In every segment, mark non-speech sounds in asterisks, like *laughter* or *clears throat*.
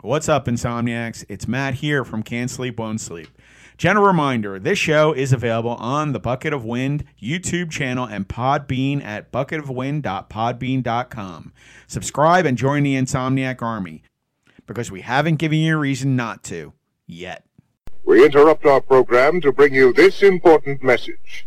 What's up, Insomniacs? It's Matt here from Can't Sleep, Won't Sleep. General reminder this show is available on the Bucket of Wind YouTube channel and Podbean at bucketofwind.podbean.com. Subscribe and join the Insomniac Army because we haven't given you a reason not to yet. We interrupt our program to bring you this important message.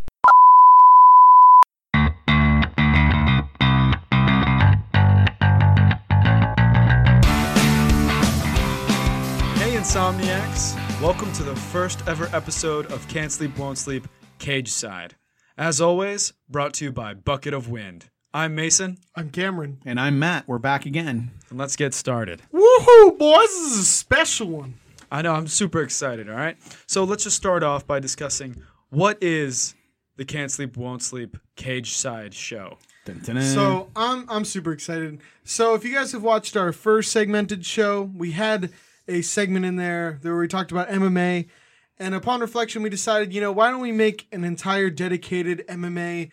Hey, Insomniacs! Welcome to the first ever episode of Can't Sleep, Won't Sleep, Cage Side. As always, brought to you by Bucket of Wind. I'm Mason, I'm Cameron. And I'm Matt. We're back again. and let's get started. Woohoo, boys! This is a special one. I know, I'm super excited, all right? So let's just start off by discussing what is the Can't Sleep, Won't Sleep, Cage Side show? Dun, dun, dun. So I'm I'm super excited. So if you guys have watched our first segmented show, we had a segment in there where we talked about MMA, and upon reflection, we decided, you know, why don't we make an entire dedicated MMA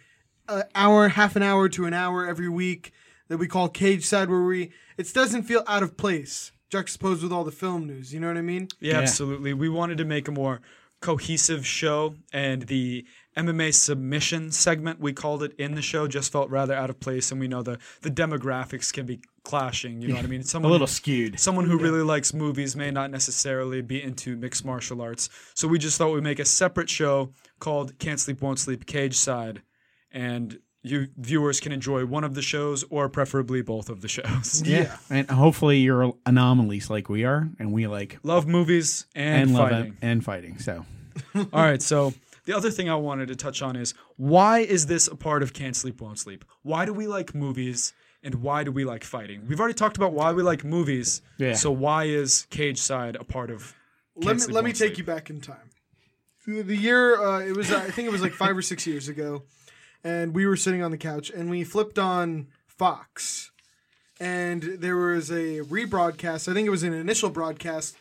uh, hour, half an hour to an hour every week that we call Cage Side, where we it doesn't feel out of place juxtaposed with all the film news. You know what I mean? Yeah, absolutely. We wanted to make a more cohesive show, and the MMA submission segment we called it in the show just felt rather out of place. And we know the the demographics can be clashing. You know what I mean? *laughs* Someone, a little skewed. Someone who really likes movies may not necessarily be into mixed martial arts. So we just thought we'd make a separate show called "Can't Sleep, Won't Sleep, Cage Side," and you viewers can enjoy one of the shows or preferably both of the shows. Yeah. And hopefully you're anomalies like we are, and we like *laughs* Love movies and, and love fighting. it and fighting. So All right, so the other thing I wanted to touch on is why is this a part of Can't Sleep, Won't Sleep? Why do we like movies and why do we like fighting? We've already talked about why we like movies. Yeah. So why is Cage Side a part of let me sleep, let me won't take sleep. you back in time. The the year uh, it was, I think it was like five or six years ago, and we were sitting on the couch and we flipped on Fox, and there was a rebroadcast. I think it was an initial broadcast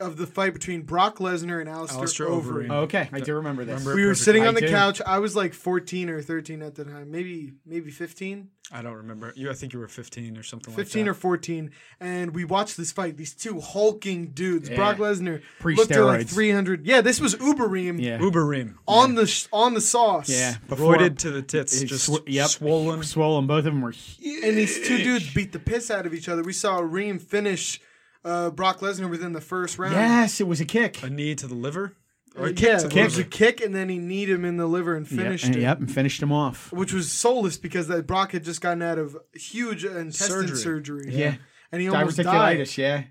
of the fight between Brock Lesnar and Alistair, Alistair Overeem. Overeem. okay, I do remember this. Remember- We were sitting on the Oh, I do. couch. I was like fourteen or thirteen at the time, maybe maybe fifteen. I don't remember. You I think you were 15 or something 15 or like 14 and we watched this fight these two hulking dudes brock lesnar Pre-steroids. looked at like 300 yeah this was uberim yeah. that. Uberim. on the sh- on the sauce Yeah. Before Avoided to the tits, It just sw- yep. swollen. swollen. Both of them were huge. and these two dudes beat the piss out of each other we saw reem finish uh, brock lesnar within the first round Yes, it was a kick. A knee to the liver? Or Uh, a kick yeah, to the it was liver. a kick and then he kneed him in the liver and finished yep, and, it Yep, and finished him off. which was soulless because that brock had just gotten out of huge uh, intestine Surgery. surgery, Yeah. and he almost died Diverticulitis, yeah.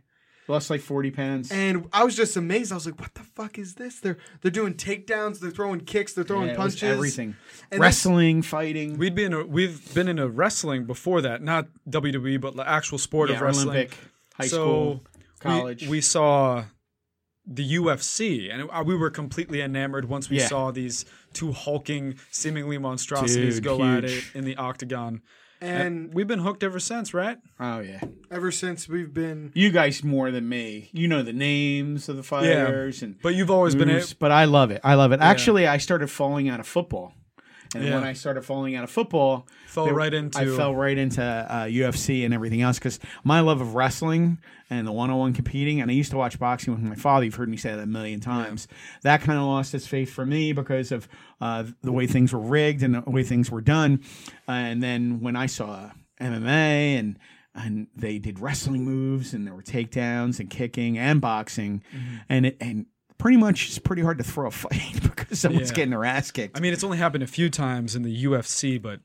Lost like 40 pounds. And I was just amazed. I was like, "What the fuck is this? They're they're doing takedowns. They're throwing kicks. They're throwing Yeah, it was punches. Everything. And Wrestling, fighting. We'd been a, we've been in a wrestling before that, not WWE, but the actual sport of yeah, wrestling. Olympic, high So, school, we- college. We, saw the UFC, and it- uh, we were completely enamored once we Yeah. saw these two hulking, seemingly monstrosities Dude, go at it huge. in the octagon. And We've been hooked ever since, right? oh, yeah. ever since we've been, You guys more than me. You know the names of the fighters and But you've always been. A, moves, but I love it. I love it. Actually, I started falling out of football. And Yeah. when I started falling out of football, Fell right into- I fell right into uh, UFC and everything else because my love of wrestling and the one-on-one competing, and I used to watch boxing with my father. You've heard me say that a million times. That kind of lost its faith for me because of uh, the way things were rigged and the way things were done. and then when I saw MMA and and they did wrestling moves and there were takedowns and kicking and boxing, Mm-hmm. and it, and pretty much it's pretty hard to throw a *laughs* fight because someone's Yeah. getting their ass kicked. I mean, it's only happened a few times in the UFC, but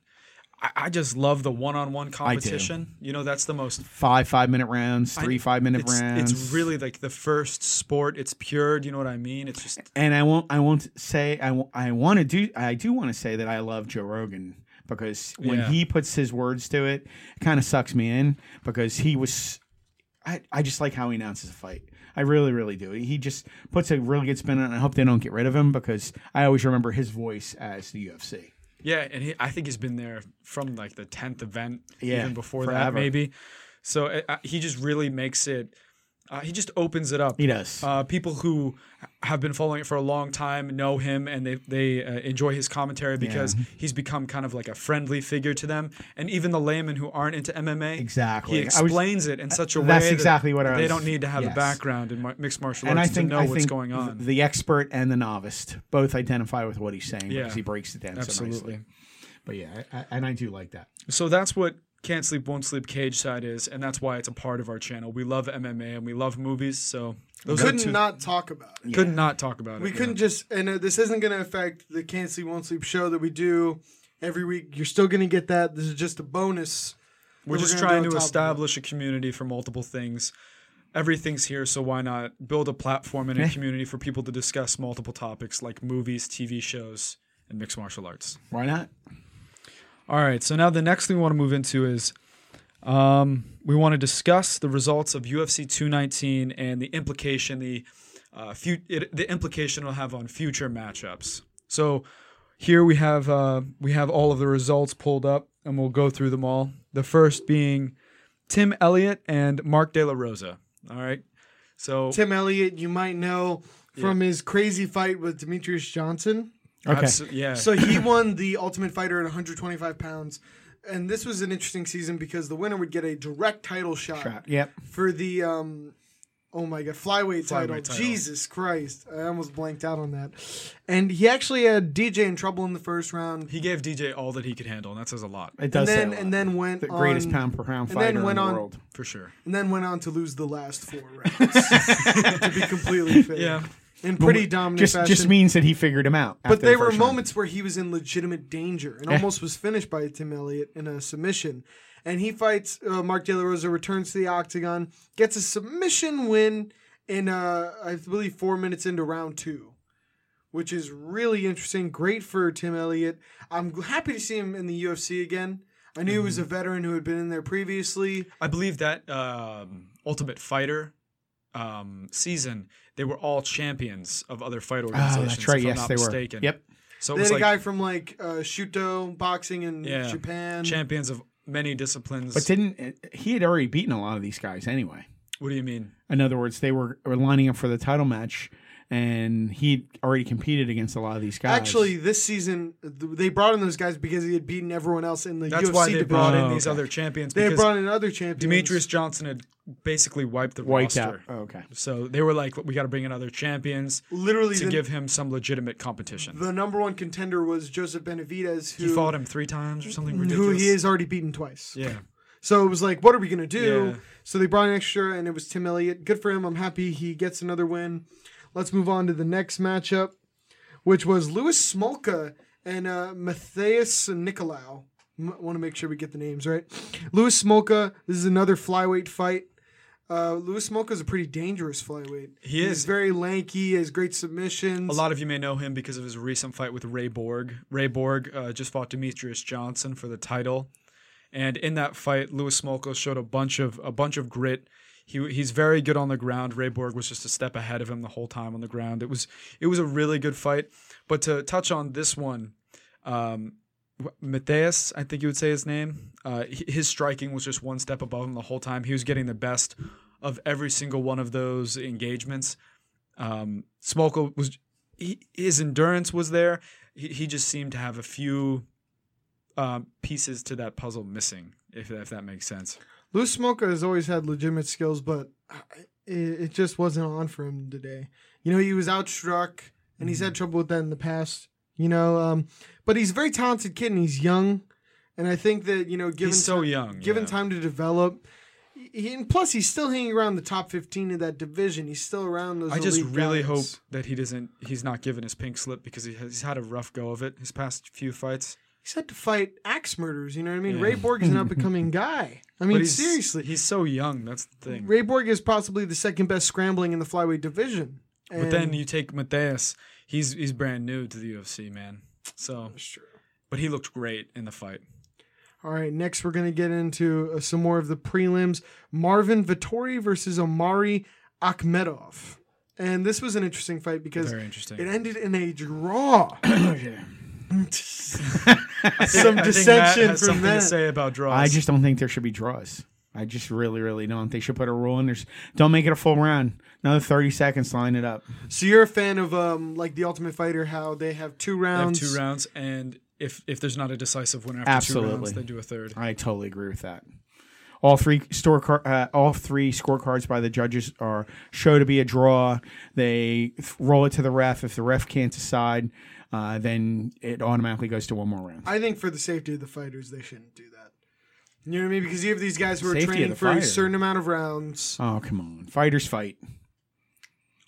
I, I just love the one-on-one competition. You know, that's the most five five minute rounds, three five minute it's, rounds. It's really like the first sport. It's pure. Do you know what I mean? It's just and I won't I won't say I w- I want to do I do want to say that I love Joe Rogan because when Yeah. he puts his words to it, it kind of sucks me in because he was I, I just like how he announces a fight. I really really do. He just puts a really good spin on it. and I hope they don't get rid of him because I always remember his voice as the UFC. Yeah, and he, I think he's been there from like the tenth event, Yeah, even before that, forever. maybe. So uh, uh, he just really makes it Uh, he just opens it up. He does. Uh, people who have been following it for a long time know him and they, they uh, enjoy his commentary because he's become kind of like a friendly figure to them. And even the laymen who aren't into MMA, Exactly. he I was- Uh, explains it in such a way that's that exactly what I they was- don't need to have yes. a background in mi- mixed martial and I arts think to know I what's think going th- on. the expert and the novice both identify with what he's saying because Yeah. he breaks it down so Absolutely. nicely. But yeah, I, I, and I do like that. So that's what Can't Sleep Won't Sleep Cage Side is, and that's why it's a part of our channel. We love MMA and we love movies, so those are Couldn't two- not talk about it. could not talk about We it. couldn't just, and uh, this isn't going to affect the Can't Sleep, Won't Sleep show that we do every week. You're still going to get that. This is just a bonus. We're that just gonna do trying on to top of it. establish a community for multiple things. Everything's here, so why not build a platform and a community for people to discuss multiple topics like movies, TV shows, and mixed martial arts. Why not? All right, so now the next thing we want to move into is um, we want to discuss the results of UFC 219 and the implication the uh, fu- it, the implication it'll have on future matchups. So here we have uh, we have all of the results pulled up, and we'll go through them all. The first being Tim Elliott and Mark De La Rosa. All right, so Tim Elliott, you might know from his crazy fight with Demetrius Johnson. Okay. abso- yeah, So he won the Ultimate Fighter at 125 pounds. And this was an interesting season because the winner would get a direct title shot, Yep. for the, um, oh my God, flyweight, title. title. Jesus Christ. I almost blanked out on that. And he actually had DJ in trouble in the first round. he gave DJ all that he could handle, and that says a lot It and does. say then a lot. and then went the greatest on, pound per pound and fighter then went in the on- world. for sure. and then went on to lose the last four rounds. *laughs* to be completely fair, Yeah. in pretty dominant Just fashion. just means that he figured him out. but there were moments where he was in legitimate danger and almost was finished by Tim Elliott in a submission. And he fights uh, Mark De La Rosa, returns to the octagon, gets a submission win in, uh, I believe, four minutes into round two, which is really interesting. Great for Tim Elliott. I'm g- happy to see him in the UFC again. I knew he was Mm-hmm. a veteran who had been in there previously. I believe that um, Ultimate Fighter um, season, they were all champions of other fight Oh, organizations. that's right. if I'm Yes, not they mistaken. were. Yep. So it They was had a like guy from like uh, Shuto boxing in Yeah. Japan. champions of many disciplines. But didn't he had already beaten a lot of these guys anyway? what do you mean? In other words, they were, were lining up for the title match, and he'd already competed against a lot of these guys. Actually, this season th- they brought in those guys because he had beaten everyone else in the That's UFC. why they division. brought in Oh, these okay. other champions They because brought in other champions. Demetrius Johnson had basically wiped the wiped out. roster. Oh, okay. So they were like, we got to bring in other champions literally to the, give him some legitimate competition. the number one contender was Joseph Benavidez, who he fought him three times or something ridiculous. who he has already beaten twice. Yeah. So it was like, what are we gonna do? Yeah. So they brought an extra, and it was Tim Elliott. Good for him. I'm happy he gets another win. Let's move on to the next matchup, which was Lewis Smolka and uh, Matthias Nicolau. M- Want to make sure we get the names right. Lewis Smolka. This is another flyweight fight. Uh, Lewis Smolka is a pretty dangerous flyweight. He He's is. very lanky. He has great submissions. A lot of you may know him because of his recent fight with Ray Borg. Ray Borg uh, just fought Demetrius Johnson for the title, and in that fight, Lewis Smolko showed a bunch of a bunch of grit. He, he's very good on the ground. Ray Borg was just a step ahead of him the whole time on the ground. It was it was a really good fight. But to touch on this one, um, w- Matthias, I think you would say his name. Uh, h- his striking was just one step above him the whole time. He was getting the best of every single one of those engagements. Um, Smolka was he, his endurance was there. He, he just seemed to have a few um, pieces to that puzzle missing, if if that makes sense. Lewis Smoker has always had legitimate skills, but it, it just wasn't on for him today. You know, he was outstruck, and he's Mm. had trouble with that in the past. You know, um, but he's a very talented kid, and he's young. And I think that you know, given He's so ti- young, given yeah. time to develop, he, and plus he's still hanging around the top fifteen of that division. He's still around those. I just elite really guys. hope that he doesn't. He's not given his pink slip because he has, he's had a rough go of it his past few fights. he's had to fight axe murders. You know what I mean? Ray *laughs* Borg is an up and coming guy. I But mean, he's, seriously, he's so young. That's the thing. Ray Borg is possibly the second best scrambling in the flyweight division. But then And- you take Matthias. He's he's brand new to the UFC, man. So, but he looked great in the *laughs* fight. All right, next we're going to get into uh, some more of the prelims. Marvin Vittori versus Amari Akhmedov. And this was an interesting fight because Very it interesting. ended in *clears throat* a draw. I think- *laughs* some *laughs* I think Matt dissension has from something that. to say about draws. I just don't think there should be draws. I just really, really don't. They should put a rule in there. Don't make it a full round. Another 30 seconds, line it up. So you're a fan of um like the Ultimate Fighter, how they have two They have rounds. two rounds, and if if there's not a decisive winner after two Absolutely. rounds, they do a third. I totally agree with that. All three store car, uh, all three scorecards by the judges are show to be a draw. They f- roll it to the ref. If the ref can't decide, uh, then it automatically goes to one more round. I think for the safety of the fighters, they shouldn't do that. You know what I mean? Because you have these guys who are Safety of training the for fighter. a certain amount of rounds. Oh come on, fighters fight.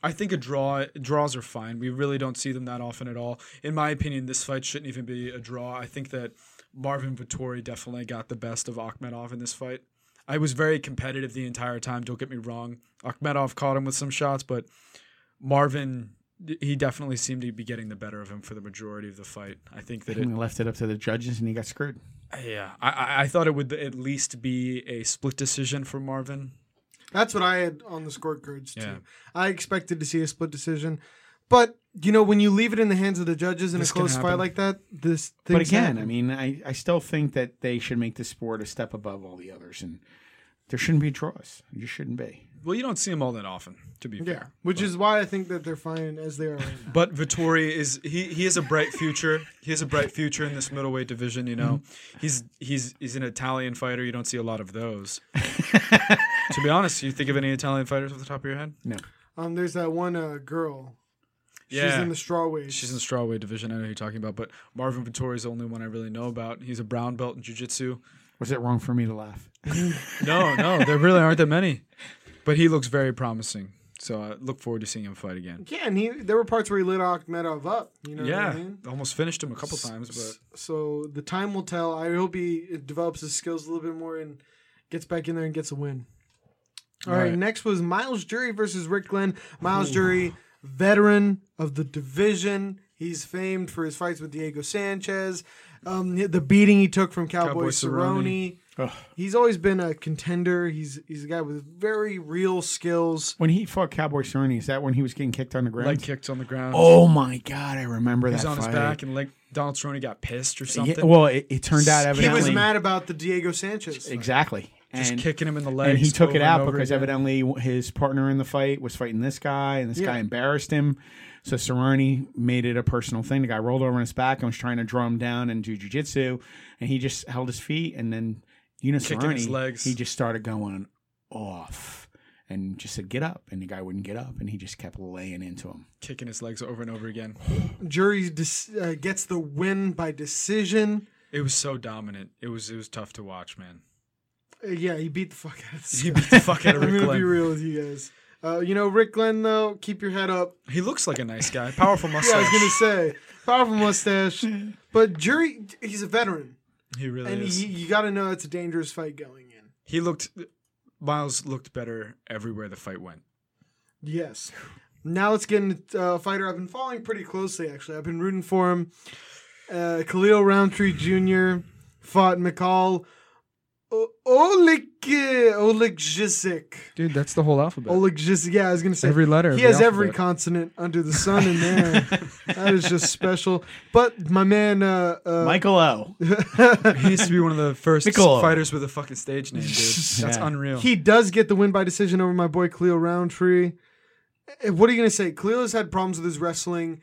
I think a draw draws are fine. We really don't see them that often at all. In my opinion, this fight shouldn't even be a draw. I think that Marvin Vittori definitely got the best of Akhmedov in this fight. I was very competitive the entire time. Don't get me wrong. Akhmedov caught him with some shots, but Marvin he definitely seemed to be getting the better of him for the majority of the fight. I think that it And left it up to the judges, and he got screwed. yeah, I- I, I thought it would at least be a split decision for Marvin. That's what I had on the scorecards too. Yeah. I expected to see a split decision, but you know when you leave it in the hands of the judges in This a can close fight happen. like that, this. But things again, I happen. mean, I, I still think that they should make the sport a step above all the others, and there shouldn't be draws. You shouldn't be. Well, you don't see him all that often, to be yeah, fair. which is why I think that they're fine as they are. Right *laughs* now. But Vittori is he he has a bright future. He has a bright future in this middleweight division, you know. Mm-hmm. He's he's he's an Italian fighter. You don't see a lot of *laughs* those. to be honest, you think of any Italian fighters off the top of your head? Um, there's that one uh, girl. She's Yeah. in the strawweight. She's in the strawweight division. I know who you're talking about, but Marvin Vittori is the only one I really know about. He's a brown belt in jiu-jitsu. Was it wrong for me to laugh? No, no, there really aren't that many. But he looks very promising. So I look forward to seeing him fight again. yeah, and he there were parts where he lit Akhmedov up. You know Yeah, what I mean? almost finished him a couple times, but So the time will tell. I hope he develops his skills a little bit more and gets back in there and gets a win. All right, Right. next was Miles Jury versus Rick Glenn. Miles Jury, veteran of the division. He's famed for his fights with Diego Sanchez, um, the beating he took from Cowboy, Cowboy Cerrone. Cerrone. He's always been a contender. He's he's a guy with very real skills. When he fought Cowboy Cerrone, is that when he was getting kicked on the ground? leg kicked on the ground. Oh my god, I remember He's that on fight. his back, and like Donald Cerrone got pissed or Yeah, something. well, it, it turned out He evidently was mad about the Diego *laughs* Sanchez. exactly, just and, kicking him in the legs. and he took over it and out over because again. evidently his partner in the fight was fighting this guy, and this Yeah. guy embarrassed him. So Cerrone made it a personal thing. The guy rolled over on his back and was trying to draw him down and do jujitsu, and he just held his feet, and then you know Kicking his Cerrone, legs. he just started going off. And just said, get up. And the guy wouldn't get up. And he just kept laying into him. kicking his legs over and over again. Jury dis- uh, gets the win by decision. It was so dominant. It was it was tough to watch, man. Uh, yeah, he beat the fuck out of this He beat the fuck out of *laughs* I'm Rick gonna be Glenn. real with you guys. Uh, you know, Rick Glenn though, keep your head up. He looks like a nice guy. Powerful mustache. Yeah, I was gonna say powerful mustache, *laughs* but Jury, he's a veteran, He really and is. you, you got to know it's a dangerous fight going in. He looked. Miles looked better everywhere the fight went. Yes. Now let's get into uh, a fighter I've been following pretty closely. Actually, I've been rooting for him. Uh, Khalil Roundtree Jr. fought McCall o- Oleg uh, Oleg Jisic. Dude, that's the whole alphabet. Oleg Jisic. Yeah, I was gonna say Every letter of He the has every alphabet. consonant under the *laughs* sun in there. that is just special. But my man, uh, uh, Michael O. *laughs* he needs to be one of the first Piccolo. fighters with a fucking stage name, dude. That's Yeah. unreal. *laughs* he does get the win by decision over my boy Cleo Roundtree. Eh, What are you gonna say? Cleo has had problems with his wrestling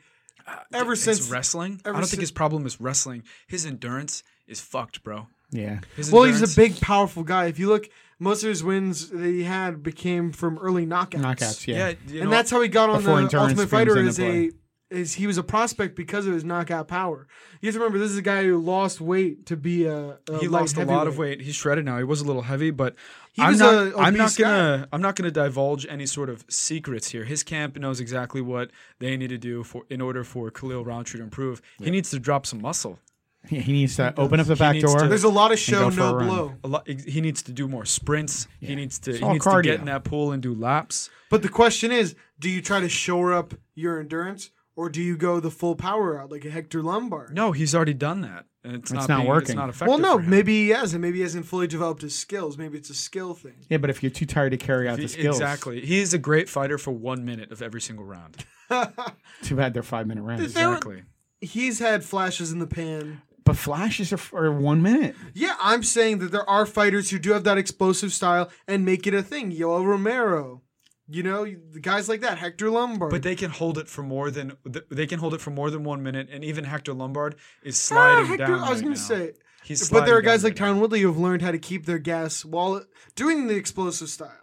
ever It's since. wrestling, I ever don't sin- think his problem is wrestling. His endurance is fucked, bro. Yeah. His well, he's a endurance- big, powerful guy. If you look, most of his wins that he had became from early knockouts. Knockouts. yeah. you and know, that's how he got on Before the endurance Ultimate comes Fighter into as a play. is he was a prospect because of his knockout power. You have to remember this is a guy who lost weight to be a, a he light lost a lot of heavyweight. weight. He's shredded now. He was a little heavy, but He I'm was not. a I'm not obese guy. gonna. I'm not gonna divulge any sort of secrets here. His camp knows exactly what they need to do for in order for Khalil Roundtree to improve. He needs to drop some muscle. He, he needs to open up the back needs door. to- There's a lot of go show, for no a run. blow. A lot, he needs to do more sprints. He needs to. He all needs to cardio. get in that pool and do laps. But the question is, do you try to shore up your endurance, or do you go the full power out like a Hector Lombard? No, he's already done that, and it's, not, not being, It's working. not effective. Well, no, for him. maybe he hasn't. Maybe he hasn't fully developed his skills. Maybe it's a skill thing. *laughs* Yeah, but if you're too tired to carry out He- the skills, Exactly. He is a great fighter for one minute of every single round. too bad they're five minute rounds. There were- Exactly. He's had flashes in the pan. But flashes are, are one minute. Yeah, I'm saying that there are fighters who do have that explosive style and make it a thing. Yoel Romero, you know, the guys like that, Hector Lombard. But they can hold it for more than th- they can hold it for more than one minute, and even Hector Lombard is sliding Ah, Hector, down. I was right gonna now. say, He's but sliding there are guys down like right Tyron Woodley who've learned how to keep their gas while doing the explosive style.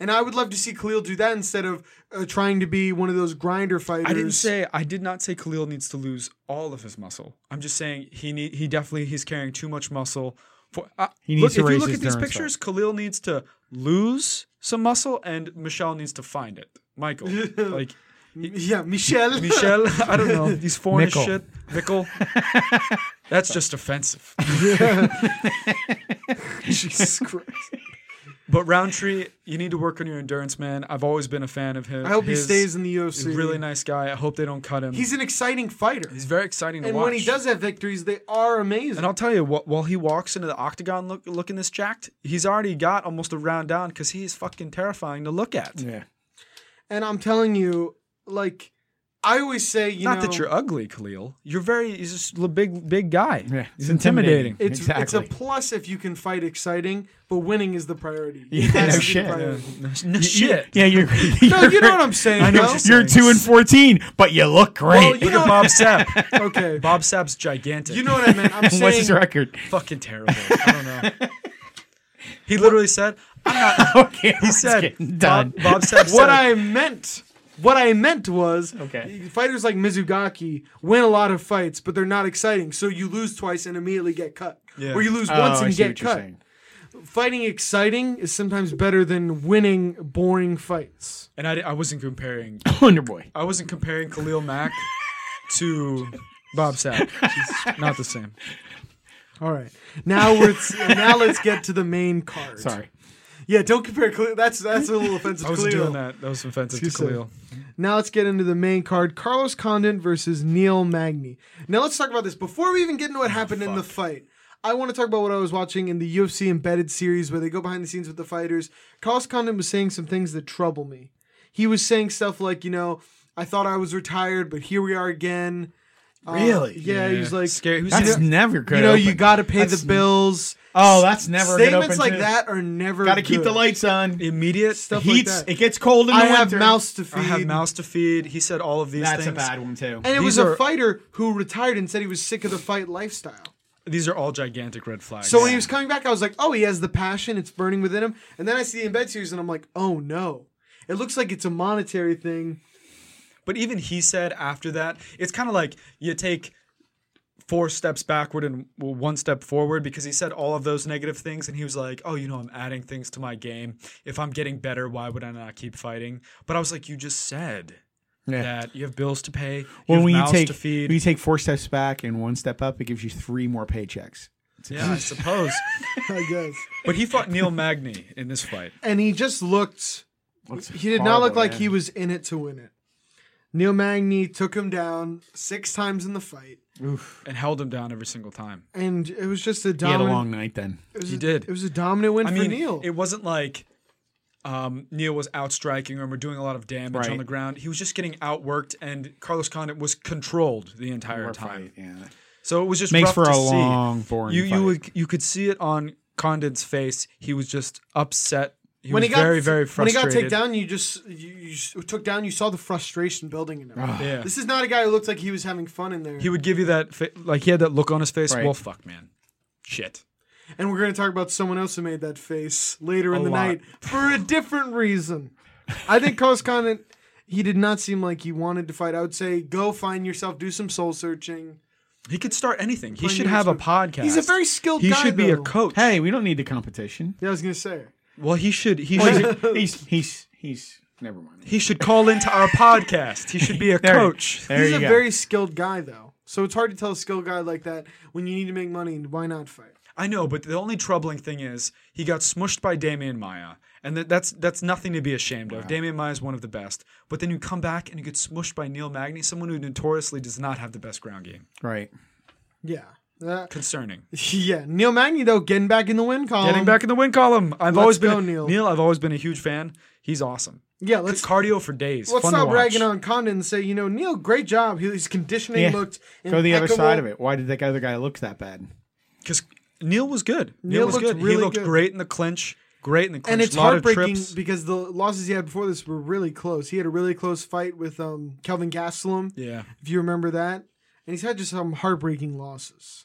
And I would love to see Khalil do that instead of uh, trying to be one of those grinder fighters. now. I didn't say I did not say Khalil needs to lose all of his muscle. I'm just saying he need he definitely he's carrying too much muscle. For uh, He needs look, to if you raise look his at these endurance pictures, Khalil needs to lose some muscle, and Michelle needs to find it. *laughs* Michael, like *laughs* Yeah, Michelle. Michelle, I don't know. He's foreign Mickle. as shit. Mickle. That's just offensive. *laughs* Jesus Christ. But Roundtree, you need to work on your endurance, man. I've always been a fan of him. I hope he His- stays in the He's UFC. a really nice guy. I hope they don't cut him. He's an exciting fighter. he's very exciting to and watch. when he does have victories, they are amazing. and I'll tell you what, while he walks into the octagon look, looking this jacked, he's already got almost a round down because he is fucking terrifying to look at. Yeah. And I'm telling you, like, I always say, you Not know, that you're ugly, Khalil. You're very. He's just a big, big guy. Yeah, He's it's intimidating. intimidating. it's it's a Exactly. plus if you can fight exciting, but winning is the priority. Yeah, It no has to be the shit. priority. No shit. Yeah, *laughs* you're. No, you know what I'm saying. I know though. what you're *laughs* You're saying. two and fourteen, but you look great. Well, Look you at know, Bob Sapp. *laughs* okay. Bob Sapp's gigantic. You know what I meant. *laughs* I'm What's his saying record? fucking terrible. I don't *laughs* know. He literally said, "I'm not." Okay, He said, done. Bob, Bob Sapp said, what I meant. What I meant was Okay. fighters like Mizugaki win a lot of fights, but they're not exciting. So you lose twice and immediately get cut. Yeah. Or you lose Oh, once I and see get what you're cut. saying. Fighting exciting is sometimes better than winning boring fights. and I, I wasn't comparing. *laughs* Wonder Boy. I wasn't comparing Khalil Mack to Bob *laughs* Sapp. He's not the same. All right. *laughs* Now we're now let's get to the main card. Sorry. Yeah, don't compare Khalil. That's that's a little offensive. I wasn't Khalil. doing that. That was offensive to Excuse me. Khalil. Now let's get into the main card: Carlos Condon versus Neil Magny. Now let's talk about this before we even get into what happened in the fight. I want to talk about what I was watching in the UFC embedded series where they go behind the scenes with the fighters. Carlos Condon was saying some things that trouble me. He was saying stuff like, you know, I thought I was retired, but here we are again. Uh, Really? Yeah, he was like, Scary. Who's That's saying- never good. you know, open. you got to pay That's- the bills. Oh, that's never a good open, Statements like too. that are never. Got to keep the good. lights on. immediate The stuff. like heat's. that. it gets cold in the I winter. have mouse to feed. I have mouse to feed. He said all of these That's a things. bad one too. And it These was a are- fighter who retired and said he was sick of the fight lifestyle. These are all gigantic red flags. So when he was coming back, I was like, oh, he has the passion. It's burning within him. And then I see the embed series and I'm like, oh, no. It looks like it's a monetary thing. But even he said after that, it's kind of like you take four steps backward and well, one step forward because he said all of those negative things and he was like, "Oh, you know, I'm adding things to my game. If I'm getting better, why would I not keep fighting?" But I was like, "You just said Yeah. that you have bills to pay, you Well, have when you mouths take to feed." when you take four steps back and one step up, it gives you three more paychecks. yeah, I suppose. *laughs* I guess. but he fought Neil Magny in this fight. And he just looked, he did not look like he was in it to win it. Neil Magny took him down six times in the fight. And held him down every single time. And it was just a He had a dominant. long night then. it was He a- did. It was a dominant win I for mean, Neil. it wasn't like um, Neil was outstriking him or doing a lot of damage on Right. the ground. He was just getting outworked, and Carlos Condit was controlled the entire time. Yeah. So it was just Makes rough for to a see. long, boring. You you fight. would you could see it on Condit's face. He was just upset. He when was he got very very when frustrated. he got taken down, you just you, you s- took down. You saw the frustration building in him. Ah, Yeah. This is not a guy who looked like he was having fun in there. he would give you that fa- like he had that look on his face. Right. Well, fuck, man, shit. And we're going to talk about someone else who made that face later in A the lot. night for a different reason. I think Coast Condon, he did not seem like he wanted to fight. I would say go find yourself, do some soul searching. He could start anything. He Playing should have a against podcast. He's a very skilled he guy. should be a though. coach. Hey, we don't need the competition. Yeah, I was going to say. Well, he should. He Well, should. he's, he's *laughs* he's he's never mind. He should call into our podcast. He should be *laughs* a There- coach. There He's you a go. very skilled guy, though. So it's hard to tell a skilled guy like that when you need to make money and why not fight? I know, but the only troubling thing is he got smushed by Damian Maya. And that, that's that's nothing to be ashamed of. Damian Maya is one of the best. But then you come back and you get smushed by Neil Magny, someone who notoriously does not have the best ground game. right. Yeah. Uh, Concerning. *laughs* yeah, Neil Magny though getting back in the win column. Getting back in the win column. I've always been Um, go, Neil. I've always been a huge fan. He's awesome. Yeah, let's Cardio for days. let's Fun to stop watch. ragging on Condon and say you know Neil, great job. His conditioning Yeah. looked Go the other impeccable. side of it. Why did that other guy look that bad? because Neil was good. Neil, Neil was looked good. he really looked good. great in the clinch. Great in the clinch. And it's lot Of heartbreaking trips. because the losses he had before this were really close. He had a really close fight with um, Kelvin Gastelum, Yeah, if you remember that. And he's had just some heartbreaking losses.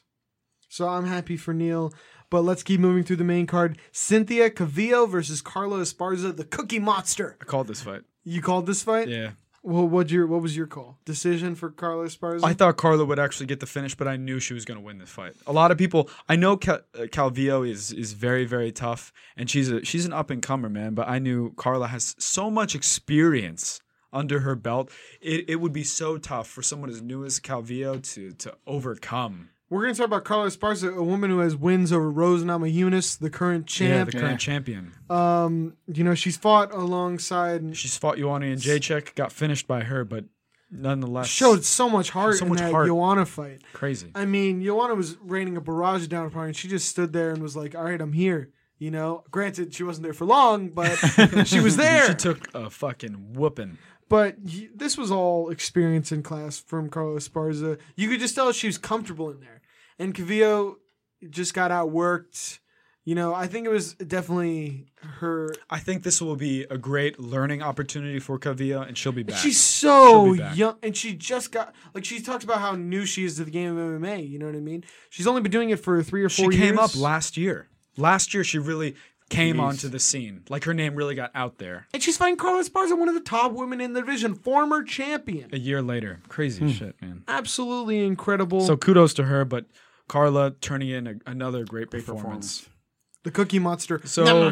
So I'm happy for Neil. But let's keep moving through the main card. Cynthia Cavillo versus Carla Esparza, the Cookie Monster. I called this fight. You called this fight? Yeah, Well, what'd your what was your call? Decision for Carla Esparza? I thought Carla would actually get the finish, but I knew she was going to win this fight. A lot of people, I know Cal- uh, Calvillo is is very very tough, and she's a she's an up and comer man. But I knew Carla has so much experience under her belt. It it would be so tough for someone as new as Calvillo to to overcome. We're gonna talk about Carla Esparza, a woman who has wins over Rose Namajunas, the current Yeah, champ. the current champion. um, you know, she's fought alongside She's fought Ioane and Jacek, got finished by her, but nonetheless showed so much heart So in much that heart. Joanna fight. crazy. I mean, Joanna was raining a barrage down upon her, and she just stood there and was like, "All right, I'm here." You know, granted, she wasn't there for long, *laughs* but she was there. She took a fucking whooping. but he, this was all experience in class from Carlos Sparza. You could just tell she was comfortable in there, and Cavillo just got outworked. You know, I think it was definitely her. I think this will be a great learning opportunity for Kavia, and she'll be back. She's so She'll be back. young, and she just got like she talks about how new she is to the game of MMA. You know what I mean? She's only been doing it for three or she four. came up years. last year. Last year, she really came onto the scene. Like her name really got out there. And she's fighting Carla Esparza, one of the top women in the division, former champion. A year later, crazy Hmm. shit, man. Absolutely incredible. So kudos to her, but Carla turning in a, another great performance. the Cookie Monster. So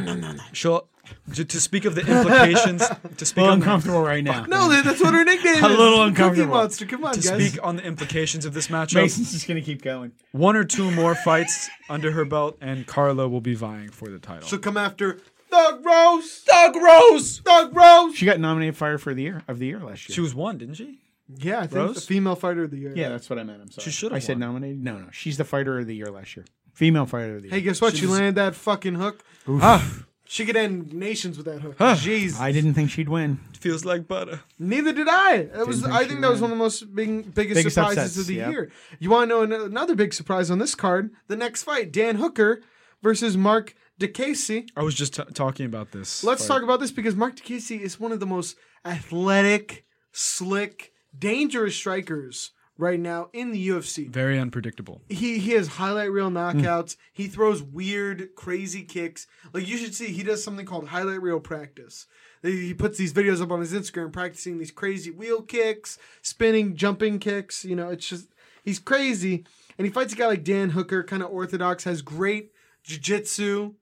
she'll to, to speak of the *laughs* implications. to speak A little on the, uncomfortable right now. no, that- that's what her *laughs* nickname is. A little Cookie uncomfortable. Monster. Come on, to guys. speak on the implications of this matchup. Mason's just gonna keep going. *laughs* One or two more fights under her belt, and Carla will be vying for the title. So come after Thug Rose. Thug Rose. Thug Rose. She got nominated Fire for the year of the year last year. she was one, didn't she? Yeah, I think Rose? the female fighter of the year. yeah, that's what I meant. I'm sorry. She should've I said won. nominated. No, no. She's the fighter of the year last year. Female fighter of the year. Hey, guess what? She, She's- landed that fucking hook. Ah, She could end nations with that hook. Huh. Jeez. I didn't think she'd win. feels like butter. Neither did I. That was. think I she think that was ran. one of the most big, biggest, Biggest surprises upsets, of the yep. year. You want to know an- another big surprise on this card? The next fight: Dan Hooker versus Mark DeCasey. I was just t- talking about this. Let's talk about this because Mark DeCasey is one of the most athletic, slick, dangerous strikers right now in the UFC. Very unpredictable. He he has highlight Hmm. reel knockouts. He throws weird, crazy kicks. Like you should see, he does something called highlight reel practice. He puts these videos up on his Instagram practicing these crazy wheel kicks, spinning, jumping kicks. You know, it's just he's crazy. And he fights a guy like Dan Hooker, kind of orthodox, has great jiu-jitsu,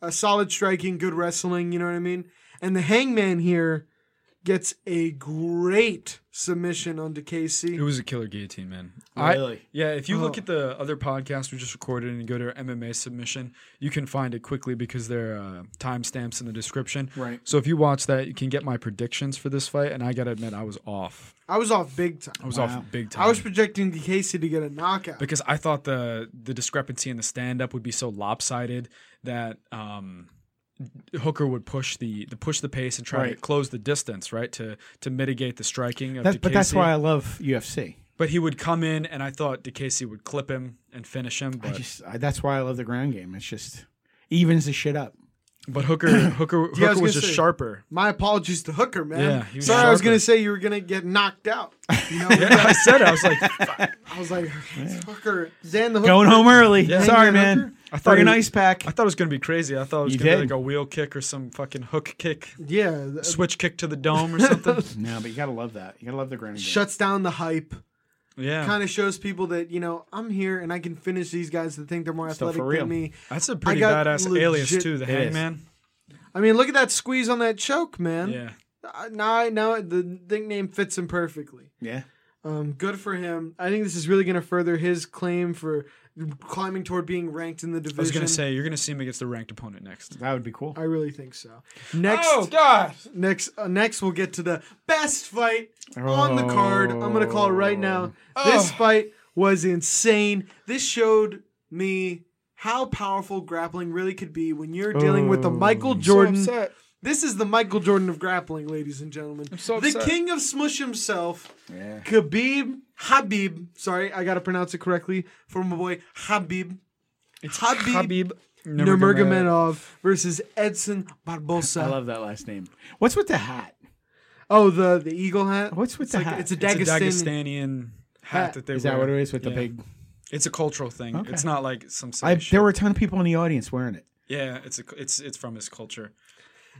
a solid striking, good wrestling, you know what I mean? And the hangman here gets a great submission onto It Casey. was a killer guillotine, man. I, Really? yeah, if you look Oh. at the other podcast we just recorded and go to our MMA submission, you can find it quickly because there are uh, timestamps in the description. Right. So if you watch that, you can get my predictions for this fight. And I got to admit, I was off. I was off big time. I was Wow. off big time. I was projecting Casey to get a knockout. because I thought the the discrepancy in the stand up would be so lopsided that um, Hooker would push the, the push the pace and try to Right. close the distance, right? To to mitigate the striking of That's, but that's DeCasey. why I love UFC. But he would come in, and I thought DeCasey would clip him and finish him. I But, just I, that's why I love the ground game. It's just evens the shit up. but *coughs* Hooker Hooker Yeah, I was Hooker was gonna just say- sharper. My apologies to Hooker, man. Yeah, he was Sorry, I was sharper. gonna say you were gonna get knocked out. *laughs* You know, *laughs* I said it. I *laughs* was like, I was like, Hooker, Dan the Hooker. Going home early. Sorry, Hangman man. Hooker? I thought thought an he- ice pack. I thought it was gonna be crazy. I thought it was You gonna did. be like a wheel kick or some fucking hook kick, *laughs* Yeah, th- switch kick to the dome or something. no, but you gotta love that. You gotta love the ground game. shuts down the hype. yeah, Kind of shows people that you know I'm here and I can finish these guys that think they're more Still athletic for real. than me. that's a pretty got badass alias legit- too. The It is. Hangman. I mean, look at that squeeze on that choke, man. Yeah. Uh, now, I- now the nickname fits him perfectly. yeah. Um, good for him. I think this is really gonna further his claim for climbing toward being ranked in the division. I was gonna say you're gonna see him against the ranked opponent next. That would be cool. I really think so. Next, God! Next, uh, next we'll get to the best fight on the card. I'm gonna call it right now. This fight was insane. This showed me how powerful grappling really could be when you're dealing with the Michael Jordan. So upset. This is the Michael Jordan of grappling, ladies and gentlemen. so the upset. king of smush himself, Yeah. Khabib Habib. Sorry, I gotta pronounce it correctly. For my boy Habib It's Habib Habib Nurmagomedov versus Edson Barbosa. I love that last name. What's with the hat? oh, the the eagle hat. What's with it's the like, hat? It's a It's a Dagestani. Dagestanian hat that they Is wear. that what it is with the Yeah. big? It's a cultural thing. It's not like some silly I, shit. there were a ton of people in the audience wearing it. yeah, it's a, it's it's from his culture.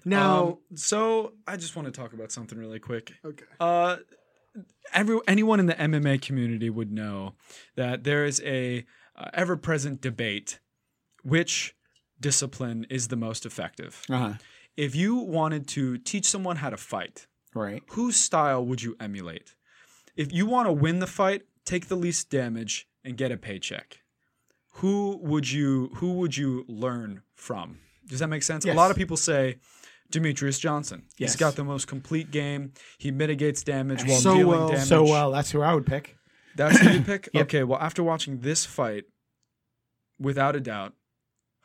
now, Um, so I just want to talk about something really quick. okay. Uh, every anyone in the MMA community would know that there is a uh, ever-present debate which discipline is the most effective. Uh huh. If you wanted to teach someone how to fight, Right. whose style would you emulate? If you want to win the fight, take the least damage and get a paycheck. Who would you who would you learn from? Does that make sense? Yes. A lot of people say Demetrius Johnson. Yes. He's got the most complete game. He mitigates damage while So dealing well. damage. So well, that's who I would pick. That's who you pick? *clears throat* Yep. Okay, well after watching this fight, without a doubt,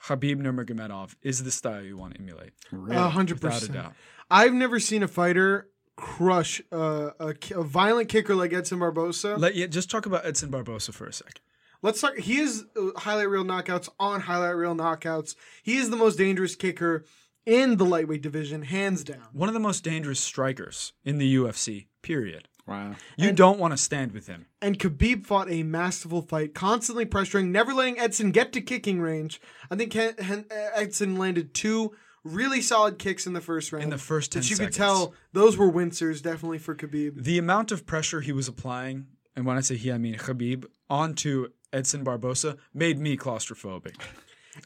Habib Nurmagomedov is the style you want to emulate. Really? A hundred Without a percent. doubt. I've never seen a fighter crush uh, a, ki- a violent kicker like Edson Barbosa. Let, yeah, just talk about Edson Barbosa for a second. Let's talk. He is uh, highlight reel knockouts on highlight reel knockouts. He is the most dangerous kicker in the lightweight division, hands down. one of the most dangerous strikers in the UFC, period. wow. You don't want to stand with him. And Khabib fought a masterful fight, constantly pressuring, never letting Edson get to kicking range. I think Hen- Hen- Edson landed two really solid kicks in the first round. In the first 10 that you seconds. could tell those were wincers definitely for Khabib. the amount of pressure he was applying, and when I say he, I mean Khabib, onto Edson Barbosa made me claustrophobic.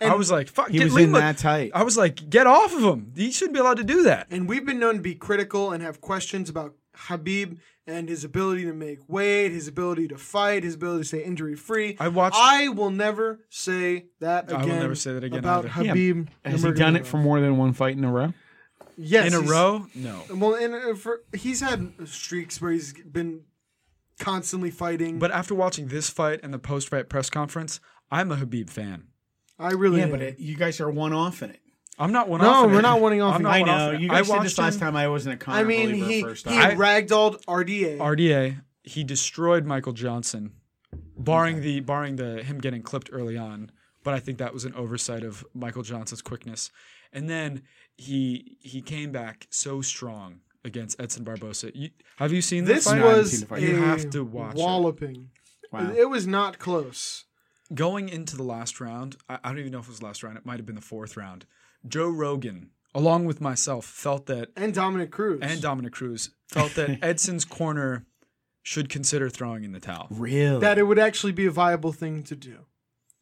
I was like, fuck, He get, was leave in him a- that tight. I was like, get off of him. He shouldn't be allowed to do that. And we've been known to be critical and have questions about Habib and his ability to make weight, his ability to fight, his ability to stay injury free. I watched- I will never say that again. will never say that again about either. Habib. Has he done it Nurmagomedov. for more than one fight in a row? yes In a he's- row? No. Well, in a, for, he's had streaks where he's been constantly fighting. But But after watching this fight and the post fight press conference, I'm a Habib fan. I really Yeah, am. but it, you guys are one off in it. I'm not one No, off. we're not one off. I'm not I one know. off. You I guys said this watched last him- time. I wasn't a Connor I mean, he he first time. ragdolled RDA. RDA, he destroyed Michael Johnson, barring the barring the him getting clipped early on. But I think that was an oversight of Michael Johnson's quickness. And then he he came back so strong against Edson Barbosa. You, have you seen this the fight? No, I haven't seen was the fight. a You have to watch it. walloping. Wow. It was not close. going into the last round, I, I don't even know if it was the last round. It might have been the fourth round. Joe Rogan, along with myself, felt that And Dominic Cruz. and Dominic Cruz felt that *laughs* Edson's corner should consider throwing in the towel. really? that it would actually be a viable thing to do.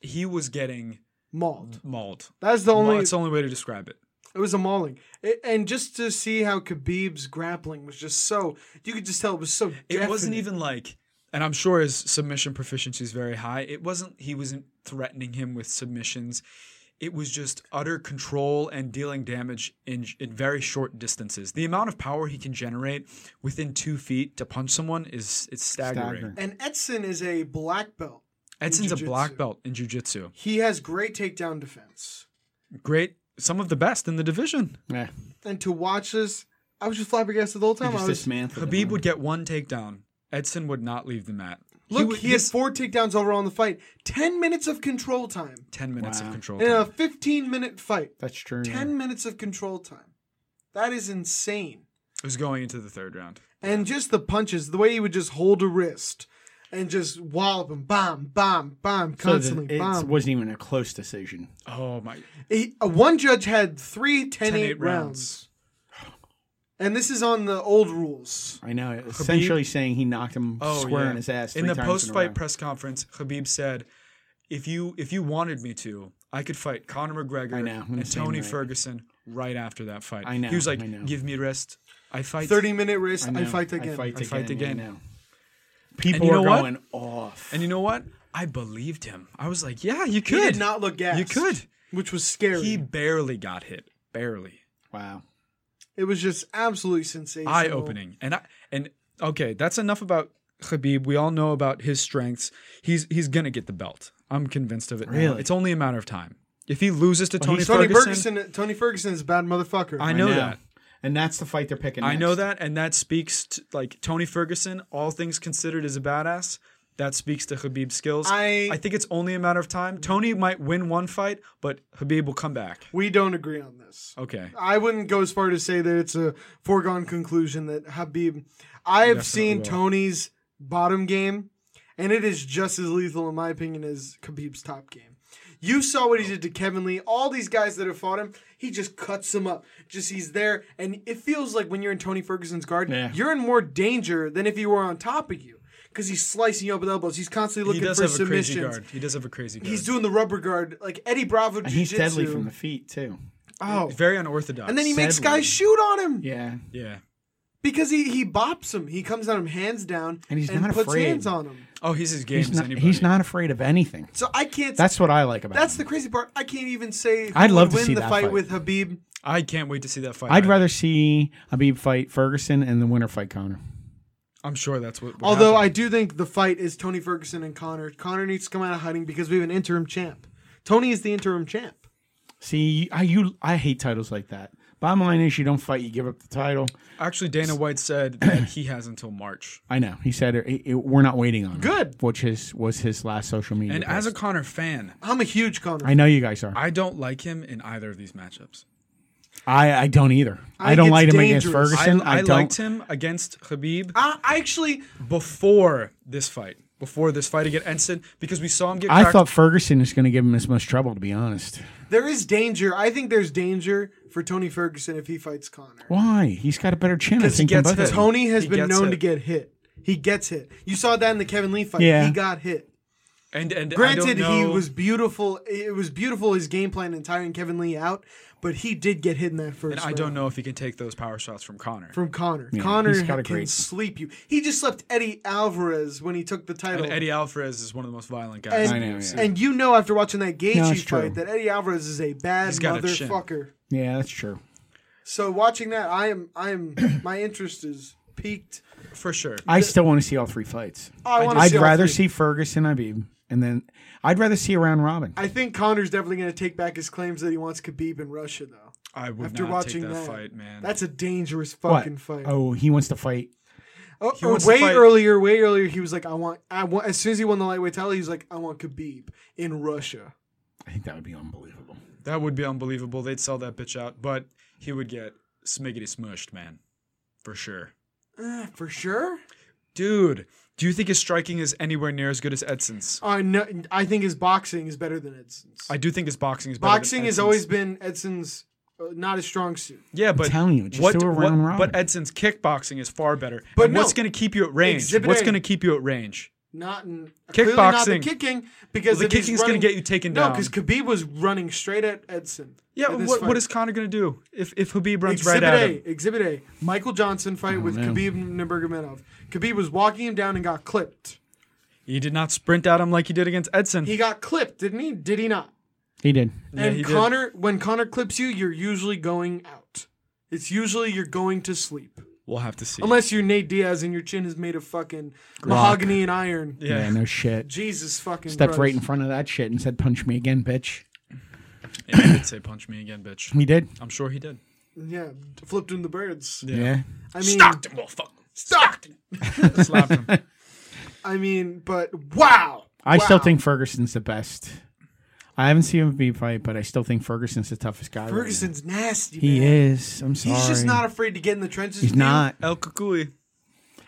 He was getting Mauled. mauled. That's the only. Well, it's the only way to describe it. it was a mauling, it, and just to see how Khabib's grappling was just so. You could just tell it was so. It wasn't definite. even like, and I'm sure his submission proficiency is very high. It wasn't. He wasn't threatening him with submissions. It was just utter control and dealing damage in in very short distances. The amount of power he can generate within two feet to punch someone is it's staggering. Staggering. And Edson is a black belt. Edson's a jiu-jitsu. black belt in jujitsu. He has great takedown defense, Great, some of the best in the division. yeah. and to watch this, I was just flabbergasted the whole He time. I just was. dismantled. Habib him. would get one takedown. Edson would not leave the mat. Look, he, would- had this- four takedowns overall in the fight. Ten minutes of control time ten minutes Wow. of control. in a time. fifteen-minute fight. That's true. Ten minutes of control time. That is insane. It was going into the third round. And just the punches, the way he would just hold a wrist and just wallop him, bomb, bomb, bomb, So constantly, the, it bomb. wasn't even a close decision. Oh my! He- uh, one judge had three 10 10 8 eight rounds. rounds. And this is on the old rules. I know. Essentially saying he knocked him square Oh, yeah. in his ass. In three the times a post-fight row. press conference, Khabib said, "If you if you wanted me to, I could fight Conor McGregor I know, and insane, Tony right? Ferguson right after that fight." I know, He was like, I know. "Give me rest. I fight 30 minute wrist, I, know. fight again. I fight I again. fight again. I know. People you are know what? going off. And you know what? I believed him. I was like, "Yeah, you He could. did not look gassed. you could." Which was scary. He barely got hit. Barely. wow. it was just absolutely sensational. Eye opening. And I and okay, that's enough about Khabib, we all know about his strengths. He's he's gonna get the belt. I'm convinced of it. now. Really? It's only a matter of time. If he loses to Tony, Tony, Tony Ferguson, Ferguson. Tony Ferguson is a bad motherfucker. I know Yeah. that. And that's the fight they're picking. I know next. that, and that speaks to like Tony Ferguson. All things considered, is a badass. That speaks to Habib's skills. I- I think it's only a matter of time. Tony might win one fight, but Habib will come back. We don't agree on this. Okay. I wouldn't go as far to say that it's a foregone conclusion that Habib. I have seen Tony's bottom game, and it is just as lethal, in my opinion, as Khabib's top game. You saw what he did to Kevin Lee. All these guys that have fought him, he just cuts them up. Just he's there, and it feels like when you're in Tony Ferguson's guard, Yeah. you're in more danger than if he were on top of you because he's slicing you up with elbows. He's constantly He looking does for have a crazy submissions. guard. He does have a crazy guard. He's doing the rubber guard like Eddie Bravo. And he's deadly from the feet too. oh, very unorthodox. and then he makes Deadly. guys shoot on him. Yeah. yeah. Because he, he bops him. He comes at him hands down And he's not puts afraid. hands on him. Oh, he's as game He's as not, anybody. he's not afraid of anything. So I can't. That's That's what I like about that's him. the crazy part. I can't even say who I'd love would to win see the that fight, fight. with Habib. I can't wait to see that fight. I'd I- rather see Habib fight Ferguson and the winner fight Conor. I'm sure that's what. what Although happened. I do think the fight is Tony Ferguson and Connor. Connor needs to come out of hiding because we have an interim champ. Tony is the interim champ. See, I you I hate titles like that. Bottom line is you don't fight, you give up the title. actually Dana White said *clears throat* that he has until March. I know. He said it, it- we're not waiting on him, Good. which is was his last social media. And as a post. Connor fan, I'm a huge Connor. I know you guys are. I don't like him in either of these matchups. I, I don't either. I, think don't it's like him against dangerous. I, Ferguson. I, I don't. liked him against Khabib I, I actually, before this fight, before this fight against Ensign, because we saw him get. I cracked. thought Ferguson is going to give him as much trouble, to be honest. there is danger. I think there's danger for Tony Ferguson if he fights Connor. Why? He's got a better chin. I Because he think than gets both of hit. them. Tony has He been gets known hit. to get hit. He gets hit. You saw that in the Kevin Lee fight. Yeah. He got hit. and and I don't Granted, know, he was beautiful. It was beautiful his game plan in tiring Kevin Lee out, but he did get hit in that first. And I round don't know if he can take those power shots from Connor. From Connor, Connor he's got a can great- sleep you. He just slept Eddie Alvarez when he took the title. And Eddie Alvarez is one of the most violent guys. and, I know, yeah. and you know after watching that Gaethje No, it's fight true. that Eddie Alvarez is a bad He's got a chin. motherfucker. Yeah, that's true. So watching that, I am, I am, *coughs* my interest is peaked. Oh, for sure. I still want to see all three fights. I want to I'd see all rather three. see Ferguson Habib, and then I'd rather see a round robin. I think Connor's definitely going to take back his claims that he wants Khabib in Russia, though. I would After not watching take that, that, fight, man. That's a dangerous What? fucking fight. Oh, he wants to fight. Oh, He oh, wants to way fight- earlier, way earlier, he was like, "I want, I want." As soon as he won the lightweight title, he was like, "I want Khabib in Russia." I think that would be unbelievable. that would be unbelievable. They'd sell that bitch out, but he would get smiggity smushed, man, for sure. Uh, for sure. Dude, do you think his striking is anywhere near as good as Edson's? I no, I think his boxing is better than Edson's. I do think his boxing is better than boxing Edson's. has always been Edson's uh, not his strong suit. yeah, but telling you, just what, do a round what, robin. But Edson's kickboxing is far better. But And what's no. going to keep you at range? Exhibit what's A. going to keep you at range? Not in clearly not the Kickboxing. kicking because Well, the if he's kicking's gonna running- get you taken No, down. because Khabib was running straight at Edson. Yeah, in this what, what fight. is Connor going to do if if Habib runs right Exhibit at A, him? Oh, Exhibit A. Michael Johnson fight with man. Khabib Nurmagomedov. Khabib was walking him down and got clipped. He did not sprint at him like he did against Edson. He got clipped, didn't he? Did he not? He did. Yeah, and he did. Connor, when Connor clips you, you're usually going out. It's usually you're going to sleep, We'll have to see. unless you're Nate Diaz and your chin is made of fucking mahogany and iron. Yeah, yeah, no shit. Jesus fucking. Stepped right Christ. in front of that shit and said, "Punch me again, bitch." yeah, he did say punch me again, *laughs* bitch. He did. I'm sure he did. Yeah, flipped in the birds. Yeah. I mean, Stockton, well, fuck. Stockton. Slapped him. *laughs* I mean, but wow. I still Wow. think Ferguson's the best. I haven't seen him be fight, but I still think Ferguson's the toughest guy. right now. Ferguson's nasty. He man. is. I'm sorry. He's just not afraid to get in the trenches. He's with you. not. El Kukui.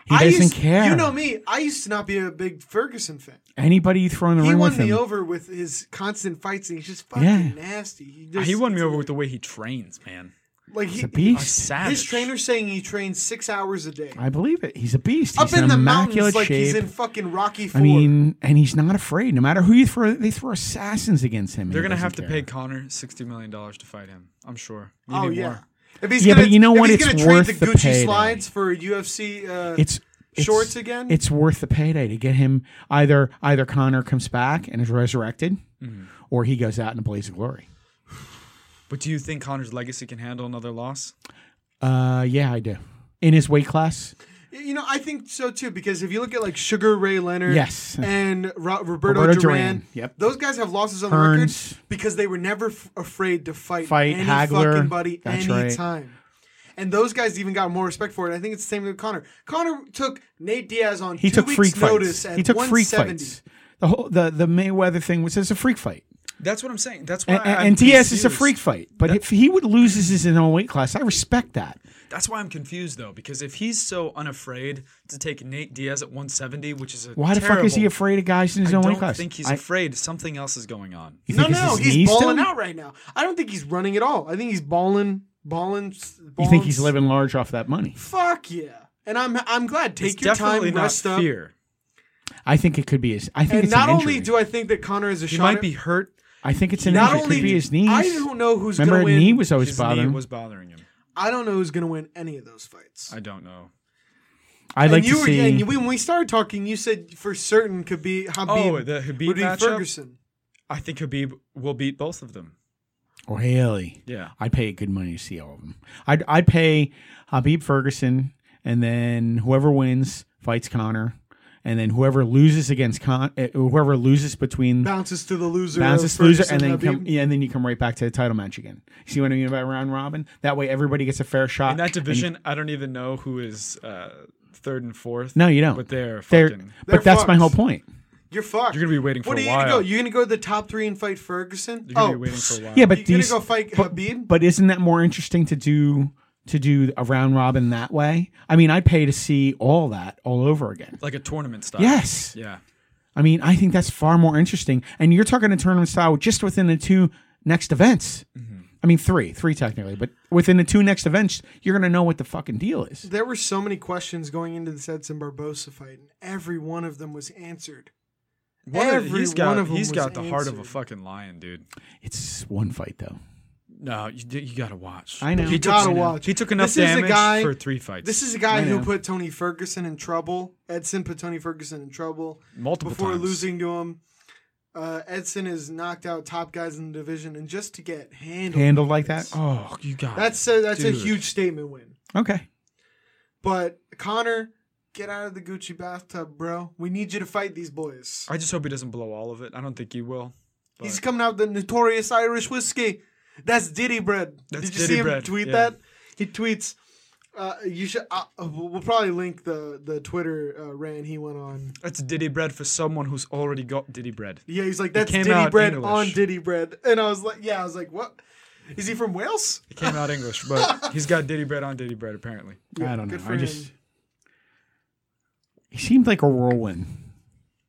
He I doesn't used, care. You know me. I used to not be a big Ferguson fan. Anybody you throw in the He ring won with me him, over with his constant fights, and he's just fucking Yeah. nasty. He, just, He won me over with the way he trains, *laughs* man. Like he's a he, A beast. savage. His trainer's saying he trains six hours a day. I believe it. He's a beast. Up he's in in the immaculate mountains like shape. he's in fucking Rocky Four. I mean, and he's not afraid. No matter who you throw, they throw assassins against him. and They're he gonna doesn't have to care. pay Connor sixty million dollars to fight him. I'm sure. oh Maybe yeah. more. If he's Yeah, gonna, but you know if what? He's It's gonna trade worth the the Gucci payday. slides for UFC. Uh, It's it's- Shorts again? It's worth the payday to get him either either Connor comes back and is resurrected, Mm-hmm. or he goes out in a blaze of glory. But do you think Connor's legacy can handle another loss? Uh, yeah, I do. In his weight class, Y- You know, I think so too because if you look at like Sugar Ray Leonard, Yes. and Ro- Roberto, Roberto Duran, Duran, yep. those guys have losses on the Hearns. record because they were never f- afraid to fight, Fight, any Hagler. fucking buddy That's any right. time. And those guys even got more respect for it. I think it's the same with Connor. Connor took Nate Diaz on He two took weeks freak notice fights. at He took freak 170. fights. The whole the the Mayweather thing was it's a freak fight, That's what I'm saying. That's why and, and, I'm and Diaz is a confused. freak fight. But if he would loses his in a weight class, I respect that. That's why I'm confused though, because if he's so unafraid to take Nate Diaz at 170, which is a Why the fuck is he terrible- afraid of guys in his I own don't weight class? think he's I- afraid. Something else is going on. you No, think it's no, his he's knees balling still? out right now. I don't think he's running at all. I think he's balling, balling. s- You think he's balling- living large off that money? Fuck yeah! And I'm I'm glad. Take it's your time, definitely not rest up. fear. I think it could be his. I think And it's not an only injury. do I think that Connor is a He shot, might at- be hurt. I think it's an not injury. It only could be his knees. I don't know who's Remember, gonna win. knee was always His bothering. knee him. was bothering him. I don't know who's gonna win any of those fights. I don't know. I'd like and you to were, see. and when we started talking, you said for certain could be Habib. Oh, the Habib would be matchup? Ferguson. I think Habib will beat both of them. Oh, Really? Yeah. I'd pay good money to see all of them. I'd I'd pay Habib Ferguson, and then whoever wins fights Connor, and then whoever loses against Con, uh, whoever loses between Bounces to the loser. bounces of loser, Ferguson, and then Habib. come, yeah, and then you come right back to the title match again. See what I mean by round robin? That way everybody gets a fair shot. In that Uh, and you- division, I don't even know who is uh, third and fourth. no, you don't. But they're They're- fucking. They're but that's my fucked. whole point. you're fucked. You're gonna be waiting for What a are you gonna while. go? You're gonna go to the top three and fight Ferguson? You're gonna oh, be waiting for a while. Yeah, but you're gonna these go fight Habib. But isn't that more interesting to do to do a round robin that way? I mean, I'd pay to see all that all over again. like a tournament style. Yes. Yeah. I mean, I think that's far more interesting. And you're talking a tournament style just within the two next events. Mm-hmm. I mean, three, three technically, but within the two next events, you're gonna know what the fucking deal is. There were so many questions going into this Edson Barbosa fight, and every one of them was answered. One of, Every he's got, one of them he's was got the heart of a answered. fucking lion, dude. It's one fight though. No, you, d- you gotta watch. I know. He You took, gotta watch. He took enough This is a damage guy- for three fights. This is a guy I who know. put Tony Ferguson in trouble. Edson put Tony Ferguson in trouble multiple before times. losing to him. Uh, Edson has knocked out top guys in the division, and just to get handled, Handled like that. Oh, Oh, you got. that's a, that's a Dude. huge statement win. okay. But Connor, get out of the Gucci bathtub, bro. We need you to fight these boys. I just hope he doesn't blow all of it. I don't think he will. but- He's coming out with the notorious Irish whiskey. That's Diddy bread. That's Did you Diddy see him bread, tweet yeah. that? He tweets. Uh, you should. Uh, uh, we'll we'll probably link the the Twitter uh, rant he went on. That's Diddy bread for someone who's already got Diddy bread. Yeah, he's like that's came Diddy out bread English. on Diddy bread, and I was like, yeah, I was like, what? Is he from Wales? It came out English, but he's got Diddy bread on Diddy bread apparently. I don't know. good for I just him. he seemed like a whirlwind.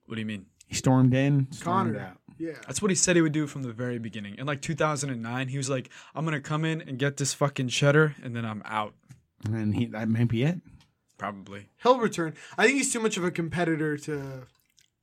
What do you mean? He stormed in, stormed Connor. out. Yeah, That's what he said he would do from the very beginning. In like 2009, he was like, "I'm gonna come in and get this fucking cheddar, and then I'm out." And he, that might be it. Probably. he'll return. I think he's too much of a competitor to.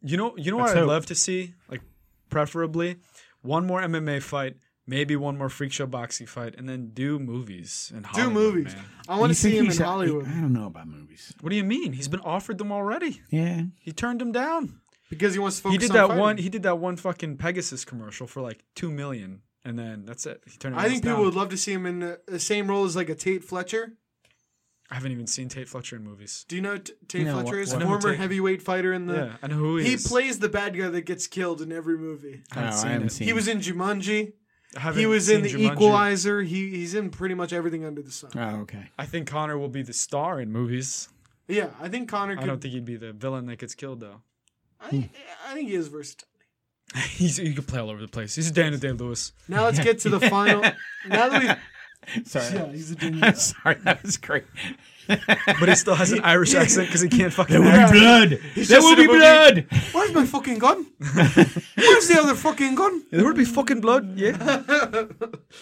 You know, you know Let's what I'd hope. love to see, like preferably, one more MMA fight, maybe one more freak show boxing fight, and then do movies and Do Hollywood, movies. man. I want You to see think him in he's a- he- Hollywood I don't know about movies. What do you mean? He's been offered them already. Yeah. He turned them down. because he wants to focus. he did on that fighting. one. He did that one fucking Pegasus commercial for like two million, and then that's it. He turned. I think people would Love- love to see him in the, the same role as like a Tate Fletcher. I haven't even seen Tate Fletcher in movies. Do you know T- Tate No, Fletcher what- is? what- I A know former Tate- heavyweight fighter in the. yeah, I know who he, He is. plays the bad guy that gets killed in every movie. I No, haven't Oh, I seen haven't it. seen He was in Jumanji. I haven't He was in The seen Jumanji. Equalizer. He he's in pretty much everything under the sun. Oh, okay. I think Connor will be the star in movies. Yeah, I think Connor could. I don't think he'd be the villain that gets killed though. I, I think he is versatile. *laughs* He's he could play all over the place. He's Daniel Day *laughs* Lewis. Now let's get to the final. *laughs* Now that we've Sorry. yeah, he's a genius. *laughs* I'm sorry, that was great. But he still has an Irish accent because he can't fucking There will act. be blood. There just will in a be movie. blood. Where's my *laughs* fucking gun? Where's the other fucking gun? There would be fucking *laughs* blood. Yeah, I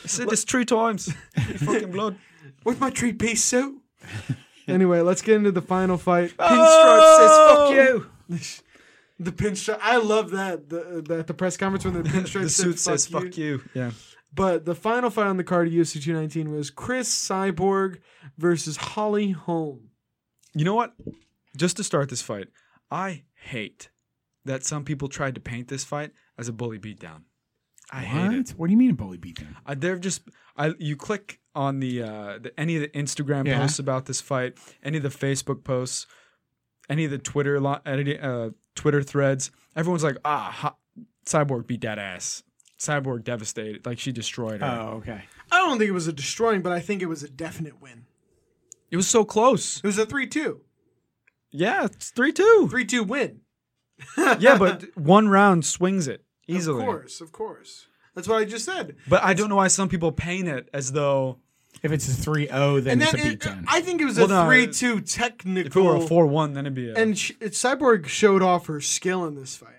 said this three times. *laughs* fucking blood. With my three piece suit. *laughs* Anyway, let's get into the final fight. Pinstripe says fuck you. Oh! The pinstripe. I love that. The, uh, the, at the press conference when the *laughs* pinstripe The said, suit says fuck you. you. Yeah. But the final fight on the card of UFC 219 was Chris Cyborg versus Holly Holm. You know what? Just to start this fight, I hate that some people tried to paint this fight as a bully beatdown. I What? hate it. What do you mean a bully beatdown? I, they're just I you click on the, uh, the any of the Instagram Yeah. posts about this fight, any of the Facebook posts, any of the Twitter li- any, uh, Twitter threads. Everyone's like, ah, ha- Cyborg beat that ass. Cyborg devastated, like she destroyed her. Oh, okay. I don't think it was a destroying, but I think it was a definite win. It was so close. It was a 3 2. Yeah, it's three two. 3 2 win. *laughs* yeah, but one round swings it easily. Of course, of course. That's what I just said. But I don't know why some people paint it as though If it's a 3 0, then And it's that, a it, beatdown. I think it was Well, a no, 3 2 technical. if it were a four one, then it'd be. A, And sh- Cyborg showed off her skill in this fight.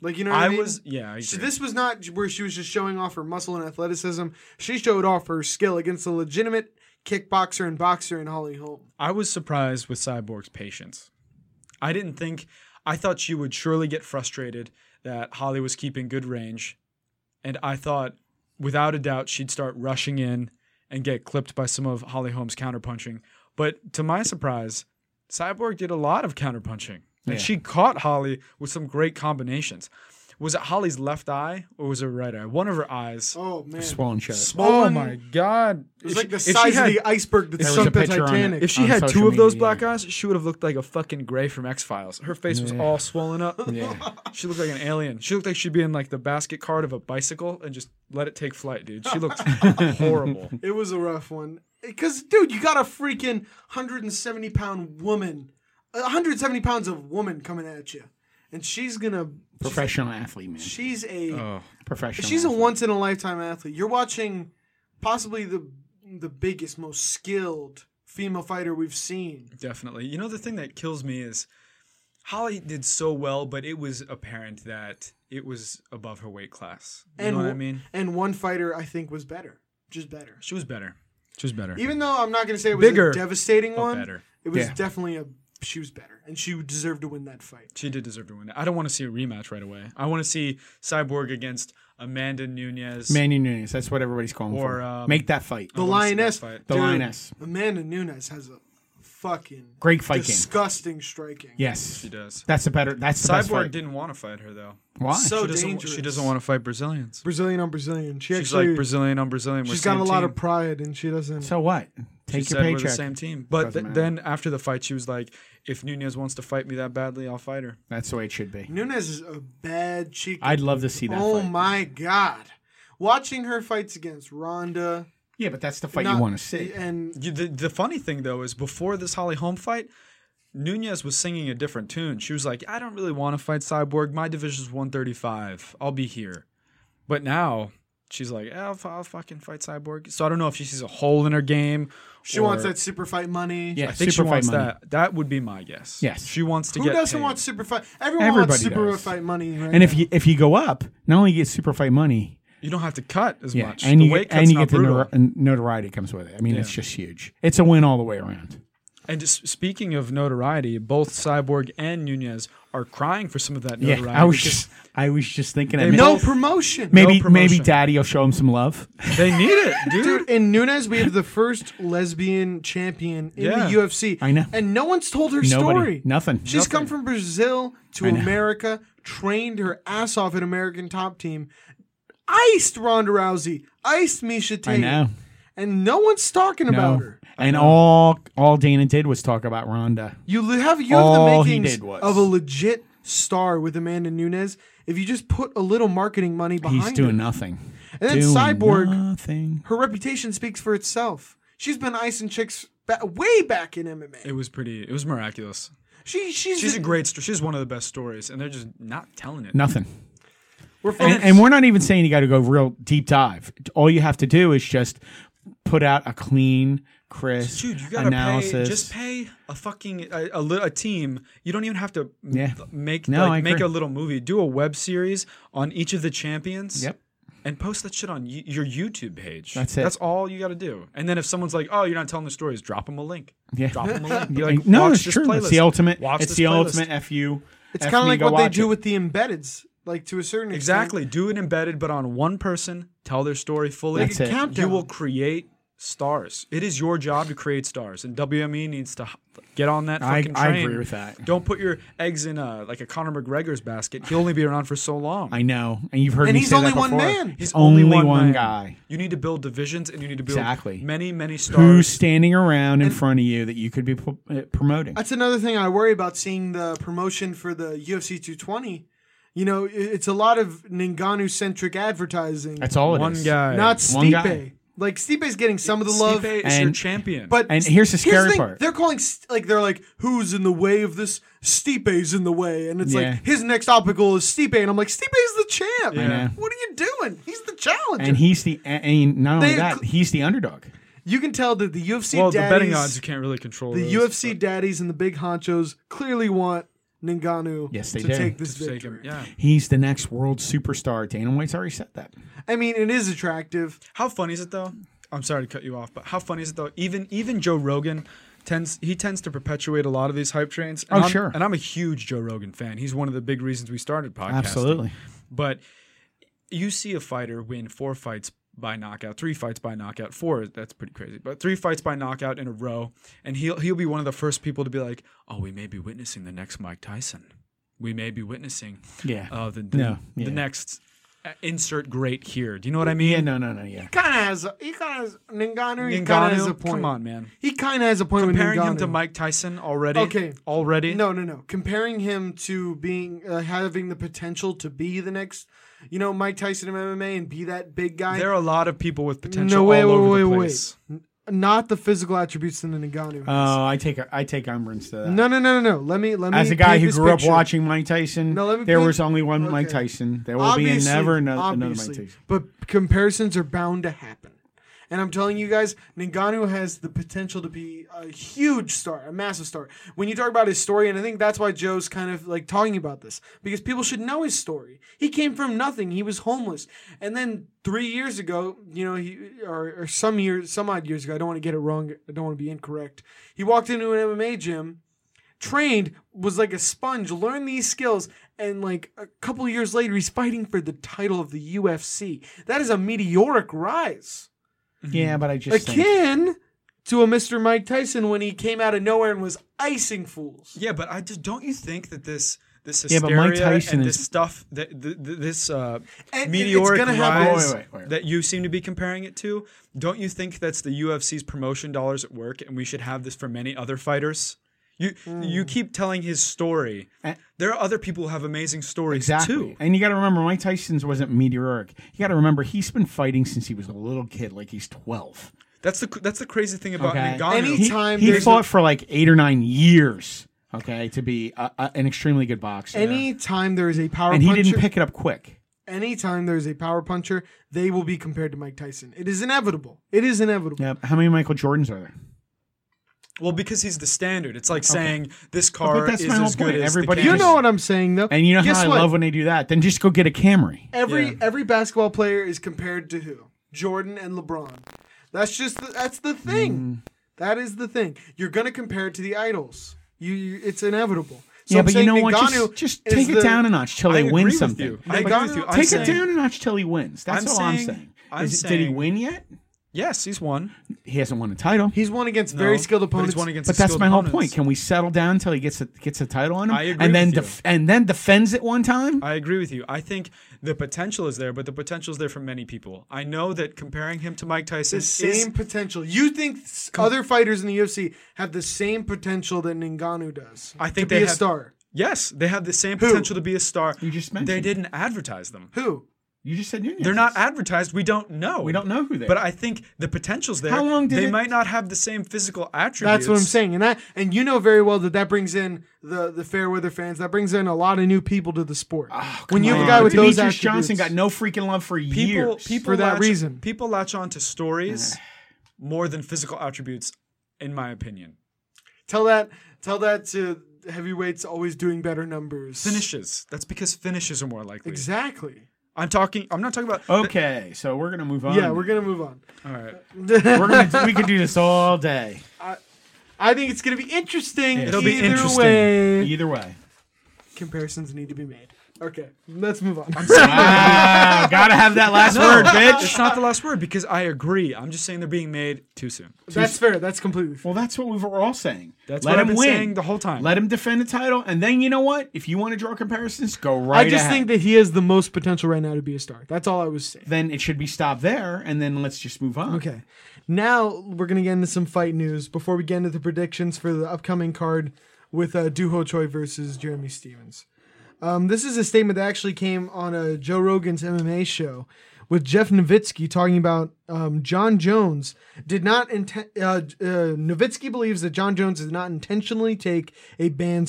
Like, you know what I, I mean? was yeah. I agree. She, this was not where she was just showing off her muscle and athleticism. She showed off her skill against a legitimate kickboxer and boxer in Holly Holm. I was surprised with Cyborg's patience. I didn't think, I thought she would surely get frustrated that Holly was keeping good range. And I thought, without a doubt, she'd start rushing in and get clipped by some of Holly Holm's counterpunching. But to my surprise, Cyborg did a lot of counterpunching. And she caught Holly with some great combinations. Was it Holly's left eye or was it her right eye? One of her eyes. Oh man, Swollen shut. Oh Swollen- my God. It was like the If she- if she size had- of the iceberg that There was a sunk the picture on it. Titanic. if she on had social two of those media, black yeah. eyes, she would have looked like a fucking Gray from X Files. Her face was all swollen up. Yeah. *laughs* She looked like an alien. She looked like she'd be in like the basket card of a bicycle and just let it take flight, dude. *laughs* She looked horrible. It was a rough one. Because, dude, you got a freaking 170 pound woman, uh, 170 pounds of woman coming at you. And she's gonna, Professional athlete, man. she's a, Oh. Professional. she's a athlete. once in a lifetime athlete. You're watching possibly the the biggest, most skilled female fighter we've seen. Definitely. You know the thing that kills me is Holly did so well, but it was apparent that it was above her weight class. You know what I w- mean? And one fighter I think was better, just better. She was better. She was better. Even though I'm not gonna say it was Bigger, a devastating but one, better. it was Yeah. definitely a she was better, and she deserved to win that fight. She did deserve to win. I don't want to see a rematch right away. I want to see Cyborg against Amanda Nunez. Manny Nunes. That's what everybody's calling Or, for. um, Make that fight. The wanna see that lioness, fight. The dude, lioness. Amanda Nunes has a fucking Great fight game. disgusting striking. Yes. She does. That's a better. That's the best Cyborg fight. didn't want to fight her though. Why? So So she doesn't, dangerous. she doesn't want to fight Brazilians. Brazilian on Brazilian. She She's actually, like Brazilian on Brazilian. We're she's got a same lot team. of pride, and she doesn't. so what? She Take said your We're the paycheck. same team. But Doesn't th- then after the fight, she was like, "If Nunez wants to fight me that badly, I'll fight her." That's the way it should be. Nunes is a bad chick. I'd love to see that. Oh fight. my god! Watching her fights against Ronda, Yeah, but that's the fight not- you want to see. and You, the, the funny thing though is before this Holly Holm fight, Nunez was singing a different tune. She was like, "I don't really want to fight Cyborg. My division's 135. I'll be here." But now she's like, "Yeah, I'll, fu- I'll fucking fight Cyborg." So I don't know if she sees a hole in her game. she or- wants that super fight money. Yeah, I super think she fight wants money. that. That would be my guess. Yes. She wants to Who get. doesn't paid. want super fight? Everyone wants Everybody super does. fight money, right? And if now. you if you go up, not only you get super fight money, You don't have to cut as much. and the you weight get, cut's and you not get the brutal. nor- notoriety comes with it. I mean, it's just huge. It's a win all the way around. and just speaking of notoriety, both Cyborg and Nunez are crying for some of that Yeah, notoriety. I was because just I was just thinking that They may- no promotion, maybe no maybe promotion. Daddy will show him some love. they *laughs* need it, dude. Dude, in Nunes, we have the first lesbian champion in Yeah. the UFC. I know. And no one's told her Nobody, story. nothing. She's come from Brazil to know. America, trained her ass off at American Top Team, iced Ronda Rousey, iced Misha Tate. I know. And no one's talking about No. her. And all all Dana did was talk about Rhonda. You li- have you have the All Oh, he makings did was- of a legit star with Amanda Nunes. If you just put a little marketing money behind He's doing her. nothing. And then Doing Cyborg nothing. her reputation speaks for itself. She's been icing chicks ba- way back in it MMA. was pretty. It was miraculous. She she's, She's a great. Sto- she's one of the best stories, and they're just not telling it. Nothing. We're from, And, and we're not even saying you got to go real deep dive. All you have to do is just put out a clean, crisp Dude, you gotta analysis. pay. Just pay a fucking a, a, li- a team. You don't even have to m- Yeah. make No, I like, make agree. a little movie. Do a web series on each of the champions. Yep. And post that shit on y- your YouTube page. That's it. That's all you got to do. And then if someone's like, "Oh, you're not telling the stories," drop them a link. Yeah. Drop them a *laughs* link. Be Like, like, no, "Watch it's this true. It's playlist. the ultimate. Watch it's this the playlist." ultimate fu. it's F kind of me, like go what they watch do it. with the embeds, like to a certain extent. Exactly. Do it embedded, but on one person. Tell their story fully. That's it. Countdown. You will create stars. It is your job to create stars, and WME needs to h- get on that I- fucking I train. agree with that. Don't put your eggs in a like a Conor McGregor's basket. He'll only be around for so long. I know, and you've heard And me he's say only that one before. man. He's only, one, man. guy. You need to build divisions, and you need to build Exactly. many, many stars. Who's standing around in front of you that you could be pro- uh, promoting? That's another thing I worry about seeing the promotion for the UFC 220. You know, i- it's a lot of Ninganu centric advertising. That's all it one is. guy? not one Stipe. guy. Like Stipe's getting some of the love, Stipe is your and- champion. but And here's the scary thing, part. They're calling St- like they're like who's in the way of this? Stipe's in the way, and it's Yeah. like his next obstacle is Stipe, and I'm like Stipe's the champ. know. What are you doing? He's the challenger. and he's the and- and not only They- that, he's the underdog. you can tell that the UFC well, the daddies, betting odds you can't really control. the those, UFC daddies and the big honchos clearly want Ninganu Yes, they to do. take but this to take victory. him- Yeah. He's the next world superstar. Dana White's already said that. I mean, it is attractive. How funny is it though? I'm sorry to cut you off, but how funny is it though? Even even Joe Rogan tends he tends to perpetuate a lot of these hype trains. And Oh, I'm- sure. And I'm a huge Joe Rogan fan. He's one of the big reasons we started podcasting. Absolutely. But you see a fighter win four fights by knockout, three fights by knockout, four that's pretty crazy, but three fights by knockout in a row, and he'll he'll be one of the first people to be like, "Oh, we may be witnessing the next Mike Tyson. We may be witnessing, Yeah. uh, the the, No, yeah. the next uh, insert great here." Do you know what I mean? Yeah, no, no, no, yeah. Kind of has. A, he kind of has Ninganu. He kind Ngannou? of has a point. Come on, man. He kind of has a point Comparing with Ngannou. him to Mike Tyson already. Okay. Already. No, no, no. Comparing him to being uh, having the potential to be the next, you know, Mike Tyson in MMA and be that big guy. There are a lot of people with potential no, wait, all wait, over wait, the wait. place. Not the physical attributes that Ngannou has. Oh, I take I take umbrage to that. no, no, no, no, no. Let me, let me. As a guy paint who this grew picture. up watching Mike Tyson, No, let me there paint- was only one Mike okay. Tyson. There will be never ano- another Mike Tyson. But comparisons are bound to happen. And I'm telling you guys, Ngannou has the potential to be a huge star, a massive star. When you talk about his story, and I think that's why Joe's kind of like talking about this, because people should know his story. He came from nothing. He was homeless. And then three years ago, you know, he or, or some years, some odd years ago, I don't want to get it wrong. I don't want to be incorrect. He walked into an MMA gym trained, was like a sponge, learned these skills, and like a couple years later, he's fighting for the title of the UFC. That is a meteoric rise, Mhm. Yeah, but I just think- akin to a Mr. Mike Tyson when he came out of nowhere and was icing fools. Yeah, but I just don't you think that this this Yeah, hysteria but Mike Tyson and this is- stuff that th- th- this uh, And it- it's meteoric gonna happen. rise Wait, wait, wait. that you seem to be comparing it to, don't you think that's the UFC's promotion dollars at work, and we should have this for many other fighters? You Hmm. you keep telling his story. Eh. there are other people who have amazing stories Exactly. too. And you got to remember, Mike Tyson's wasn't meteoric. You got to remember, he's been fighting since he was a little kid, like he's 12. That's the that's the crazy thing about Okay. Ngannou. Any He, Time he there's fought a- for like eight or nine years, okay, to be a, a, an extremely good boxer. Anytime there is a power and he puncher, didn't pick it up quick. anytime there is a power puncher, they will be compared to Mike Tyson. It is inevitable. It is inevitable. Yeah. How many Michael Jordans are there? Well, because he's the standard. It's like saying this car that's is my whole as good point. as Everybody- the You Yes. know what I'm saying, though. And you know Guess how I what? love when they do that? Then just go get a Camry. Every Yeah. every basketball player is compared to who? Jordan and LeBron. That's just the, that's the Mm. thing. That is the thing. You're gonna compare it to the idols. You, you it's inevitable. So yeah, I'm but you saying know what? Ngannou Just, just is take it the- down a notch till I they agree win with something. you. I agree with you. I'm Take it saying- down a notch till he wins. That's I'm all I'm saying- saying. I'm Is it- did he saying- win yet? Yes, he's won. He hasn't won a title. He's won against No, very skilled but opponents. He's won against But the that's skilled my whole point. opponents. Can we settle down until he gets a, gets a title on him, I agree and then with you. def- and then defends it one time? I agree with you. I think the potential is there, but the potential is there for many people. I know that comparing him to Mike Tyson the same is potential. You think s- other fighters in the UFC have the same potential that Ngannou does? I think to they be a have- star. yes, they have the same potential to be a star. You just they mentioned. didn't advertise them. Who? you just said Nunez. They're not advertised. We don't know. We don't know who they. But are. I think the potential's there. How long did they it- might not have the same physical attributes. That's what I'm saying, and that and you know very well that that brings in the the fair weather fans. That brings in a lot of new people to the sport. when you have a guy with those Ah, oh, Demetrius attributes, Johnson got no freaking love for People, years. people For that latch- reason. people latch on to stories more than physical attributes, in my opinion. tell that tell that to heavyweights always doing better numbers. Finishes. That's because finishes are more likely. exactly. I'm talking. I'm not talking about. okay, so we're gonna move on. Yeah, we're gonna move on. All right. we're gonna we could do this all day. *laughs* I think it's gonna be interesting. It'll be either *laughs* interesting. Way. Either way, Comparisons need to be made. Okay, let's move on. Ah, gotta have that last word, bitch. It's not the last word because I agree. I'm just saying they're being made too soon. That's fair. That's completely fair. Well, that's what we were all saying. That's Let what I've him been win. saying the whole time. Let him defend the title, and then you know what? If you want to draw comparisons, go right. I just ahead. think that he has the most potential right now to be a star. That's all I was saying. then it should be stopped there, and then let's just move on. Okay. Now we're going to get into some fight news before we get into the predictions for the upcoming card with uh, Duho Choi versus Jeremy Stevens. Um, this is a statement that actually came on a Joe Rogan's MMA show with Jeff Nowitzki talking about um, John Jones did not inten- uh, uh, Nowitzki believes that John Jones did not intentionally take a banned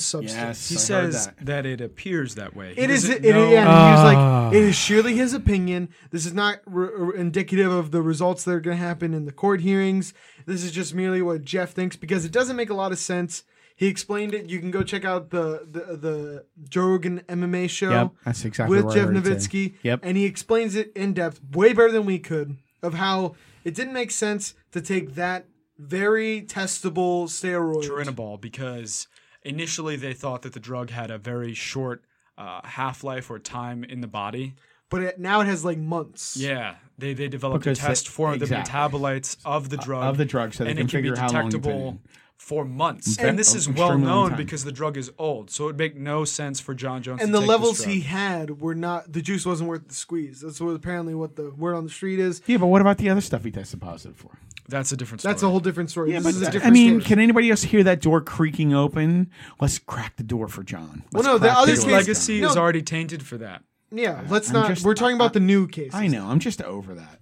Yes, substance. He I heard says that. that. it appears that way. He It is. doesn't It, yeah, know- and he was like, "It is surely his opinion. This is not re- indicative of the results that are going to happen in the court hearings. This is just merely what Jeff thinks because it doesn't make a lot of sense." He explained it. You can go check out the the, the Joe Rogan MMA show. Yep, that's exactly with where I Jeff heard it too. Nowitzki. Yep. and he explains it in depth, way better than we could, of how it didn't make sense to take that very testable steroid. Turinabol because initially they thought that the drug had a very short uh, half life or time in the body. but it, now it has like months. Yeah, they they developed Because a they- test for exactly. the metabolites of the drug of the drug so they and can it can be figure how long it's been detectable in. for months. Ve- And this an is extremely well long known time. because the drug is old, so it would make no sense for John Jones. to and the take this levels drug. he had were not the juice wasn't worth the squeeze. That's what apparently what the word on the street is. Yeah, but what about the other stuff he tested positive for? that's a different story. That's a whole different story. this is a different I mean, story. can anybody else hear that door creaking open? Let's crack the door for John. Well, Let's no, the crack other door his for case- John. legacy No. is already tainted for that. yeah, let's I'm not. just- we're talking about the new cases. I know. I'm just over that.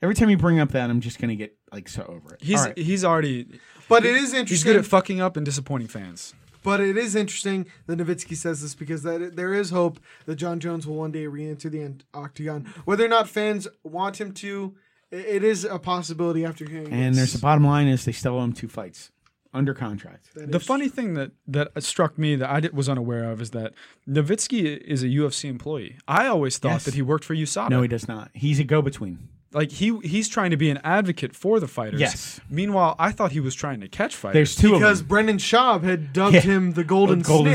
Every time you bring up that, I'm just gonna get like so over it. He's All right. he's already but it is he's interesting. good at fucking up and disappointing fans. but it is interesting that Nowitzki says this because that there is hope that John Jones will one day re-enter the oct- octagon. Whether or not fans want him to, i- it is a possibility after hearing. and this. there's the bottom line is they still owe him two fights under contract. The funny thing that that struck me that I did, was unaware of is that Nowitzki is a UFC employee. I always thought Yes. that he worked for USADA. No, he does not. He's a go-between. like he he's trying to be an advocate for the fighters. Yes. Meanwhile, I thought he was trying to catch fighters. There's two because of them. Brendan Schaub had dubbed Yeah. him the Golden, golden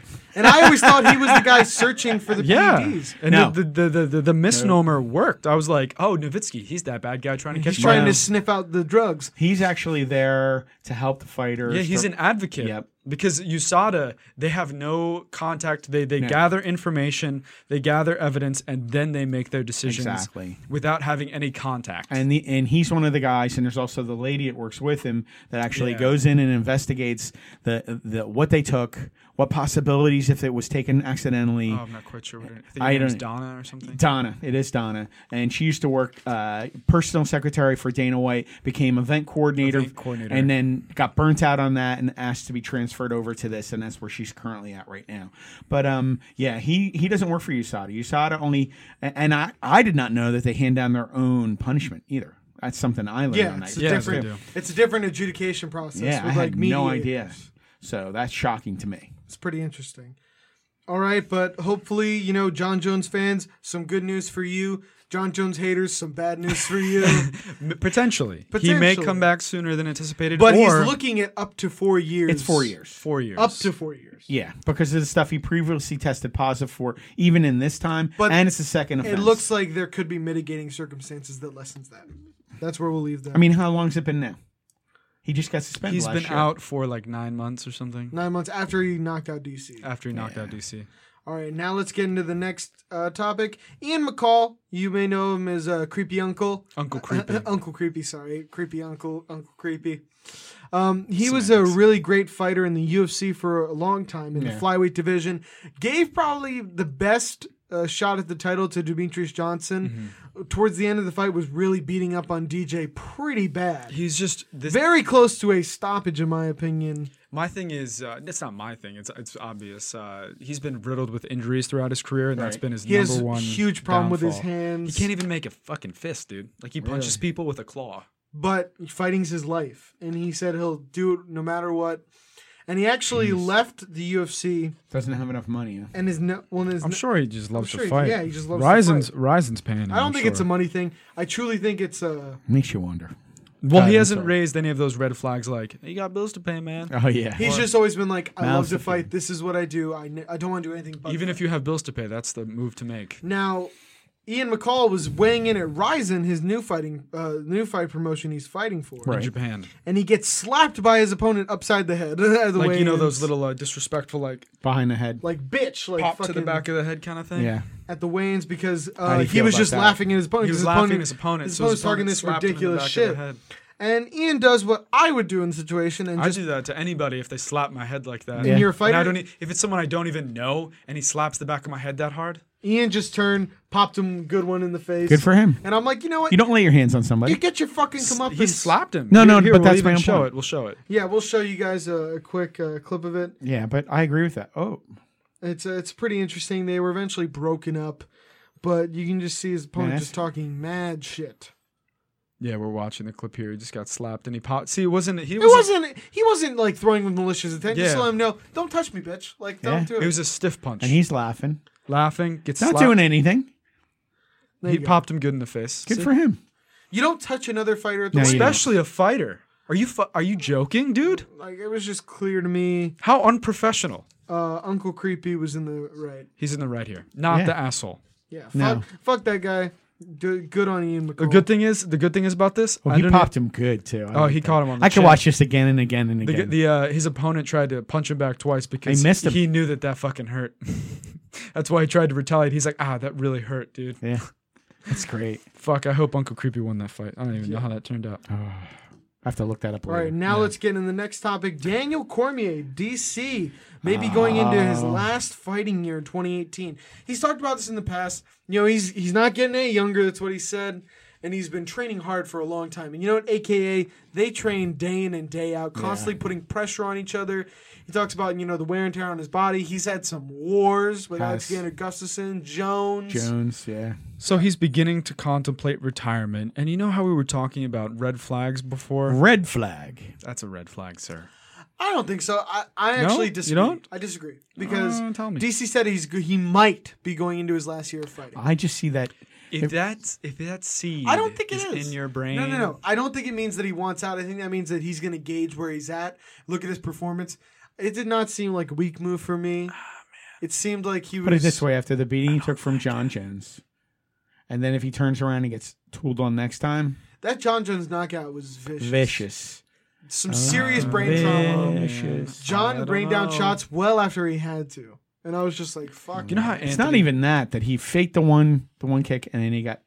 snitch. And I always thought he was the guy searching *laughs* for the E yeah, PEDs. and No. the, the, the, the the misnomer worked. I was like, oh, Nowitzki, he's that bad guy trying to catch He's trying Yeah. to sniff out the drugs. He's actually there to help the fighters. Yeah, he's to- an advocate. Yep. Because USADA, they have no contact. They they gather information, they gather evidence, and then they make their decisions Exactly. without having any contact. and the and he's one of the guys and there's also the lady that works with him that actually Yeah. goes in and investigates the the what they took what possibilities if it was taken accidentally oh, I'm not quite sure. What her, I think her I name's don't- Donna or *laughs* something. Donna, it is Donna, and she used to work uh, personal secretary for Dana White, became event coordinator, Event coordinator. and then got burnt out on that and asked to be transferred over to this, and that's where she's currently at right now. But um, yeah, he he doesn't work for USADA. USADA only, and I I did not know that they hand down their own punishment either. That's something I learned. Yeah, on it's that. a Yeah, they different. do. It's a different adjudication process. Yeah, I with had like no idea. mediators. So that's shocking to me. It's pretty interesting. All right, but hopefully, you know, John Jones fans, some good news for you. John Jones haters, some bad news *laughs* for you. M- Potentially. He may Potentially. come back sooner than anticipated. but or he's looking at up to four years. It's four years. four years. Up to four years. Yeah, because of the stuff he previously tested positive for, even in this time, But and it's the second It offense. looks like there could be mitigating circumstances that lessens that. That's where we'll leave that. I mean, how long's it been now? He just got suspended. He's last been year. out for like nine months or something nine months after he knocked out DC. after he knocked out DC. All right, now let's get into the next uh, topic. Ian McCall, you may know him as uh, Creepy Uncle. Uncle Creepy. *laughs* uncle Creepy, sorry. Creepy Uncle, Uncle Creepy. Um, he was a really great fighter in the UFC for a long time in the flyweight division. Gave probably the best uh, shot at the title to Demetrius Johnson. Mm-hmm. Towards the end of the fight, was really beating up on DJ pretty bad. He's just this. Very close to a stoppage, in my opinion. my thing is, uh, it's not my thing. It's it's obvious. Uh, he's been riddled with injuries throughout his career, and that's Right. been his He number has one huge problem with his downfall. hands. He can't even make a fucking fist, dude. Like he punches people with a claw. but fighting's his life and he said he'll do it no matter what and he actually left the UFC Doesn't have enough money. huh? and is no well is I'm no- sure he just loves sure to he- fight. yeah, he just loves to Ryzen's fight. Ryzen's paying. Him, I don't think it's a money thing. I truly think it's a Makes you wonder. Well, he I'm hasn't sorry. raised any of those red flags like, you got bills to pay, man. Oh yeah. He's just always been like, I love Mouths to to feed. fight. This is what I do. I, n- I don't want to do anything but Even fight." if you have bills to pay, that's the move to make. Now, Ian McCall was weighing in at Ryzen, his new fighting, uh, new fight promotion he's fighting for, Right. Japan. and he gets slapped by his opponent upside the head. *laughs* at the Like, you know, weigh-ins. those little uh, disrespectful, like, behind the head. like bitch, like pop fucking to the back of the head kind of thing. yeah. at the weigh-ins because do uh, you he feel was about just that? laughing at his opponent. He was his laughing opponent, at his opponent. His so his opponent's talking opponent this slapped him in the ridiculous back of the shit, head. and Ian does what I would do in the situation, and I just do that to anybody if they slap my head like that. Yeah. and you're a And I fighter. don't. e- If it's someone I don't even know, and he slaps the back of my head that hard, Ian just turned, popped him good one in the face. Good for him. And I'm like, you know what? You don't lay your hands on You *laughs* somebody. get your fucking come up. he slapped him. No, Here- no, here, but we'll that's even my own show point. it. We'll show it. Yeah, we'll show you guys a, a quick uh, clip of it. Yeah, but I agree with that. Oh, It's uh, it's pretty interesting. They were eventually broken up, but you can just see his opponent that's- just talking mad shit. Yeah, we're watching the clip here. He just got slapped, and he popped. See, it wasn't he? It wasn't. He wasn't like throwing with malicious intent. Just Yeah. let him know, don't touch me, bitch. Like don't Yeah. do A, it. it was a stiff punch. and he's laughing. laughing. Gets Not slapped. doing anything. There He you go. popped him good in the face. Good See? for him. You don't touch another fighter at the No, weight. you don't. Especially a fighter. Are you fu- are you joking, dude? Like it was just clear to me. How unprofessional. Uh, Uncle Creepy was in the right. He's in the right here. Not Yeah. the asshole. Yeah. Fuck, No. fuck that guy. Good, good on Ian McCall. The good thing is, the good thing is about this. Well, I he don't know- popped him good too. I Oh, like he that. caught him on the I could chin. watch this again and again and The, g- again. the uh, his opponent tried to punch him back twice because missed him. he knew that that fucking hurt. *laughs* That's why he tried to retaliate. He's like, ah, that really hurt, dude. yeah, that's great. Fuck, I hope Uncle Creepy won that fight. I don't even know how that turned out. I have to look that up All later. right, now let's get into the next topic. Daniel Cormier, DC, maybe going into his last fighting year in 2018. He's talked about this in the past. You know, he's he's not getting any younger. That's what he said, and he's been training hard for a long time. And you know what? AKA, they train day in and day out, constantly putting pressure on each other. He talks about you know the wear and tear on his body. He's had some wars with Has. Alexander Gustafsson, Jones. Jones, yeah, So he's beginning to contemplate retirement. And you know how we were talking about red flags before? red flag. That's a red flag, sir. I don't think so. I, I actually You disagree. don't? I disagree because Uh, tell me. DC said he's go- he might be going into his last year of Oh, fighting. I just see that. If that's if that seed I don't think it is in your brain. No, no, no. I don't think it means that he wants out. I think that means that he's going to gauge where he's at. Look at his performance. It did not seem like a weak move for me. Ah, It seemed like he was. Put it this way: after the beating he took from John Jones, and then if he turns around and gets tooled on next time, That John Jones knockout was vicious. vicious, Some serious Ah, brain trauma. Ah, vicious. John brain down shots well after he had to, and I was just like, "Fuck." You know how man. Anthony, It's not even that that he faked the one the one kick and then he got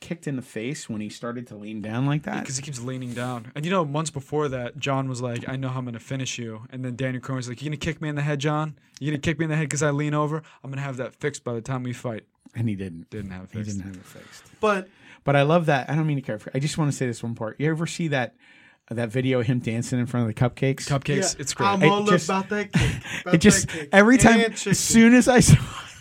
kicked in the face when he started to lean down like that. because he keeps leaning down. And you know, months before that, John was like, "I know how I'm gonna finish you." And then Daniel Cormier's like, "You gonna kick me in the head, John? You gonna kick me in the head because I lean over? I'm gonna have that fixed by the time we fight." And he didn't. Didn't have it He fixed. didn't have it fixed. But But I love that. I don't mean to care. For, I just want to say this one part. You ever see that that video of him dancing in front of the cupcakes? Cupcakes, yeah, um, it's great. I'm It all just- about that cake. *laughs* About it just that cake. every time And chicken. as soon as i *laughs* saw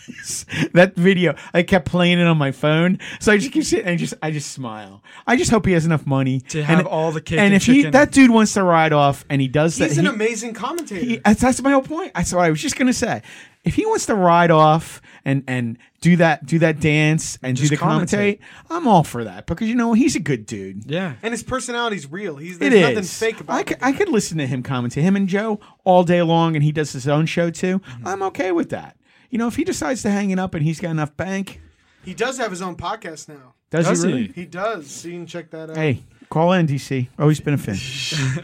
this- that video i kept playing it on my phone so i just keep sitting and just i just smile i just hope he has enough money To have all the cake and, and if he chicken. that dude wants to ride off and he does He's that an he- amazing commentator. he- that's, that's my whole point that's what i was just gonna say if he wants to ride off and and do that do that dance and Just do the commentate. commentate i'm all for that because you know he's a good dude *laughs* yeah, and his personality's real. He's It there's is. nothing fake about I it. could, I could listen to him commentate him and Joe all day long, and he does his own show too. I'm okay with that. You know, if he decides to hang it up and he's got enough bank, He does have his own podcast now. does, Does he he? really? He does. So you can check that out. Hey, call in DC. Always Oh, been a fan.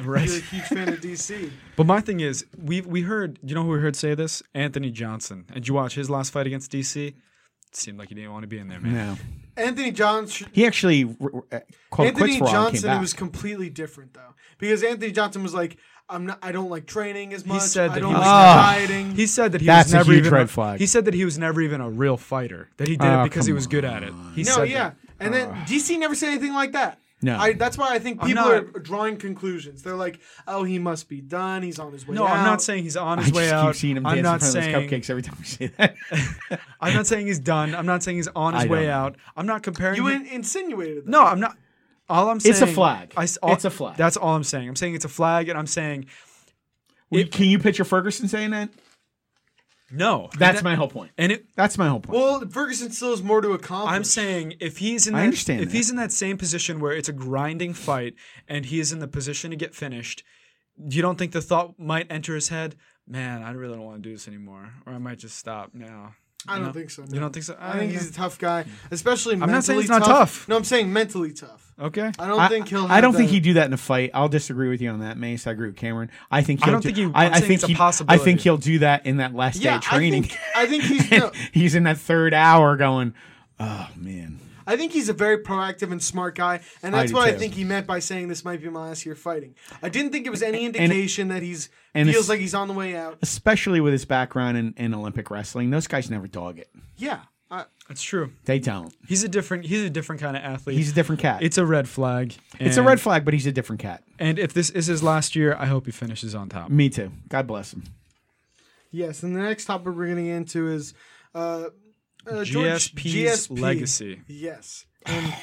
right. You're a huge fan of DC. But my thing is, we we heard, you know who we heard say this? Anthony Johnson. And you watch his last fight against DC? It seemed like he didn't want to be in there, man. no, Anthony Johnson. he actually r- r- called Anthony Oh, quits for all and came Johnson. It back. was completely different though, because Anthony Johnson was like, "I'm not. I don't like training as much. said I that don't he like was- Ah. dieting." He said that he That's was a never huge even red flag. He said that he was never even a real fighter. That he did Oh, it because he come was good at it. He no, said yeah, that. and then DC never said anything like that. No. I, that's why I think I'm people not- are drawing conclusions. They're like, "Oh, he must be done. He's on his way No, out." I'm not saying he's *laughs* on I his just way keep out. seeing him I'm dance not in front saying of those cupcakes every time we see that. I'm not saying he's done. I'm not saying he's on his I way don't. out. I'm not comparing. you him- in- insinuated. That. no, I'm not. All I'm saying. a flag. I s- all- It's a flag. That's all I'm saying. I'm saying it's a flag, and I'm saying Can you picture Ferguson saying that? No, That's my whole point. and it, That's my whole point. Well, Ferguson still has more to accomplish. I'm saying if he's in I that, understand if that. he's in that same position where it's a grinding fight and he is in the position to get finished, you don't think the thought might enter his head, man, I really don't want to do this anymore, or I might just stop now. I You don't know? think so. No. You don't think so? Uh, Hmm. I think he's a tough guy, especially. not saying mentally he's not tough. No, I'm saying mentally tough. okay. I don't think he'll. Have I don't think that- he'd do that in a fight. I'll disagree with you on that, Mace. I agree with Cameron. I think I he'll don't do, think he- I'm I, I saying think it's a he, I possibility. think he'll do that in that last day Yeah, of training. I think, I think *laughs* he's. And No, he's in that third hour going, oh man. I think he's a very proactive and smart guy, and that's do what I too. think he meant by saying this might be my last year fighting. I didn't think it was any it- indication that he's and it's- feels like he's on the way out. Especially with his background in, in Olympic wrestling, those guys never dog it. Yeah, I, That's true. They don't. He's a different. He's a different kind of athlete. He's a different cat. It's, it's a red flag. it's a and- red flag, but he's a different cat. And if this is his last year, I hope he finishes on top. Me too. God bless him. yes. And the next topic we're getting into is uh, uh, George, GSP's GSP. legacy. Yes. And,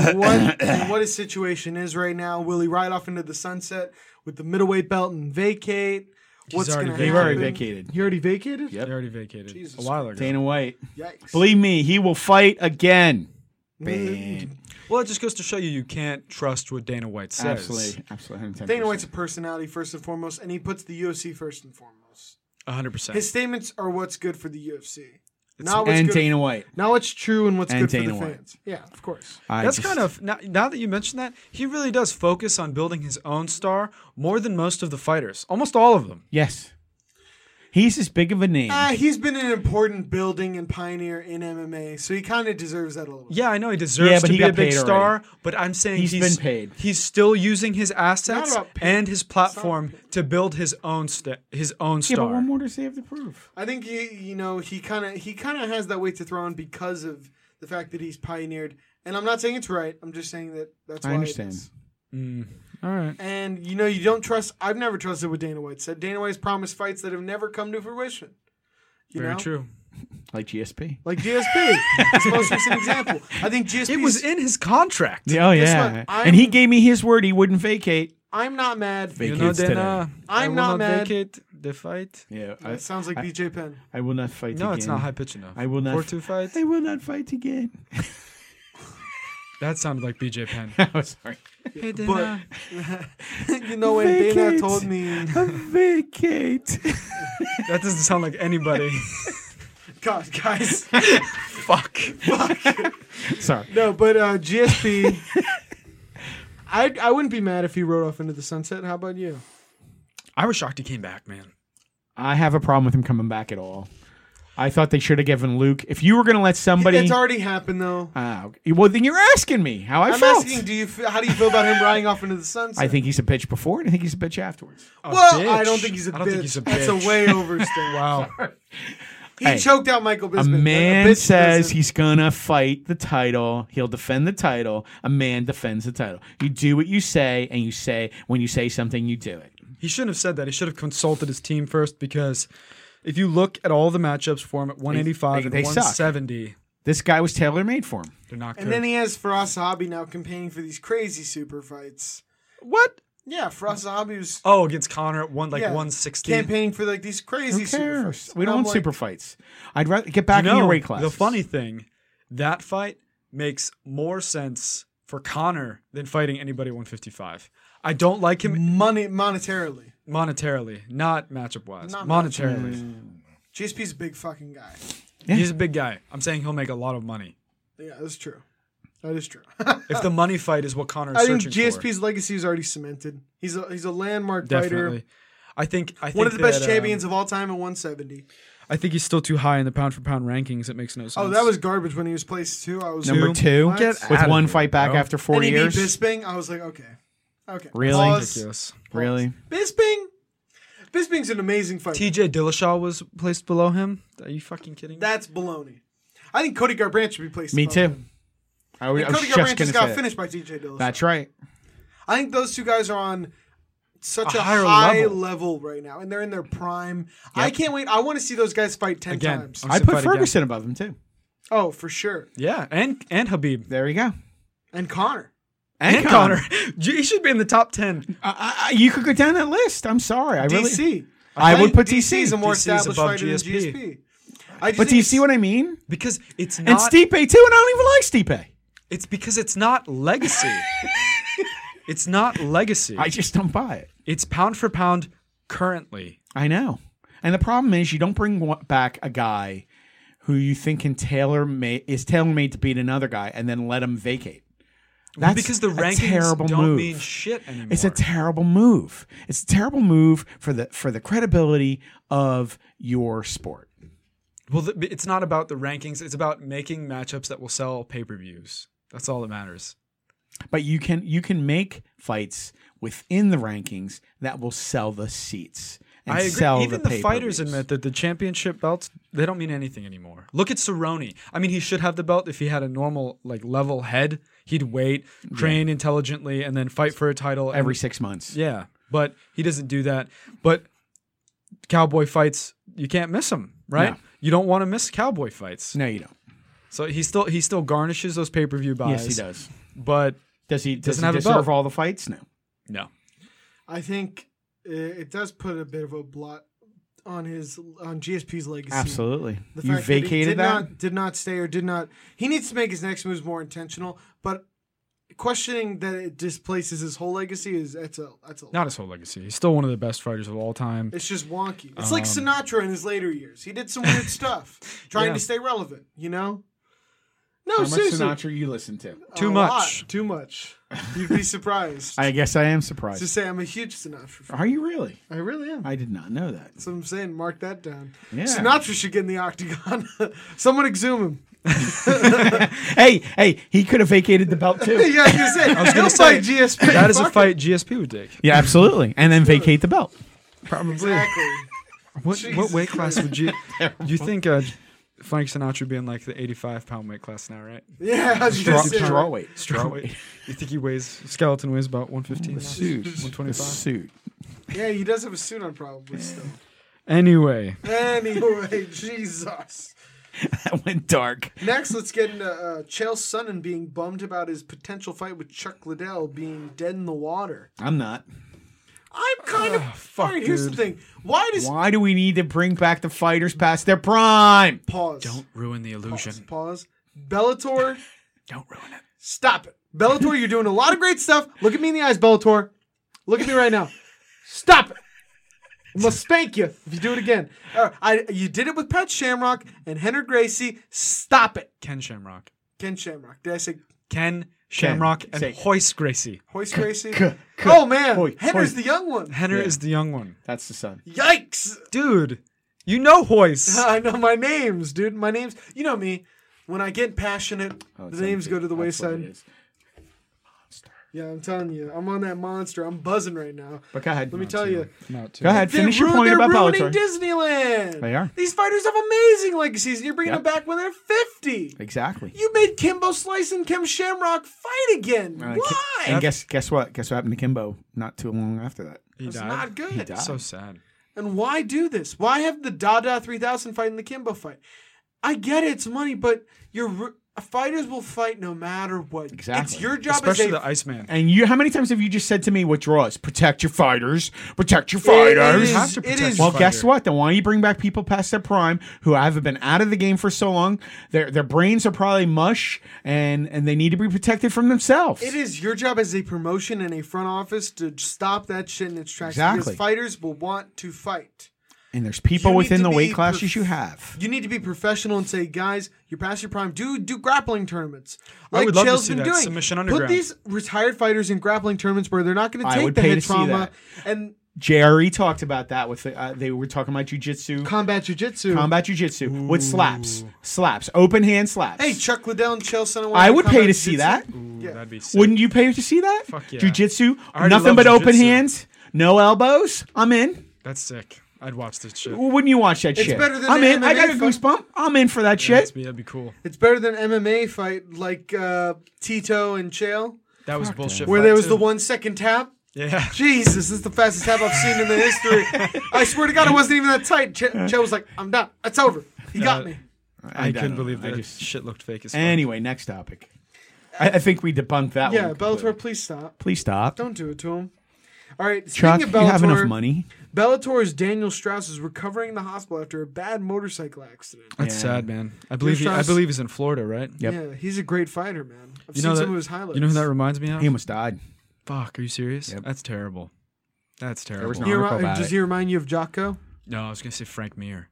and what and what his situation is right now? Will he ride off into the sunset with the middleweight belt and vacate? What's already gonna vacated. He already happen? vacated. He already vacated. Yep. They already vacated Jesus a while ago. Dana White. Yikes. Believe me, he will fight again. Bang. Well, it just goes to show you you can't trust what Dana White says. Absolutely. Absolutely. 110%. Dana White's a personality first and foremost, and he puts the UFC first and foremost. 100%. His statements are what's good for the UFC, not what's and good, Dana White. not what's true and what's And good Dana for the White. fans. Yeah, of course. I That's just- kind of now, now that you mention that, he really does focus on building his own star more than most of the fighters, almost all of them. yes. He's as big of a name. Mm. Ah, he's been an important building and pioneer in MMA, so he kind of deserves that a little. bit. Yeah, I know he deserves Yeah, but to he be a got big paid star, but I'm saying He's he's been paid. He's still using his assets about paid. and his platform to build his own sta his own yeah, star. but what more does he have to prove? I think he, you know, he kind of he kind of has that weight to throw on because of the fact that he's pioneered. And I'm not saying it's right. I'm just saying that that's. I why it understand. is. Mm. all right. And you know, you don't trust. I've never trusted what Dana White said. Dana White's promised fights that have never come to fruition. You Very know? true. Like GSP. Like GSP, his most recent example. I think GSP. It was in his contract. Yeah, oh yeah. yeah, what? and he I'm- gave me his word he wouldn't vacate. I'm not mad. Vac- You It know, is then, today. uh, I I'm will not mad. vacate the fight. Yeah, I, It sounds like BJ Penn. *laughs* I will not fight. No, again. it's not high pitch enough. I will not. Four two fight. I will not fight again. That sounded like BJ Penn. *laughs* oh, *laughs* sorry. hey, then, But uh, you know when Dana Vacate. told me, vacate. that doesn't sound like anybody. God, guys, Fuck. *laughs* sorry. no, but uh, GSP. I I wouldn't be mad if he rode off into the sunset. How about you? *laughs* I was shocked he came back, man. I have a problem with him coming back at all. I thought they should have given Luke. If you were going to let somebody, it's already happened though. Ah, okay. well, then you're asking me how I I'm felt. asking, do you f- how do you feel about him riding off into the sunset? I think he's a bitch before, and I think he's a bitch afterwards. Well, I don't think he's a I bitch. don't think he's a That's a bitch. *laughs* way overstated. Wow. He Hey, choked out Michael A Bisping. but man bitch says doesn't. he's gonna fight the title. He'll defend the title. A man defends the title. You do what you say, and you say when you say something, you do it. He shouldn't have said that. He should have consulted his team first because if you look at all the matchups for him at 185 they- and they suck. 170, This guy was tailor made for him. they're not good. *laughs* And then he has Faraz Sahabi now campaigning for these crazy super fights. what? Yeah, Faraz Sahabi was Oh, against Connor at one like yeah, 160. campaigning for like these crazy Who super cares? fights. We And don't I'm want like, super fights. I'd rather get back in your No, weight class. The funny thing, that fight makes more sense for Connor than fighting anybody at 155. I don't like him money monetarily. monetarily, not matchup wise. Not Monetarily. GSP's a big fucking guy. He's a big guy. I'm saying he'll make a lot of money. Yeah, that's true. That is true. *laughs* If the money fight is what Connor's Uh, I think searching for. GSP's legacy is already cemented. He's a he's a landmark definitely. fighter. I think I think One of the uh, best that, um, champions of all time at 170. I think he's still too high in the pound for pound rankings. It makes no sense. Oh, that was garbage when he was placed too. I was number two What? Get with outta one here, fight back bro. after four and he years. beat Bisping. I was like, okay, okay. Really? Pause. Yes. really? Bisping. Bisping's an amazing fighter. TJ Dillashaw was placed below him. Are you fucking kidding? me? That's baloney. I think Cody Garbrandt should be placed. Me above too. him. I, was- I was Cody just Garbrandt gonna just got say that. finished by TJ Dillashaw. That's right. I think those two guys are on such a, A higher high level. level. right now, and they're in their prime. I can't wait. I want to see those guys fight ten Again. times. I'm I Sit put fight again. Ferguson above him too. Oh, for sure. yeah, and and Habib There you go. And Connor. And, *laughs* Connor. he should be in the top ten. I, I, you could go down that list. I'm sorry. I really. DC. I would put DC's TC. a more DC's established above fighter GSP. than GSP. I But do just think you see what I mean? because it's And not. Stipe too, and I don't even like Stipe. it's because it's *laughs* not legacy. it's not legacy. I just don't buy it. it's pound for pound currently. I know. And the problem is, you don't bring wa- back a guy who you think can tailor made is tailor made to beat another guy, and then let him vacate. That's because the a rankings terrible don't move. mean shit anymore. It's a terrible move. It's a terrible move for the for the credibility of your sport. well, th- it's not about the rankings. It's about making matchups that will sell pay per views. That's all that matters. But you can you can make fights within the rankings that will sell the seats and I agree. sell Even the, the, fighters pay-per-views. admit that the championship belts they don't mean anything anymore. Look at Cerrone. I mean, he should have the belt if he had a normal, like, level head. He'd wait, train intelligently, and then fight for a title and- every six months. Yeah, but he doesn't do that. But cowboy fights, you can't miss them, right? No. You don't want to miss cowboy fights. No, you don't. So he still he still garnishes those pay per view buys. Yes, he does. But Does he does Doesn't he have a deserve belt. all the fights? No. no, I think uh, it does put a bit of a blot on his on GSP's legacy. Absolutely. The You fact that he vacated did that? Not, did not stay or did not. He needs to make his next moves more intentional. But questioning that it displaces his whole legacy is that's a that's a. not his whole legacy. He's still one of the best fighters of all time. It's just wonky. It's like Sinatra in his later years. He did some weird stuff trying Yeah. to stay relevant. You know. No, How much seriously. Sinatra you listen to? Too A much. lot. Too much. You'd be surprised. I guess I am to surprised. say I'm a huge Sinatra fan. Are you really? I really am. I did not know that. That's what I'm saying. Mark that down. Yeah. Sinatra should get in the octagon. *laughs* Someone exhume him. *laughs* Hey, hey, he could have vacated the belt too. Yeah, I was gonna say. I was gonna gonna say, say GSP. That is a Fuck fight GSP would take. *laughs* yeah, absolutely. And then vacate the belt. Probably. it. Exactly. What what Jesus weight class would *laughs* you? you think uh, Frank Sinatra would be in like the eighty five pound weight class now, right? Yeah, I was gonna say. weight. *laughs* Straw weight. You think he weighs skeleton weighs about one fifteen? Suit. one twenty The five. suit. Yeah, he does have a suit on, probably still. Anyway. Anyway, *laughs* Jesus. *laughs* That went dark. Next, let's get into uh, Chael Sonnen being bummed about his potential fight with Chuck Liddell being dead in the water. I'm not. I'm kind of. Ah, fuck, All right, here's the dude. thing. Why does Why do we need to bring back the fighters past their prime? pause? ruin the pause. Pause. Bellator Don't ruin it. Stop it. Bellator, you're doing a lot of great stuff. Look at me in the eyes, Bellator. Look at me right now. Stop it. I'm gonna spank you if you do it again. Uh, I, you did it with Pat Shamrock and Henry Gracie. Stop it. Ken Shamrock. Ken Shamrock. Did I say Ken Shamrock and Say- Hoist Gracie. Hoist Gracie? c- oh, man. hoi- Henry's hoi. the young one. Henner is the young one. That's the son. Yikes. Dude, you know Hoist. *laughs* I know my names, dude. My names. You know me. When I get passionate, Oh, the names go to the wayside. Yeah, I'm telling you. I'm on that monster. I'm buzzing right now. But go ahead. Let me tell you. Not too. Go ahead. Oh, Finish your ru- point they're about ruining Bellator. Disneyland. They are. These fighters have amazing legacies, and you're bringing Yep. them back when they're 50. exactly. You made Kimbo Slice and Kim Shamrock fight again. Uh, Ki- Why? And guess guess what? Guess what happened to Kimbo not too long after that? He it's died. not good. He died. So sad. And why do this? Why have the Dada 3000 fight and the Kimbo fight? I get it's money, but your ru- fighters will fight no matter what. Exactly. It's your job Especially as a the Iceman. And you, how many times have you just said to me what draws? Protect your fighters. Protect your It fighters. is- have to it protect is- your well, fighter. guess what? Then why you bring back people past their prime who haven't been out of the game for so long? Their their brains are probably mush, and and they need to be protected from themselves. It is your job as a promotion and a front office to stop that shit in its tracks. Exactly. Because fighters will want to fight. And there's people You need within to the be weight prof- classes you have. You need to be professional and say, guys, you're past your prime. Do do grappling tournaments. Like would love to Chael's see been that. doing. Submission Put underground. these retired fighters in grappling tournaments where they're not going I to take would the pay head to see trauma that. and Jerry talked about that with the, uh, they were talking about jujitsu, combat jujitsu. combat jujitsu with slaps, slaps, open hand slaps. Hey, Chuck Liddell and Chael Sonnen. I would combat pay to see jujitsu. that. Ooh, Yeah. That'd be sick. Wouldn't you pay to see that? Fuck yeah. Jujitsu, already nothing love but open jujitsu. hands, no elbows. I'm in. That's sick. I'd watch this shit. Well, Wouldn't you watch that shit? better than I'm the in. I got a MMA fight. goosebump. I'm in for that That'd shit. be, that'd be cool. It's better than MMA fight like uh, Tito and Chael, That was bullshit. where fight, there was too. the one second tap. *laughs* Yeah. Jesus, this is the fastest tap I've seen in *laughs* the history. I swear to God, it wasn't even that tight. Ch- Chael was like, "I'm done. It's over. He got me." Uh, I I, don't couldn't know. believe I that just- shit looked fake as fuck. Anyway, next topic. I, I think we debunked that Yeah, one. completely. Bellator, please stop. Please stop. Don't do it to him. All right, speaking Chuck, of you Bellator, have enough money. Bellator's Daniel Strauss is recovering in the hospital after a bad motorcycle accident. That's Yeah. sad, man. I believe he, I Strauss- believe he's in Florida, right? Yep. Yeah, he's a great fighter, man. I've You seen know some that- of his highlights. You know who that reminds me of? He almost died. Fuck, are you serious? Yep. That's terrible. That's terrible. was He no- remi- Article about does it. he remind you of Jocko? no, I was gonna say Frank Mir.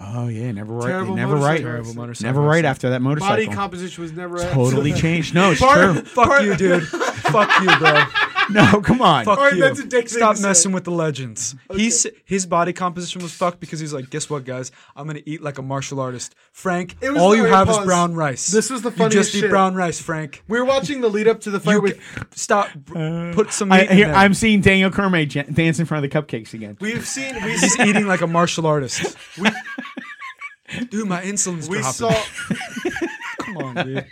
Oh yeah, never right. Terrible never right. motorcycle Terrible Yes. motorcycle. Never right accident. after that motorcycle. Body composition was never *laughs* totally changed. No, it's true. *laughs* Fuck you, dude. *laughs* Fuck you, bro. No, come on. Fuck Alright, you. that's a dick thing Stop to say. messing with the legends. He's his body composition was fucked because he's like, guess what, guys? I'm gonna eat like a martial artist. Frank, It was all the- you wait, have pause. is brown rice. This was the You funniest just eat shit. brown rice, Frank. We were watching the lead up to the fight You with. ca- stop. br- Uh, put some meat I, in here, there. I'm seeing Daniel Cormier j- dance in front of the cupcakes again. We've seen we He's eating like a martial artist. dude, my insulin's we dropping. saw Come on, dude.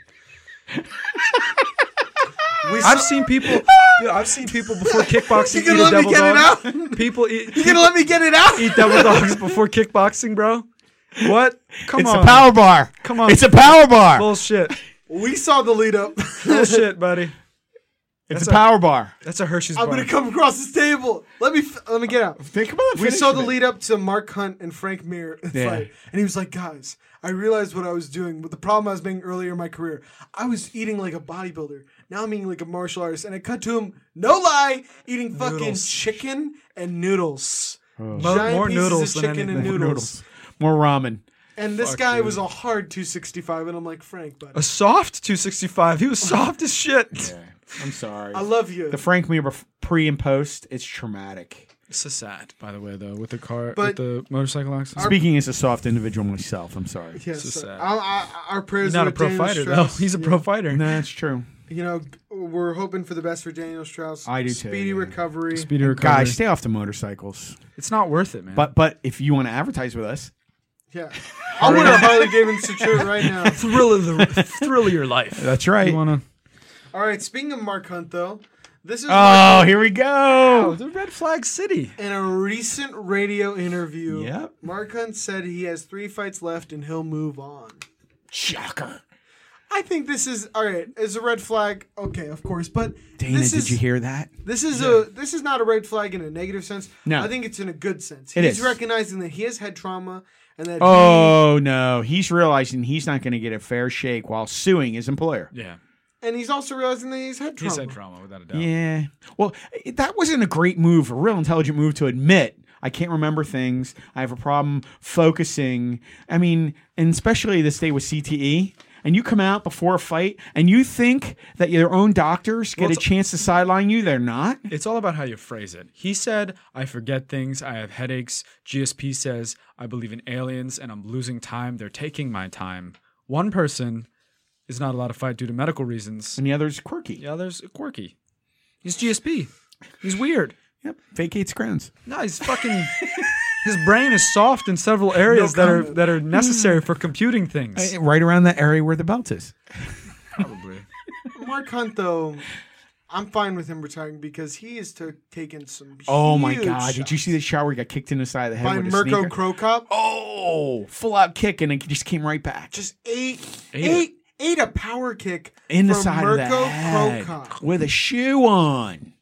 we saw, I've seen people. Dude, I've seen people before kickboxing. *laughs* You eat gonna a let me devil get it dog. *laughs* People eat. You gonna let me get it out? eat double dogs before kickboxing, bro? What? Come It's a on. power bar. Come on. It's a power bar. *laughs* Bullshit. We saw the *laughs* lead up. Bullshit, buddy. it's that's a power bar. That's a Hershey's I'm bar. gonna come across this table. Let me f- let me get out. Come on. We saw the lead up to Mark Hunt and Frank Mir *laughs* Yeah. fight, and he was like, "Guys, I realized what I was doing. With the problem I was making earlier in my career, I was eating like a bodybuilder. Now I'm eating like a martial artist." And I cut to him, no lie, eating fucking Noodles. chicken and noodles, Mo- more pieces noodles of than chicken and anything. noodles. More ramen. And this guy was a hard 265, and I'm like, Frank, buddy, A soft 265. He was soft as shit. I'm sorry. I love you. the Frank Mir bef- pre and post. It's traumatic. It's so sad, by the way, though, with the car, But- with the motorcycle accident. Speaking as a soft individual myself, I'm sorry. yes, so sir. sad. I, I, our prayers. He's not are a pro with Daniel fighter, Strauss. though. He's a Yeah. pro fighter. No, that's true. You know, g- we're hoping for the best for Daniel Strauss. I do too, Speedy yeah. recovery. Speedy recovery. Guys, stay off the motorcycles. it's not worth it, man. But but if you want to advertise with us, Yeah. I want a Harley Davidson shirt right now. *laughs* thrill of the thrill of your life. that's right. You wanna? All right, speaking of Mark Hunt, though, this is Mark oh, here we go. the red flag city. Hunt in a recent radio interview. Yep. Mark Hunt said he has three fights left and he'll move on. Shocker. I think this is all right. Is a red flag, okay, of course, but Dana, this is did you hear that? this is a this is not a red flag in a negative sense. No. I think it's in a good sense. It He's is. recognizing that he has had trauma and that he Oh no, he's realizing he's not going to get a fair shake while suing his employer. Yeah, and he's also realizing that he's had he trauma. said trauma without a doubt. Yeah. Well, i- that wasn't a great move, a real intelligent move to admit. I can't remember things. I have a problem focusing. I mean, and especially this day with CTE. And you come out before a fight and you think that your own doctors get a it's- chance to sideline you. They're not. It's all about how you phrase it. He said, I forget things, I have headaches. GSP says, I believe in aliens and I'm losing time. They're taking my time. One person is not allowed to fight due to medical reasons, And the other's quirky. the other's quirky. He's GSP. He's weird. Yep. Vacates grounds. No, he's fucking. *laughs* His brain is soft in several areas that are that are necessary for computing things. Uh, Right around that area where the belt is. Probably. Mark Hunt, though, I'm fine with him retiring because he has took taken some. Oh my huge God. Did you see the shower? He got kicked in the side of the head by with a Mirko sneaker? Krokop? Oh, full out kick and it just came right back. Just Just eight, Ate eight, it. eight, a power kick in the from side Mirko of the head Krokop. with a shoe on.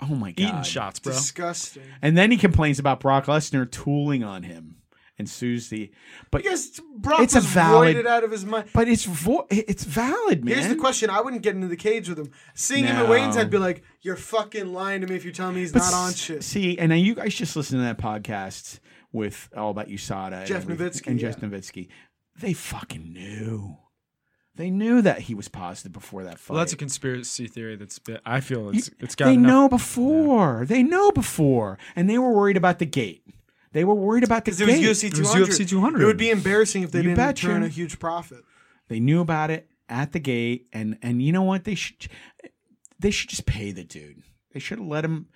Oh my god! Eating shots, bro. Disgusting. And then he complains about Brock Lesnar tooling on him and sues the. But Because Brock It's a was valid- roided out of his mind. but it's vo- it's valid, man. Here's the question: I wouldn't get into the cage with him. Seeing him at No. Wayne's, I'd be like, "You're fucking lying to me if you tell me he's But not on s- shit." See, and now you guys just listen to that podcast with all about USADA, and Jeff everything- Nowitzki, and yeah. Jeff Nowitzki. They fucking knew. They knew that he was positive before that fight. Well, that's a conspiracy theory that's been, I feel You- it's it's got they enough know before. They know before, and they were worried about the gate. They were worried about the Because it was gate. UFC It was 200. UFC 200. It would be embarrassing if they You didn't betcha. turn a huge profit. They knew about it at the gate, and and you know what? They should they should just pay the dude. They should have let him.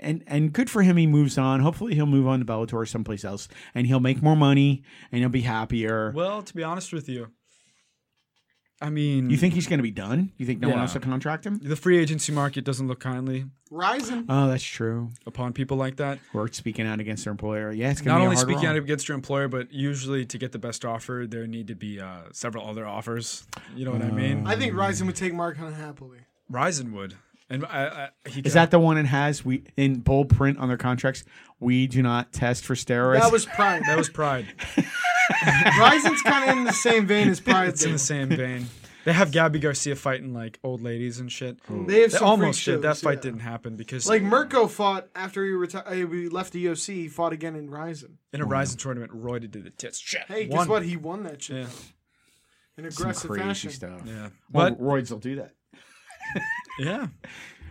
And and good for him. He moves on. Hopefully, he'll move on to Bellator or someplace else, and he'll make more money and he'll be happier. Well, to be honest with you, I mean, you think he's going to be done? You think no one Yeah. else will contract him? the free agency market doesn't look kindly Rising. Oh, that's true. upon people like that? Or speaking out against their employer. Yeah, it's going to Not be a only hard speaking roll. out against your employer, but usually to get the best offer, there need to be uh, several other offers. You know what I mean? Uh. I think Rising would take Mark Hunt happily. Ryzen would. And I, I, he Is that the one that has we in bold print on their contracts? We do not test for steroids. That was Pride. *laughs* that *laughs* was Pride? Ryzen's kind of in the same vein as *laughs* Pride. It's in *laughs* the same vein. They have Gabby Garcia fighting like old ladies and shit. They have They some almost freak did. That shows, fight yeah. didn't happen because Like Mirko fought after he retired. We left the UFC. He fought again in Ryzen. in a Mm. Rising tournament, Roy did the tits. Shit. Hey, guess Won. what? He won that shit Yeah. in some aggressive crazy fashion. stuff. Yeah. Well, But roids will do that. yeah.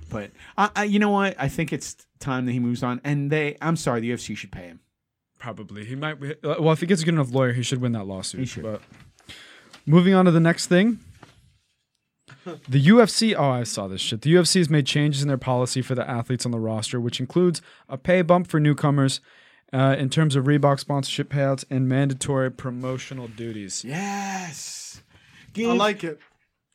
But I, I, you know what? I think it's time that he moves on. And they, I'm sorry, the UFC should pay him. Probably he might. be- Well, if he gets a good enough lawyer, he should win that lawsuit. He should. But moving on to the *laughs* next thing, the UFC. Oh, I saw this shit. The UFC has made changes in their policy for the athletes on the roster, which includes a pay bump for newcomers. Uh, in terms of Reebok sponsorship payouts and mandatory promotional duties, Yes. I Give- like it.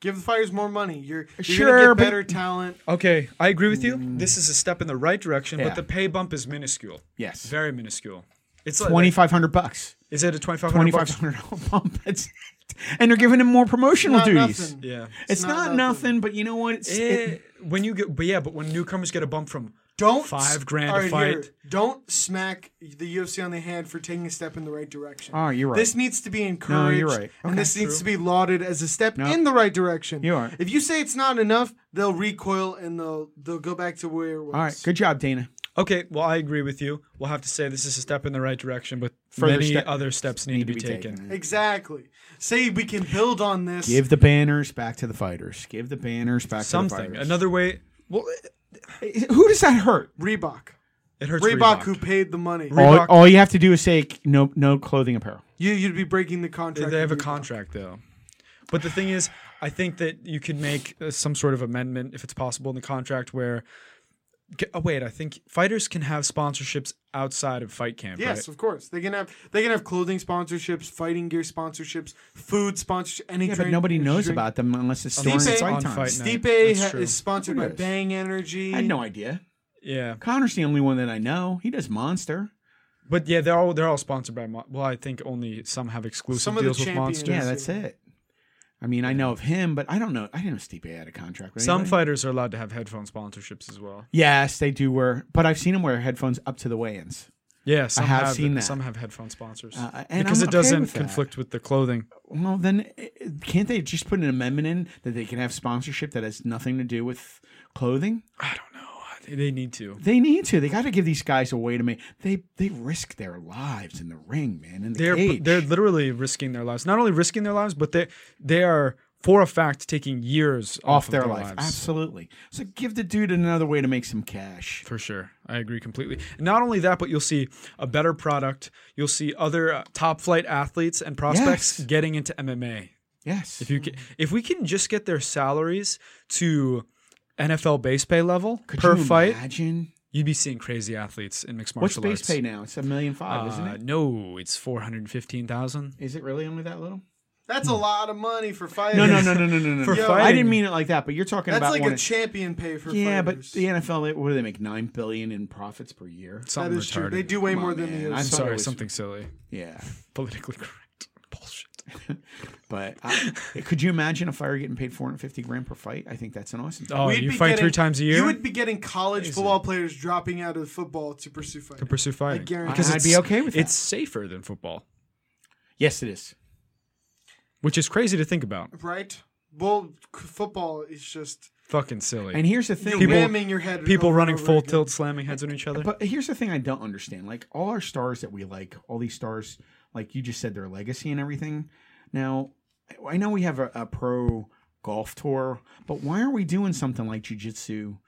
Give the fighters more money. You're, you're Sure, gonna but- get better talent. okay, I agree with you. This is a step in the right direction, Yeah. but the pay bump is minuscule, yes. very minuscule. It's like- Twenty five hundred bucks. Is it a twenty five Twenty hundred? five hundred *laughs* dollar bump. That's it. And they're giving him more promotional Not duties. nothing. Yeah. It's, not, not nothing. but you know what? It's, it- Eh, when you get, but yeah, but when newcomers get a bump from Don't Five grand a All right, here. fight. Don't smack the UFC on the hand for taking a step in the right direction. Oh, you're right. This needs to be encouraged. you're right. Okay. and this needs to be lauded as a step No. in the right direction. You are. If you say it's not enough, they'll recoil and they'll they'll go back to where it was. all right. Good job, Dana. Okay, well, I agree with you. We'll have to say this is a step in the right direction, but Further many step- other steps need, to be, taken. Exactly. Say we can build on this. Give the banners back to the fighters. Give the banners back to the Something. fighters. Another way. Well, Who does that hurt? Reebok. it hurts. Reebok, Reebok. who paid the money. All, Reebok- all you have to do is say no, no clothing apparel. You, you'd be breaking the They- contract. They have a with Reebok. contract though. But the thing is, I think that you could make uh, some sort of amendment if it's possible in the contract where. G- Oh, wait, I think fighters can have sponsorships outside of fight camp. Yes, right? of course. They can have they can have clothing sponsorships, fighting gear sponsorships, food sponsorships, any Yeah, but train- nobody energy knows drink. about them unless it's Unless during it's its on fight fight times. night. Stipe That's ha- true. is sponsored Who by knows? Bang Energy. I had no idea. Yeah. Connor's the only one that I know. He does Monster. But yeah, they're all they're all sponsored by. Mon- well, I think only some have exclusive Some of the deals with champions. Monster. Yeah, Yeah, that's yeah. it. I mean, I know of him, but I don't know. I didn't know Stipe had a contract. With Some anybody. fighters are allowed to have headphone sponsorships as well. Yes, they do wear, but I've seen him wear headphones up to the weigh-ins. Yeah, some have have, seen that. Some have headphone sponsors Uh, and because I'm it okay doesn't with that. conflict with the clothing. Well, then eh, eh, can't they just put an amendment in that they can have sponsorship that has nothing to do with clothing? I don't know. They- They need to. They need to. They got to give these guys a way to make. They they risk their lives in the ring, man. In the They're cage. they're literally risking their lives. Not only risking their lives, but they they are for a fact taking years off of their life. lives. Absolutely. So give the dude another way to make some cash. For sure. I agree completely. Not only that, but you'll see a better product. You'll see other uh, top flight athletes and prospects Yes. getting into MMA. Yes. If you ca if we can just get their salaries to NFL base pay level Could per you fight, Imagine you'd be seeing crazy athletes in mixed what's martial base arts. pay now? It's a million five, isn't Uh, it? No, it's four hundred fifteen thousand. Is it really only that little? That's a lot of money for fighters. No, no, no, no, no, *laughs* no, no. For no. fighting. I didn't mean it like that, but you're talking That's about like one a of- champion pay for yeah, but fighters. the NFL, they- what do they make? Nine billion in profits per year. that Something is retarded. true. They do way Come more on, than man. the I'm UFC. thought it Sorry, was- something silly, Yeah, politically correct. *laughs* Bullshit. but I, could you imagine a fighter getting paid 450 grand per fight? I think that's an awesome. Oh, We'd you be fight getting- three times a year You would be getting college football players dropping out of football to pursue fighting. to pursue fighting. guarantee- I'd it's- be okay with that. It's safer than football, Yes, it is. which is crazy to think about. right? Well, c- football is just Fucking silly. And here's the thing, you're man. ramming your head. People over and running over full again. tilt, slamming heads on each other. But here's the thing I don't understand. Like all our stars that we like, all these stars, like you just said, their legacy and everything. Now, I know we have a, a pro golf tour, but why are we doing something like jujitsu?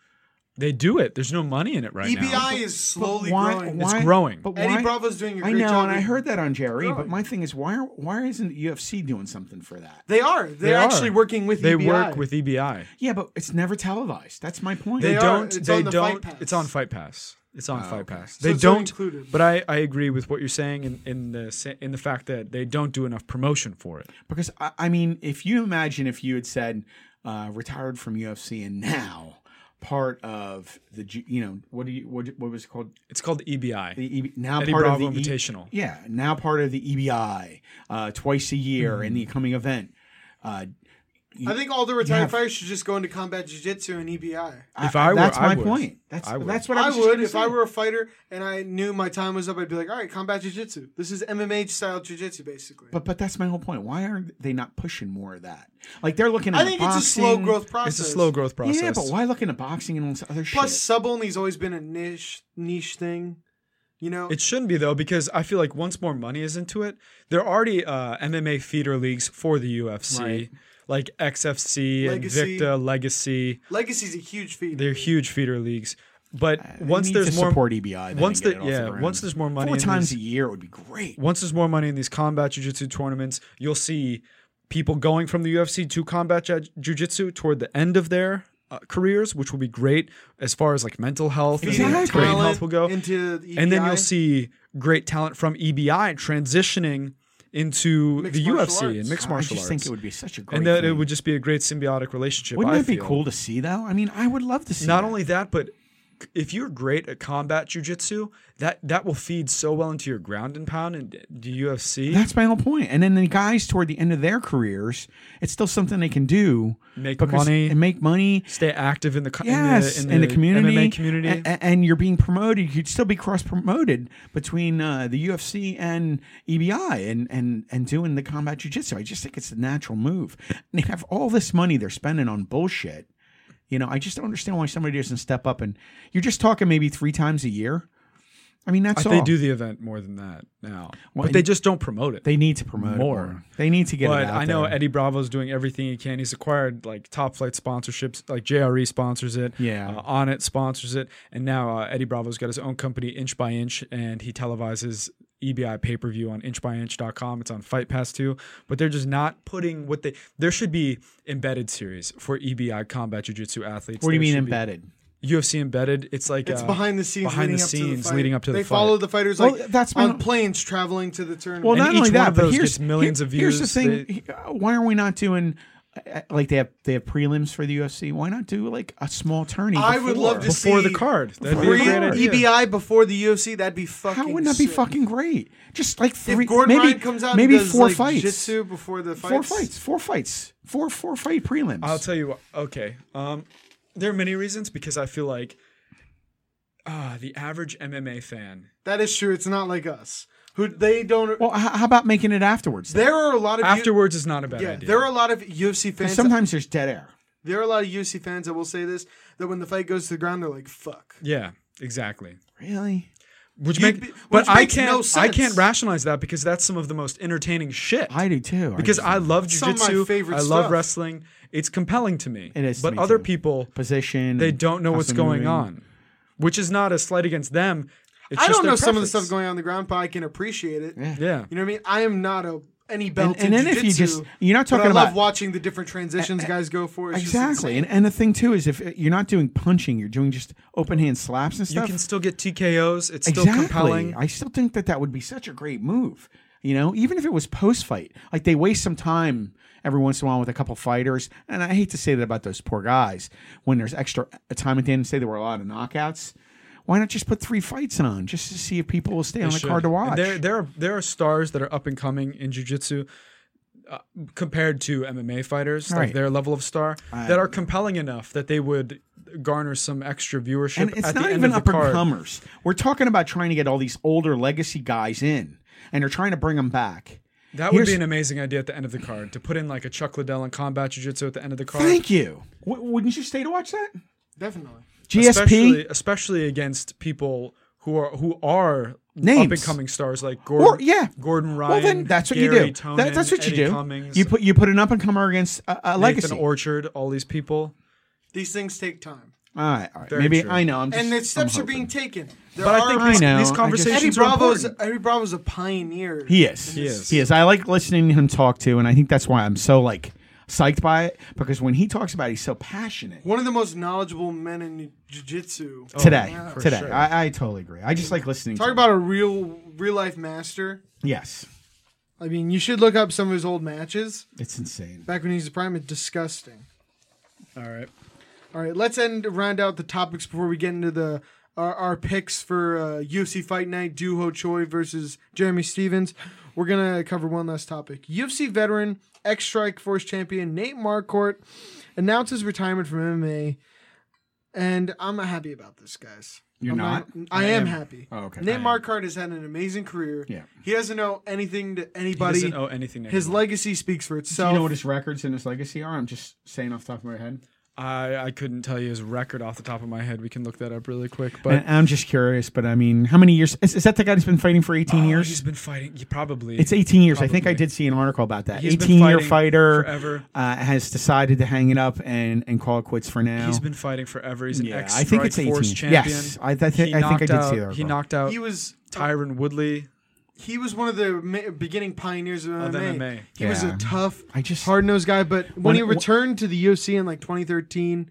they do it. There's no money in it right now. EBI E is slowly But why- growing. why- It's growing. But Eddie why, Bravo's doing a I great know, job. and I with- heard that on Jerry. But growing. my thing is, why are, why isn't UFC doing something for that? they are. They're They are. actually working with. E They E EBI. work with EBI. Yeah, but it's never televised. That's my point. They, They are. don't. It's they on the Fight don't. Pass. it's on Fight Pass. It's on Oh, Fight Pass. So They it's not don't. included. But I, I agree with what you're saying in, in the sa- in the fact that they don't do enough promotion for it. Because I, I mean, if you imagine if you had said uh, retired from UFC and now part of the G- you know what do you what, what was it called It's called EBI. the EB, now Eddie part Bravo of the E- Invitational. yeah E Hmm. now part of the EBI uh, twice a year in the coming event. Uh, E- I think all the retired have- fighters should just go into combat jiu-jitsu and E EBI. If I were, that's I my would. point. That's I would. that's what I, I was just would gonna if say. I were a fighter and I knew my time was up. I'd be like, all right, combat jiu-jitsu. This is MMA style jiu-jitsu, basically. But but that's my whole point. Why are they not pushing more of that? Like they're looking. I at think boxing. it's a slow growth process. It's a slow growth process. Yeah, but why looking at boxing and all this other Plus, shit? sub only's always been a niche niche thing. You know, It shouldn't be though, because I feel like once more money is into it, there are already uh, MMA feeder leagues for the UFC, Right. like XFC, Legacy. Invicta, Legacy. Legacy's a huge feed. They're huge feeder leagues. But Uh, They once need there's to more support E EBI, then once and the, get it off yeah, ground. once there's more money four in times these- a year would be great. once there's more money in these combat jiu-jitsu tournaments, you'll see people going from the UFC to combat ju- jiu-jitsu toward the end of their uh, careers, which will be great as far as like mental health and Exactly. brain Talent E health will go. into the E and then EBI. you'll see great talent from EBI transitioning into Mixed the martial UFC and arts. I mixed martial just arts. think it would be such a great. and that thing. it would just be a great symbiotic relationship. Wouldn't I that be feel. cool to see though? I mean, I would love to see. Not that. only that, but c- if you're great at combat jujitsu, that that will feed so well into your ground and pound and the UFC. That's my whole point. And then the guys toward the end of their careers, it's still something they can do. Make because- money. And make money. stay active in the co- in the- Yes, in in the, the, community, MMA community. a- a- and, you're being promoted. You'd still be cross promoted between uh, the UFC and EBI, and and and doing the combat jujitsu. I just think it's a natural move. And they have all this money they're spending on bullshit. You know, I just don't understand why somebody doesn't step up. And you're just talking maybe three times a year. I mean, that's But all they do the event more than that now, Well, but they and- just don't promote it. They need to promote it More. They need to get it but out I know there. Eddie Bravo's doing everything he can. He's acquired like top flight sponsorships, like JRE sponsors it, Yeah. uh, On It sponsors it, and now uh, Eddie Bravo's got his own company, Inch by Inch, and he televises E EBI pay per view on inchbyinch.com. It's on Fight Pass too, but they're just not putting what they. There should be embedded series for EBI combat jiu jitsu athletes. What do you There mean should be- embedded? UFC embedded. It's like it's uh, behind the scenes. behind leading the up to scenes the fight. leading up to the they fight. follow the fighters Well, like that's my- on planes traveling to the tournament. Well, And not each only one that, of but those here's gets millions of Here's the views. thing: he- uh, why are we not doing uh, like they have they have prelims for the UFC? Why not do like a small tourney? I would love to before the see card. That'd be Free a great idea. EBI before the UFC. That'd be fucking. How wouldn't that be sick. fucking great? Just like three, If Gordon maybe Ryan comes out, maybe and does, four like, fights, Jitsu before the fights. four fights, four fights, four four fight prelims. I'll tell you what. Okay. Um, there are many reasons because I feel like ah, the average MMA fan. That is true. It's not like us who they don't. well, h- how about making it afterwards? there are a lot of U- Afterwards is not a bad yeah, idea. there are a lot of UFC fans. Sometimes there's dead air. there are a lot of UFC fans that will say this that when the fight goes to the ground, they're like, "Fuck." yeah, exactly. Really? Which make, You'd be- but which I makes can't. no I sense. can't rationalize that because that's some of the most entertaining shit. I do too. because just- I love Some of my jujitsu. favorite I love stuff. wrestling. It's compelling to me. It is to But me other too. people, position. they don't know how what's they're going moving. on, which is not a slight against them. It's I just don't know their some of the preference. stuff going on in the ground, but I can appreciate it. Yeah. You know what I mean? I am not a any belt and in then if you jujitsu, just- you're not but talking I love about- watching the different transitions guys go for. It's just Exactly, insane. and and the thing too is if uh, you're not doing punching, you're doing just open hand slaps and You stuff. can still get TKOs. It's still exactly. compelling. I still think that that would be such a great move. You know, even if it was post fight, like they waste some time every once in a while with a couple fighters. And I hate to say that about those poor guys when there's extra time at the end. Say there were a lot of knockouts. Why not just put three fights on just to see if people will stay on the should. card to watch? And There, there are there are stars that are up and coming in jujitsu. Uh, compared to MMA fighters, like Right. their level of star, that are compelling enough that they would garner some extra viewership. and it's at the not end even of up the card. and comers. We're talking about trying to get all these older legacy guys in, and they're trying to bring them back. That would be Here's- an amazing idea at the end of the card to put in like a Chuck Liddell and combat jujitsu at the end of the card. Thank you. W- wouldn't you stay to watch that? definitely. GSP especially especially against people who are who are up and Names. coming stars like or Gordon. yeah, Gordon Ryan. Well, then that's what Gary you do. Tonin, That- that's what Eddie you do. Cummings, You put you put an up and comer against a, a legacy. Nathan Orchard, all these people. These things take time, all right, all right. Very Maybe true. I know. I'm just, and the steps I'm are being hoping. taken. There But are I think I these, know, these I just- conversations Eddie are Bravo's important. Eddie Bravo's a pioneer. He is. He is. He is. I like listening to him talk too, and I think that's why I'm so like psyched by it because when he talks about, it, he's so passionate. One of the most knowledgeable men in jiu-jitsu. Oh. today, yeah, for today, sure. I, I totally agree. I just like listening. Talk to about a real real life master. him. yes, I mean, you should look up some of his old matches it's insane. back when he was a prime. It's disgusting. All right. All right, let's end round out the topics before we get into the our, our picks for uh, UFC Fight Night: Duho Choi versus Jeremy Stevens. we're gonna cover one last topic. UFC veteran, ex Strike Force champion Nate Marcourt announces retirement from MMA, and I'm not happy about this, guys. You're I'm not? I, I am am. happy. Oh, okay. I Nate am. Marquardt has had an amazing career. Yeah. He doesn't owe anything to He anybody. doesn't owe anything. To His anyone. legacy speaks for Do itself. you know what his records and his legacy are? I'm just saying off the top of my head. I I couldn't tell you his record off the top of my head. We can look that up really quick. But But I'm just curious. But I mean, how many years is, is that the guy who's been fighting for 18 Oh, years? he's been fighting. yeah, probably It's 18 years. I think I Probably. did see an article about that. He's been 18 year fighting fighter forever. uh, has decided to hang it up and, and call it quits for now. He's been fighting forever. He's an Yeah, ex I think Strike it's Force 18. champion. Yes, I- I thi- He I think I knocked did see out, that He article. knocked out he was Tyron Woodley. he was one of the ma- beginning pioneers of MMA. MMA. He was Yeah. a tough, I just- hard nosed guy. But when, When he it- returned to the UFC in like 2013,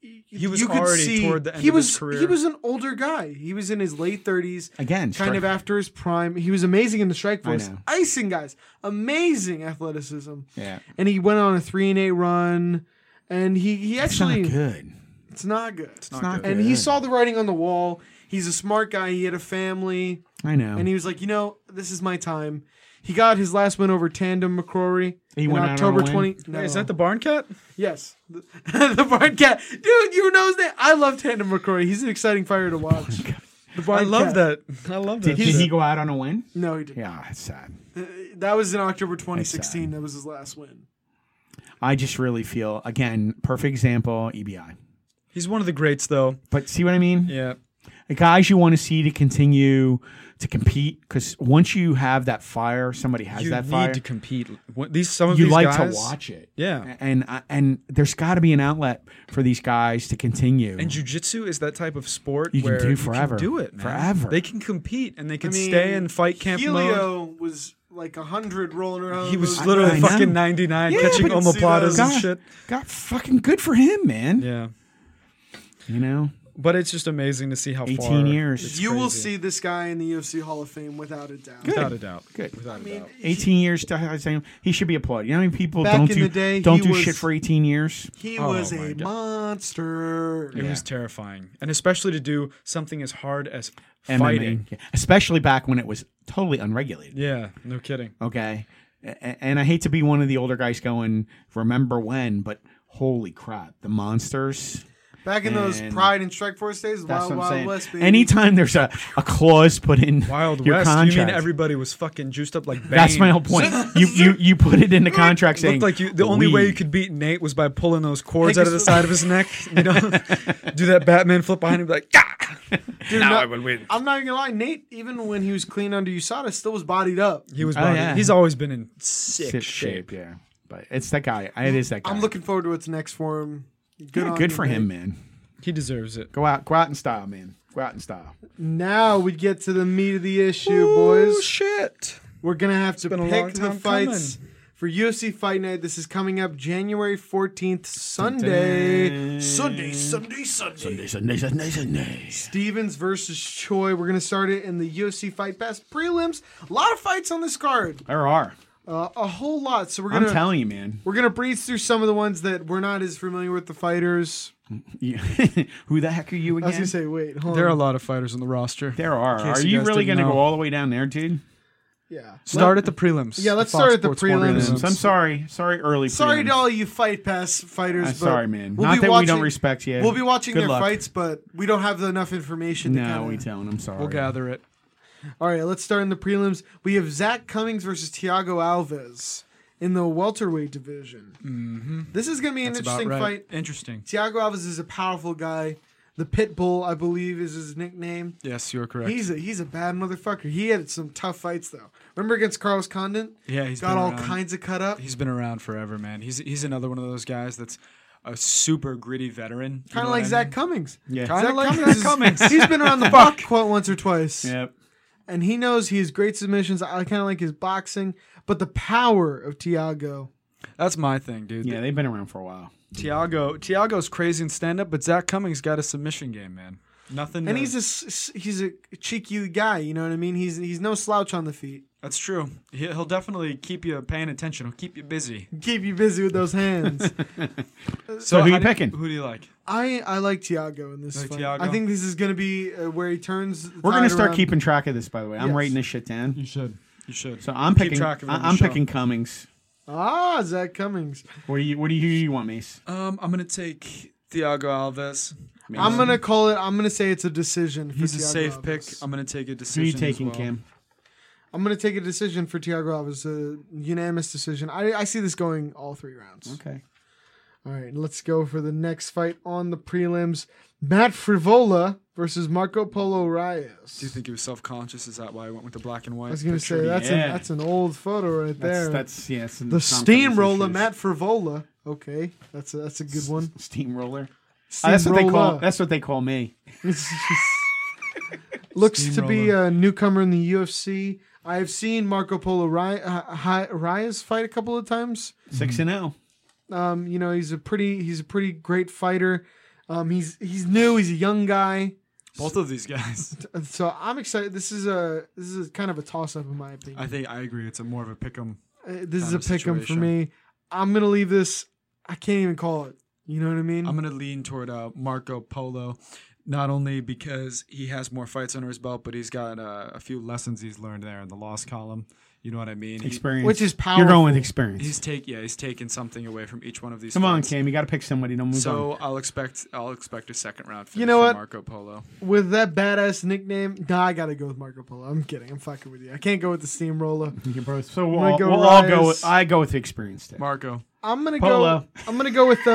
He was already toward the end he of his was career. he was an older guy. He was in his late 30s, Again, kind strike- of after his prime. He was amazing in the strike force, know. icing guys, amazing athleticism. Yeah. And he went on a three and eight run, and he he It's not actually good. it's not good. It's not good. And he good. saw the writing on the wall. He's a smart guy. He had a family. I know. Um, And he was like, you know, this is my time. He got his last win over Tandem McCrory He in went out on October a win? 20. Hey, No. is that the barn cat? Yes. The, *laughs* the Barn Cat. Dude, you know his name. I love Tandem McCrory. He's an exciting fighter to watch. The Barn I love Cat. that. I love that. did shit. he go out on a win? No, he didn't. Uh, Yeah, it's sad. That was in October 2016. That was his last win. I just really feel again perfect example EBI. He's one of the greats, though. But see what I mean? Yeah. The guys you want to see to continue to compete because once you have that fire, somebody has you that need fire. to compete. What- These some of you these like guys, to watch it. Yeah. And I- and there's got to be an outlet for these guys to continue. And jujitsu is that type of sport You can where do you forever. do it man. Forever. They can compete and they can I mean, stay in fight camp mode. Helio was like 100 rolling around. He was *laughs* those- I literally know. fucking 99, Yeah, catching but- omoplatas and God, shit. God, fucking good for him, man. Yeah. You know, But it's just amazing to see how 18 far years. You will crazy. see this guy in the UFC Hall of Fame without a doubt. Without a doubt. Good. Without a doubt. 18 years to I was saying he should be applauded. You know how many people Back don't in do the day, don't he do was- shit for 18 years? He Oh was my a God. monster. It was terrifying. And especially to do something as hard as MMA. fighting. Yeah. Especially back when it was totally unregulated. Yeah, no kidding. Okay. A- And I hate to be one of the older guys going, remember when, but holy crap, the monsters. Back in those And- Pride and Strike Force days, That's Wild what I'm Wild saying. West. Baby. Anytime there's a, a clause put in Wild your West. contract. You mean everybody was fucking juiced up like Bane. That's my whole *laughs* point. you, you you put it in the contract saying Looked like you. The only way "We." you could beat Nate was by pulling those cords Hey, out of the guess- side of his neck. You *laughs* know, do that Batman flip behind him, be like "Gah!" Dude, no- I'm not even gonna lie, Nate. Even when he was clean under USADA, still was bodied up. He was. Oh, body. yeah. He's always been in sick, Sick shape. yeah. But it's that guy. It is that guy. I'm looking forward to what's next for him. good, on good you, for Nate. him, man. He deserves it. Go out, go out in style, man. Go out in style. Now we get to the meat of the issue, Oh boys. shit! We're gonna have to been a long pick the time fights for UFC Fight Night. This is coming up January 14th, Sunday. Sunday, Sunday, Sunday. Sunday, Sunday, Sunday. Stevens versus Choi. We're gonna start it in the UFC Fight Pass prelims. A lot of fights on this card, There are. uh, a whole lot. So we're I'm gonna telling you, man. we're gonna breeze through some of the ones that we're not as familiar with the fighters. You- *laughs* Who the heck are you I was again? gonna say, wait, hold There are a on. lot of fighters on the roster. There are. In case Are you you guys really didn't going to know. go all the way down there, dude? yeah. Start at the prelims. Yeah, let's The Fox start at the Sports one prelims. I'm sorry. Sorry, early. Sorry prelims. to all you Fight Pass fighters. I'm but sorry, man. we'll Not be that we watching- don't respect you. We'll be watching Good their luck. fights, but we don't have enough information. to No, kinda- we don't. I'm sorry. We'll gather it. All right, let's start in the prelims. We have Zach Cummings versus Tiago Alves in the welterweight division. Mm-hmm. This is going to be an That's about interesting right. fight. Interesting. Tiago Alves is a powerful guy. The Pit Bull, I believe, is his nickname. Yes, you're correct. He's a he's a bad motherfucker. He had some tough fights though. Remember against Carlos Condon? Yeah, he's got been all around. kinds of cut up. He's been around forever, man. He's he's another one of those guys that's a super gritty veteran. Kind of like Zach Cummings. Yeah. Zach Kinda like Zach Cummings. is- *laughs* he's been *laughs* around the block quite once or twice. Yep. and he knows he has great submissions. I kind of like his boxing, but the power of Tiago. That's my thing, dude. Yeah, they've been around for a while. Tiago Tiago's crazy in stand up, but Zach Cummings got a submission game, man. Nothing. And to- he's a s- he's a cheeky guy, you know what I mean? He's he's no slouch on the feet. *laughs* that's true. He, he'll definitely keep you paying attention. He'll keep you busy. Keep you busy with *laughs* those hands. So, who how you do- picking? Who do you like? I I like Tiago in this Like fight. Tiago? I think this is going to be uh, where he turns. the We're going tide to start around. keeping track of this, by the way. I'm Yes. writing this shit down. should. You You should. So I'm Keep picking. I, track of it on the I'm show. picking Cummings. Ah, Zach Cummings. What do you What do you, who do you want, Mace? Um, I'm gonna take Thiago Alves. I'm gonna call it. I'm gonna say it's a decision. For He's a Thiago safe Alves. pick. I'm gonna take a Who decision. are you as taking, well. Cam? I'm gonna take a decision for Thiago Alves. A unanimous decision. I, I see this going all three rounds. Okay. All right, let's go for the next fight on the prelims. Matt Frivola versus Marco Polo Reyes. Do you think he was self-conscious? Is that why I went with the black and white? I was gonna picture? say that's Yeah. an that's an old photo right That's there. that's yeah. It's the steamroller, Matt Frivola. Okay, that's a, that's a good one. Steamroller. Ah, that's what they call. That's what they call me. *laughs* Looks to be a newcomer in the UFC. I've seen Marco Polo Ry- uh, Hi- Reyes fight a couple of times. Six and oh. zero. Um, you know, he's a pretty he's a pretty great fighter. Um, he's he's new. He's a young guy. both of these guys. *laughs* Uh, So I'm excited. This is a this is kind of a toss up in my opinion. I think I agree. It's a more of a pick 'em. Uh, this is a kind of pick 'em for situation. me. I'm gonna leave this. I can't even call it. You know what I mean? I'm gonna lean toward uh, Marco Polo, not only because he has more fights under his belt, but he's got uh, a few lessons he's learned there in the loss column. You know what I mean? He- Experience. Which is You're going with powerful. experience. he's take yeah, he's taking something away from each one of these. Come on, fights. Cam. You got to pick somebody. Don't move on. So I'll expect I'll expect a second round. Finish know from what? Marco Polo. with that badass nickname. Nah, I gotta go with Marco Polo. I'm kidding. I'm fucking with you. I can't go with the steamroller. You're both- So we'll, gonna all, go we'll all go. Reyes. With, I go with the experience. There. Marco. I'm gonna Polo. go. I'm gonna go with the.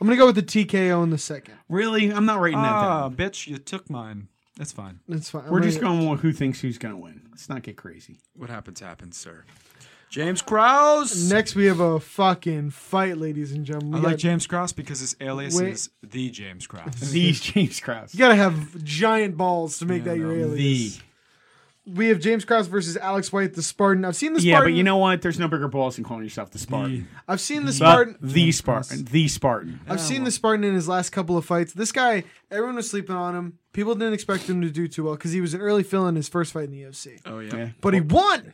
I'm gonna go with the TKO in the second. Really, I'm not writing that down. Ah, bitch, you took mine. That's fine. That's fine. I'm We're just gonna- going with who thinks who's going to win. Let's not get crazy. What happens happens, sir. James Krause. Next, we have a fucking fight, ladies and gentlemen. I We like got- James Krause because his alias Wait. is the James Krause. These James Krause. You gotta have giant balls to make that your no, the. alias. We have James Cross versus Alex White, the Spartan. I've seen the Yeah, Spartan. but you know what? There's no bigger balls than calling yourself the Spartan. I've seen the But Spartan. the Spartan. The Spartan. I've seen the Spartan in his last couple of fights. This guy, everyone was sleeping on him. People didn't expect him to do too well because he was an early fill in his first fight in the UFC. Oh Yeah. But he won,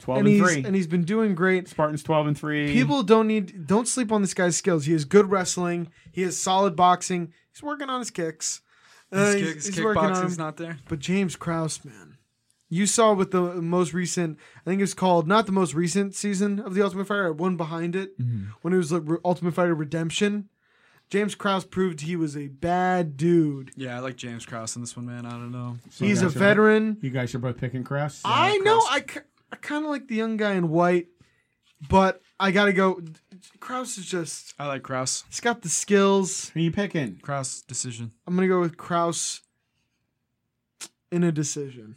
12 and and, he's 3. and he's been doing great. Spartan's 12 and 3. People don't need don't sleep on this guy's skills. He has good wrestling. He has solid boxing. He's working on his kicks. Uh, His, he's- kick, his he's working on- kickboxing's not there. But James Krause, man, you saw with the most recent, I think it was called not the most recent season of the Ultimate Fighter, one behind it, Mm-hmm. when it was like Re- Ultimate Fighter Redemption. James Krause proved he was a bad dude. Yeah, I like James Krause in this one, man. I don't know. So He's you a guys are- veteran. You guys are both picking Krause? I know. I, ki- I kind of like the young guy in white, but I gotta go. Krause is just I like Krause. he's got the skills. Who you picking? Krause decision. I'm gonna go with Krause in a decision.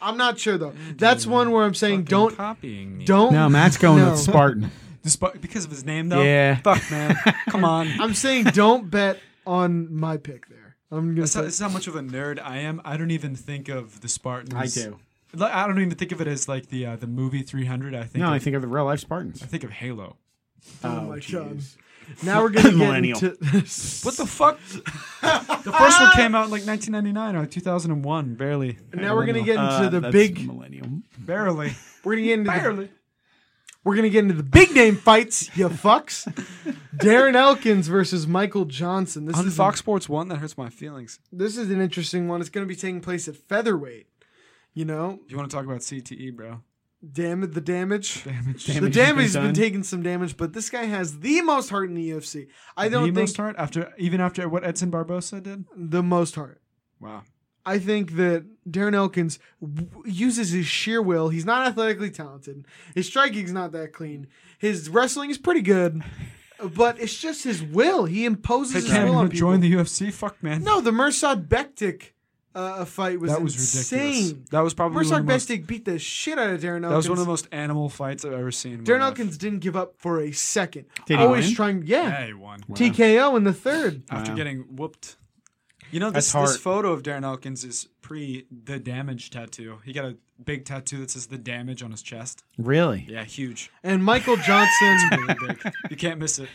I'm not sure though. That's one where I'm Mm-hmm. saying Fucking don't copying me. Don't. No, Matt's going No. with Spartan. Despite, because of his name though. Yeah. Fuck *laughs* man. Come on. *laughs* I'm saying don't bet on my pick there. I'm gonna. That's how, Say, that's how much of a nerd I am. I don't even think of the Spartans. I do. Like, I don't even think of it as like the uh, the movie 300. I think. No, of, I think of the real life Spartans. I think of Halo. oh, my jeez. god! Now *laughs* we're gonna get Millennial. into. *laughs* What *laughs* the fuck? the first one came out in like 1999 or 2001, barely. Now we're gonna get into Uh, the that's big. Millennium. barely. We're gonna get into. The, barely. we're gonna get into the big name fights, you *laughs* fucks. Darren Elkins versus Michael Johnson. This On is Fox Sports One, that hurts my feelings. This is an interesting one. It's gonna be taking place at featherweight. You know, You want to talk about CTE, bro? damn it, *laughs* the damage. Damage. The Damage has damage been has been done. taking some damage, but this guy has the most heart in the UFC. I The don't think most heart after even after what Edson Barbosa did. the most heart. Wow. I think that Darren Elkins w- uses his sheer will. He's not athletically talented. His striking's not that clean. His wrestling is *laughs* pretty good, but it's just his will. He imposes Hey, his will on Cam, people. join the UFC. Fuck, man. no, the Mursad Bektik uh, fight was that was ridiculous. insane. That was probably one Mursad of the most, Bektik beat the shit out of Darren Elkins. that was one of the most animal fights I've ever seen. in my Darren life. Elkins didn't give up for a second. Did he Always win? trying, yeah. Yeah, he won. TKO in the third. After Wow. getting whooped. You know That's this, this hard. photo of Darren Elkins is pre the damage tattoo. He got a big tattoo that says the damage on his chest. Really? Yeah, huge. And *laughs* Michael Johnson You can't miss it.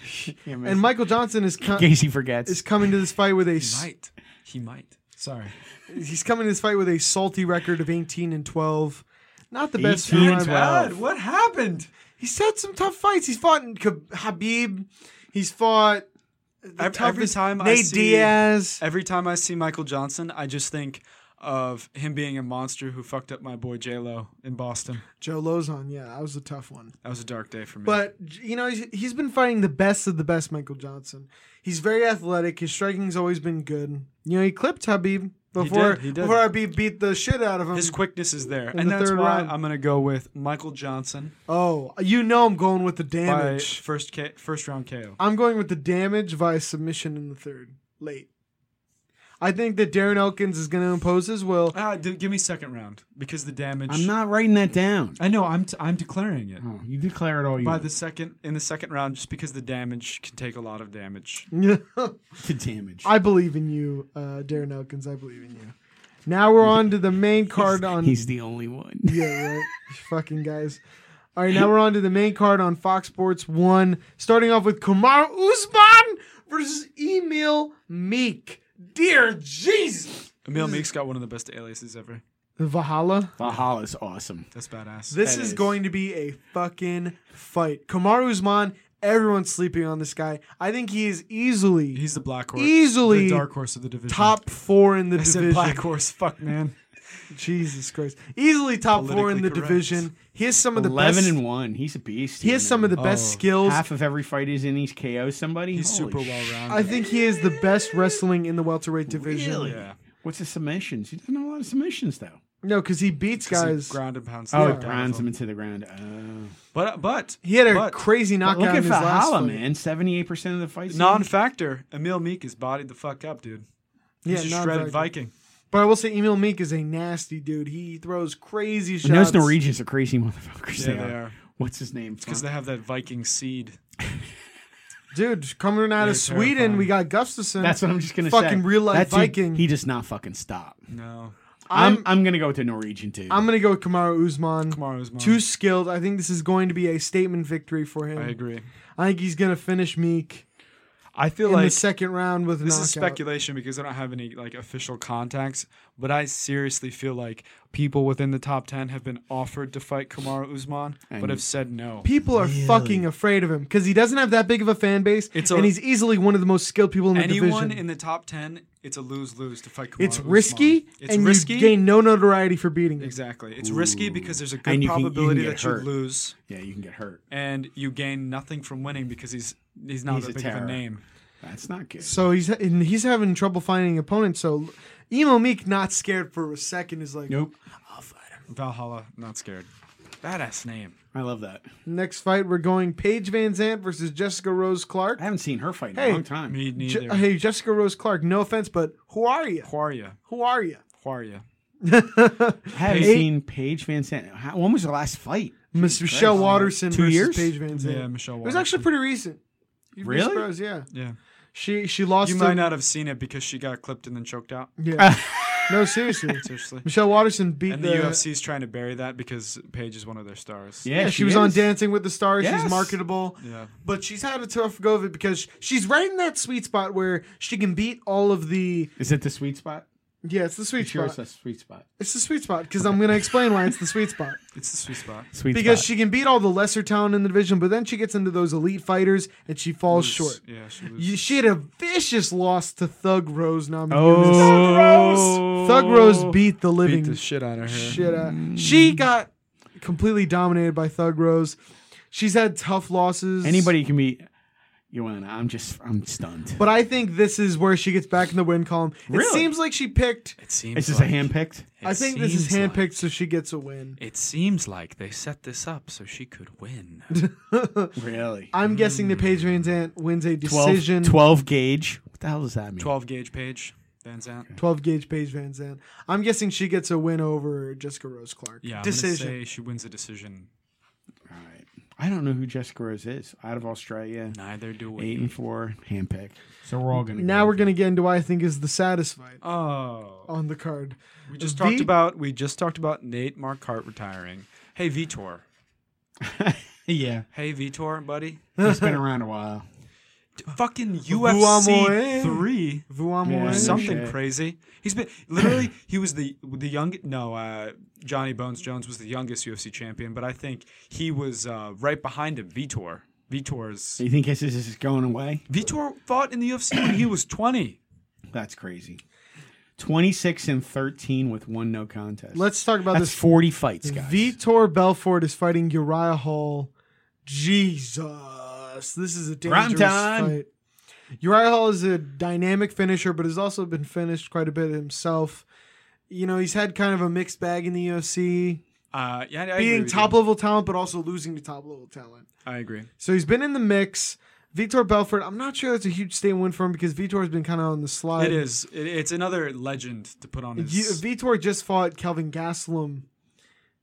and Michael Johnson is co- Casey forgets. is coming to this fight with a s- might. He might. Sorry. he's coming to this fight with a salty record of 18 and 12. Not the best 18 fight and I've- 12. what happened? He's had some tough fights. He's fought in Kab- Habib. He's fought the Ev- every toughest- time I Nate see- Diaz. Every time I see Michael Johnson, I just think of him being a monster who fucked up my boy J Lo in Boston. Joe Lozon, yeah, that was a tough one. That was a dark day for me. But j- you know, he's, he's been fighting the best of the best, Michael Johnson. He's very athletic. His striking's always been good. You know, he clipped Habib before did, he did. before Habib beat the shit out of him. his quickness is there, um, In and the that's third why round. I'm gonna go with Michael Johnson oh, you know, I'm going with the by damage. first K- first round KO. I'm going with the damage via submission in the third, late. I think that Darren Elkins is going to impose *laughs* his will. Ah, d- give me second round because the damage. I'm not writing that down. I know. I'm t- I'm declaring it. Oh, you declare it all you By want. the second in the second round, just because the damage can take a lot of damage. to damage. I believe in you, uh, Darren Elkins. I believe in you. Now we're on to the main card on He's the only one. *laughs* Yeah, right. You fucking guys. All right, now we're on to the main card on Fox Sports 1. Starting off with Kamar Usman versus Emil Meek. Dear Jesus. Emil Meek's got one of the best aliases ever. Valhalla. Valhalla's awesome. That's badass. This That is is- going to be a fucking fight. Kamar Usman, everyone's sleeping on this guy. I think he is easily He's the black horse, Easily the dark horse of the division. top four in *laughs* the I said division. black horse. Fuck man. Jesus Christ. Easily top four in Politically the correct. division. He has some of the Eleven best. and one. He's a beast. he has some of the best Oh. skills. half of every fight he's in. He's KO somebody. He's Holy super sh- well rounded. I think he is the best wrestling in the welterweight division. Really? Yeah. What's his submissions? He doesn't have a lot of submissions though. No, because he beats guys. ground and pound. Oh, style. it grinds him into the ground. Oh. But but He had a but, crazy But knockout. look in at his last Valhalla, fight. man. Seventy-eight percent of the fights. he- non-factor. Emil Meek is bodied the fuck up, dude. Yeah, He's a not shredded Viking. Viking. But I will say, Emil Meek is a nasty dude. He throws crazy shots. And those Norwegians are crazy *laughs* motherfuckers. Yeah, they are. What's his name? Because they have that Viking seed. dude coming out They're of Sweden. terrifying. We got Gustafsson. That's what I'm just gonna say. Fucking real life That dude, Viking. he does not fucking stop. No, I'm I'm. I'm gonna go with the Norwegian too. I'm gonna go with Kamaru Usman. Kamaru's mom. Too skilled. I think this is going to be a statement victory for him. I agree. I think he's gonna finish Meek I feel in like the second round with a this knockout. is speculation because I don't have any like official contacts, but I seriously feel like people within the top ten have been offered to fight Kamaru Usman, but And- have said no. People are fucking afraid of him because he doesn't have that big of a fan base, It's and a- he's easily one of the most skilled people in the Anyone division. in the top ten, it's a lose lose to fight Kamaru. it's Usman. risky, It's and risky. you gain no notoriety for beating him. exactly. It's risky because there's a good And you can- you can probability get that you hurt. lose. yeah, you can get hurt. and you gain nothing from winning because he's he's not He's that a big of a terror. name. That's not good. So he's and he's having trouble finding opponents. So Emo Meek, not scared for a second, is like Nope. Valhalla, not scared. Badass name. I love that. next fight we're going Paige Van Zant versus Jessica Rose Clark. I haven't seen her fight in Hey, a long time. Me Je- neither. hey Jessica Rose Clark, no offense, but who are you? Huaria. Who are you? Huaria. I haven't Hey. seen Paige Van Sant. How, when was the last fight? Miss Michelle Watterson Two versus years? Paige Van Zant. Yeah, Michelle. it was actually pretty recent. You'd be Really? surprised, yeah. yeah. She she lost. You to- might not have seen it because she got clipped and then choked out. *laughs* Yeah. no, seriously. Seriously. Michelle Watterson beat And the UFC's trying to bury that because Paige is one of their stars. Yeah, Yeah, she, was on is. Dancing with the Stars. She's Yes. marketable. Yeah. But she's had a tough go of it because she's right in that sweet spot where she can beat all of the. Is it the sweet spot? Yeah, it's the sweet Sure, spot. it's the sweet spot. It's the sweet spot because I'm going to explain why it's the sweet spot. It's the sweet spot. Sweet Because spot. she can beat all the lesser talent in the division, but then she gets into those elite fighters and she falls short. Yeah, she You- loses. She had a vicious loss to Thug Rose. Nami Yunus. oh, Thug Rose beat the living Beat the shit out of her. shit out. She got completely dominated by Thug Rose. She's had tough losses. Anybody can beat Joanna. I'm just, I'm stunned. But I think this is where she gets back in the win column. It Really? seems like she picked. It seems. Is this like, a handpicked? I it think this is seems like- handpicked, so she gets a win. it seems like they set this up so she could win. Really? I'm guessing that Paige Van Zant wins a 12, decision. 12 gauge. What the hell does that mean? *laughs* Twelve gauge Paige. Van Zant. 12 gauge Paige Van Zant. I'm guessing she gets a win over Jessica Rose Clark. Yeah. I'm gonna decision. say she wins a decision. All right. I don't know who Jessica Rose is. Out of Australia, Neither do we. eight and four, handpicked. So we're all gonna. Now we're gonna get into what I think is the saddest fight Oh, on the card. we just V- talked about we just talked about Nate Marquardt retiring. Hey Vitor, *laughs* Yeah, hey Vitor, buddy. it's been around a while. D- Fucking Vuamoe. UFC three, Vuamoy. Yeah, something shit. crazy. He's been literally *clears throat* he was the the young no uh, Johnny Bones Jones was the youngest UFC champion, but I think he was uh, right behind him. Vitor, Vitor's Do you think this is, this is going away? Vitor fought in the UFC when he was twenty. That's crazy. 26 and 13 with one no contest. Let's talk about That's this. 40 fights, guys. Vitor Belfort is fighting Uriah Hall. Jesus, this is a Prime dangerous time. fight. Uriah Hall is a dynamic finisher, but has also been finished quite a bit himself. You know, he's had kind of a mixed bag in the UFC, Uh, yeah, I agree being with top you. level talent, but also losing to top level talent. I agree. So he's been in the mix. Vitor Belfort, I'm not sure that's a huge stay win for him because Vitor has been kind of on the slide. It is. It, it's another legend to put on You, his. Vitor just fought Kelvin Gastelum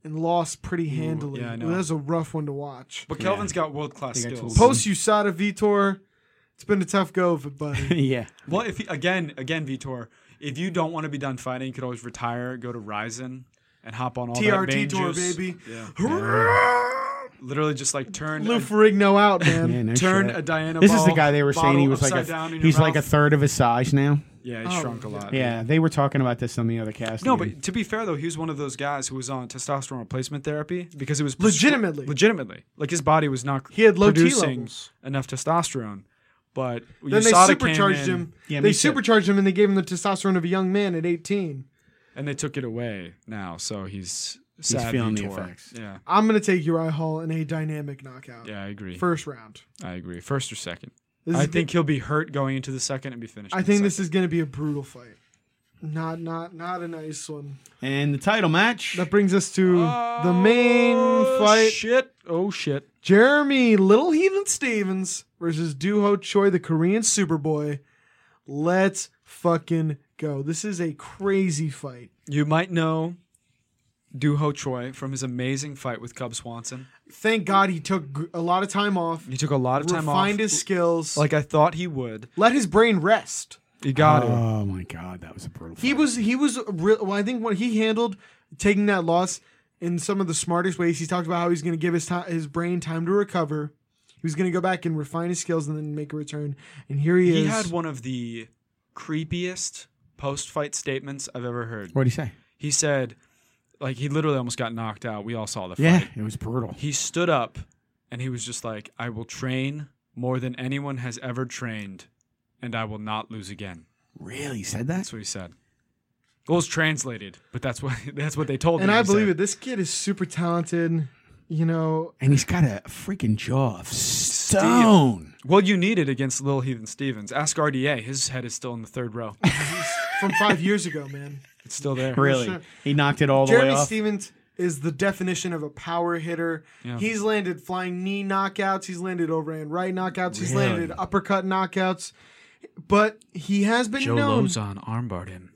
and lost pretty handily. yeah, I know. That was a rough one to watch. But Kelvin's got world class I think I told skills. you. Post USADA Vitor, it's been a tough go of it, buddy. *laughs* yeah. Well, if he, again, again, Vitor, if you don't want to be done fighting, you could always retire, go to Ryzen, and hop on *laughs* all that main TRT tour, juice. baby. Yeah. Hurrah! Literally, just like turn, Lou a, Ferrigno out, man. Yeah, no turn shit. a Diana. This is the Ball guy they were saying he bottle was like upside a, down in your he's like a mouth. third of his size now. yeah, he Oh, shrunk a lot. Yeah, they were talking about this on the other cast. No, dude. but to be fair though, he was one of those guys who was on testosterone replacement therapy because it was Legitimately. legitimately, like his body was not He had low T producing levels. enough testosterone. But Then they USADA came supercharged in him. Yeah, they me too. supercharged him and they gave him the testosterone of a young man at 18. and they took it away now, so he's sad feeling the Vitor. effects. Yeah, I'm going to take Uriah Hall in a dynamic knockout. yeah, I agree. First round. I agree. First or second. This I is the- think he'll be hurt going into the second and be finished. I think this is going to be a brutal fight. Not not not a nice one. and the title match. That brings us to the main Oh, fight. Shit! Oh shit! Jeremy Little Heathen Stevens versus Duho Choi, the Korean Superboy. Let's fucking go. This is a crazy fight. You might know Duho Choi from his amazing fight with Cub Swanson. Thank God he took g- a lot of time off, He took a lot of time off. refined his skills, like like I thought he would. let his brain rest. He got it. oh my god, that was a brutal. He fight. was he was real. Well, I think what he handled taking that loss in some of the smartest ways. He talked about how he's going to give his time, his brain time to recover. He was going to go back and refine his skills and then make a return. And here he, He is. had one of the creepiest post-fight statements I've ever heard. What did he say? He said, like he literally almost got knocked out. We all saw the fight. Yeah, it was brutal. He stood up and he was just like, "I will train more than anyone has ever trained, and I will not lose again." Really said that? That's what he said. Well, it's translated, but that's what *laughs* that's what they told and me. I believe it. This kid is super talented. You know, And he's got a freaking jaw of stone. Well, you need it against Lil Heathen Stevens. Ask RDA. His head is still in the third *laughs* row. from *laughs* five years ago, man. It's still there. Really, sure. he knocked it all the way Jeremy off. Stevens is the definition of a power hitter. Yeah. He's landed flying knee knockouts. He's landed overhand right knockouts. He's Really? landed uppercut knockouts. But he has been Joe known. Lozon armbarred him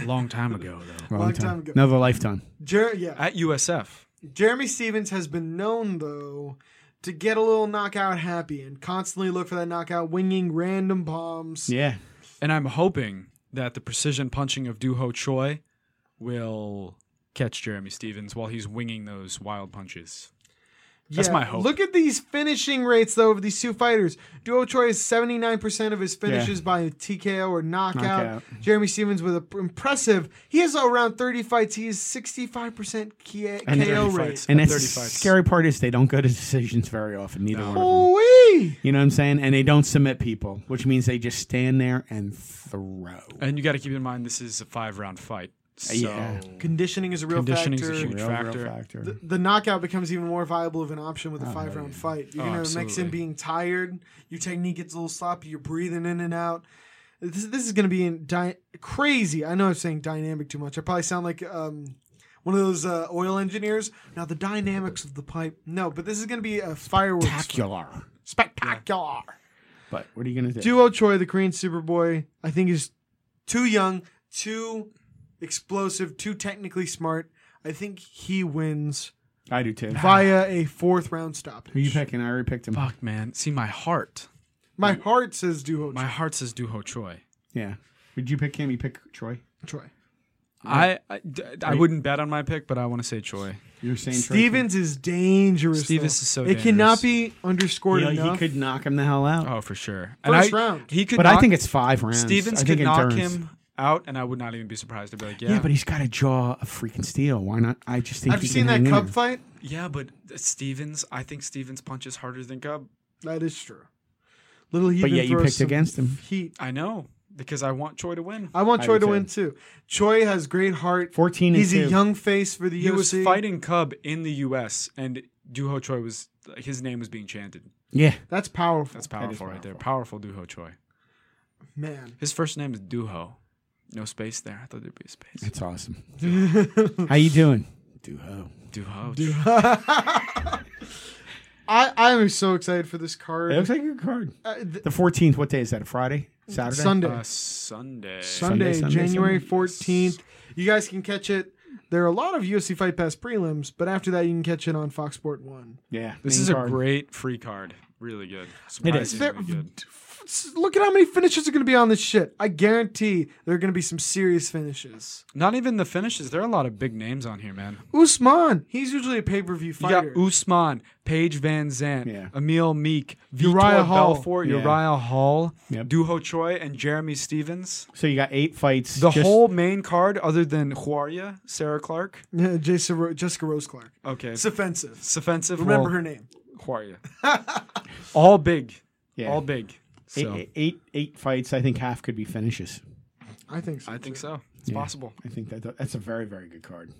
a long time ago, though. Long long time ago. Another lifetime. Jer- yeah. *laughs* At USF. Jeremy Stevens has been known though to get a little knockout happy and constantly look for that knockout, winging random bombs. Yeah. And I'm hoping that the precision punching of Duho Choi will catch Jeremy Stevens while he's winging those wild punches. That's my hope. Look at these finishing rates though of these two fighters. Duo Choi is 79% of his finishes by TKO or knockout. Knockout. Jeremy Stevens with an impressive. He has around 30 fights. He is 65% K- And KO 30 rate. fights. And At the 30 fights. scary part is they don't go to decisions very often. Neither one. of them. Holy! You know what I'm saying? And they don't submit people, which means they just stand there and throw. And you got to keep in mind this is a five round fight. So Yeah. Conditioning is a real Conditioning's a factor. huge- Real, real factor. factor. The- the knockout becomes even more viable of an option with a five round fight. You're Oh, gonna mix in absolutely. being tired, your technique gets a little sloppy, you're breathing in and out. This, this is gonna be in dy- crazy. I know I'm saying dynamic too much. I probably sound like um, one of those uh, oil engineers. Now the dynamics of the pipe. No, but this is gonna be a fireworks Spectacular. spectacular. But what are you gonna do? Duo Choi, the Korean Superboy, I think is too young, too explosive, too technically smart. I think he wins I do too. *laughs* via a fourth round stoppage. Who you picking? I already picked him. Fuck, man. See, my heart. My heart says Duho My heart says Duho Choi. Yeah. Would you pick him? You pick Troy. Choi. I I, d- I wouldn't bet on my pick, but I want to say Choi. You're saying Troy Stevens is dangerous. Stevens though. is so It cannot dangerous. be underscored Yeah, enough. he could knock him the hell out. Oh, for sure. First I, round. He could but I knock- think it's five rounds. Stevens I could think knock endurance. him out, and I would not even be surprised. I'd be like, yeah, Yeah. but he's got a jaw of freaking steel. Why not? I just think. Have you he can seen that hang in cup there. fight? yeah, but Stevens. I think Stevens punches harder than Cub. That is true. Little But Heathen yet you throws picked some against him. Heat. I know. because I want Choi to win. I want I Choi do to too. win too. Choi has great heart. 14 and He's a two. young face for the He UFC. was fighting Cub in the U.S. and Duho Choi was his name was being chanted. Yeah. That's powerful, That's powerful right powerful. there. Powerful Duho Choi. man. *laughs* His first name is Duho. No space there. I thought there'd be a space. It's *laughs* awesome. How you doing? Duho. Duho. I I am so excited for this card. It looks like a good card. Uh, th- The 14th, what day is that? A Friday? Saturday? Sunday. Uh, Sunday. Sunday, Sunday, January Sunday. 14th. You guys can catch it. There are a lot of UFC Fight Pass prelims, but after that, you can catch it on Fox Sport 1. Yeah. This main is a card. great free card. Really good. is. Surprisingly good. S- Look at how many finishes are going to be on this shit. I guarantee there are going to be some serious finishes. Not even the finishes. There are a lot of big names on here, man. Usman, he's usually a pay per view You fighter. got Usman, Paige Van Zant, Yeah. Emil Meek, Vitor Uriah Hall. Belfort, Yeah. Uriah Hall, Yep. Duho Choi, and Jeremy Stevens. So you got eight fights. The just- whole main card, other than Juaria, Sarah Clark. *laughs* Yeah, Jason Ro- Jessica Rose Clark. Okay. It's offensive. it's offensive. Remember well, her name. Juaria. *laughs* All big. Yeah. All big. Eight- So, eight- eight- eight fights. I think half could be finishes. I think so. I think so. It's possible. I think that that's a very very good card.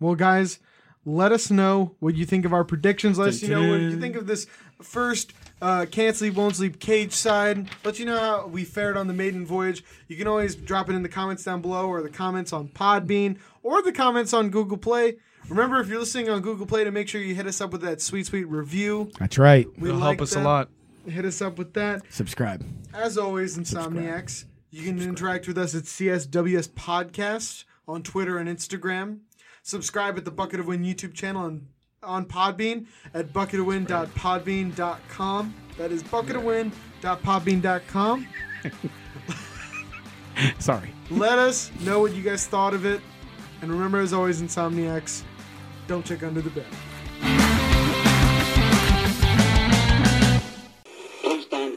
Well, guys, let us know what you think of our predictions. Let us you know what you think of this first uh, Can't Sleep, Won't Sleep cage side. Let you know how we fared on the maiden voyage. You can always drop it in the comments down below or the comments on Podbean or the comments on Google Play. Remember, if you're listening on Google Play, to make sure you hit us up with that sweet, sweet review. That's right. We It'll like help us a that. lot. Hit us up with that. Subscribe. As always, Insomniacs, you can interact with us at CSWS Podcast on Twitter and Instagram. Subscribe at the Bucket of Win YouTube channel and on Podbean at bucketofwin.podbean.com. That is bucketofwin.podbean.com. Sorry. Let us know what you guys thought of it. And remember, as always, Insomniacs, don't check under the bed. Please stand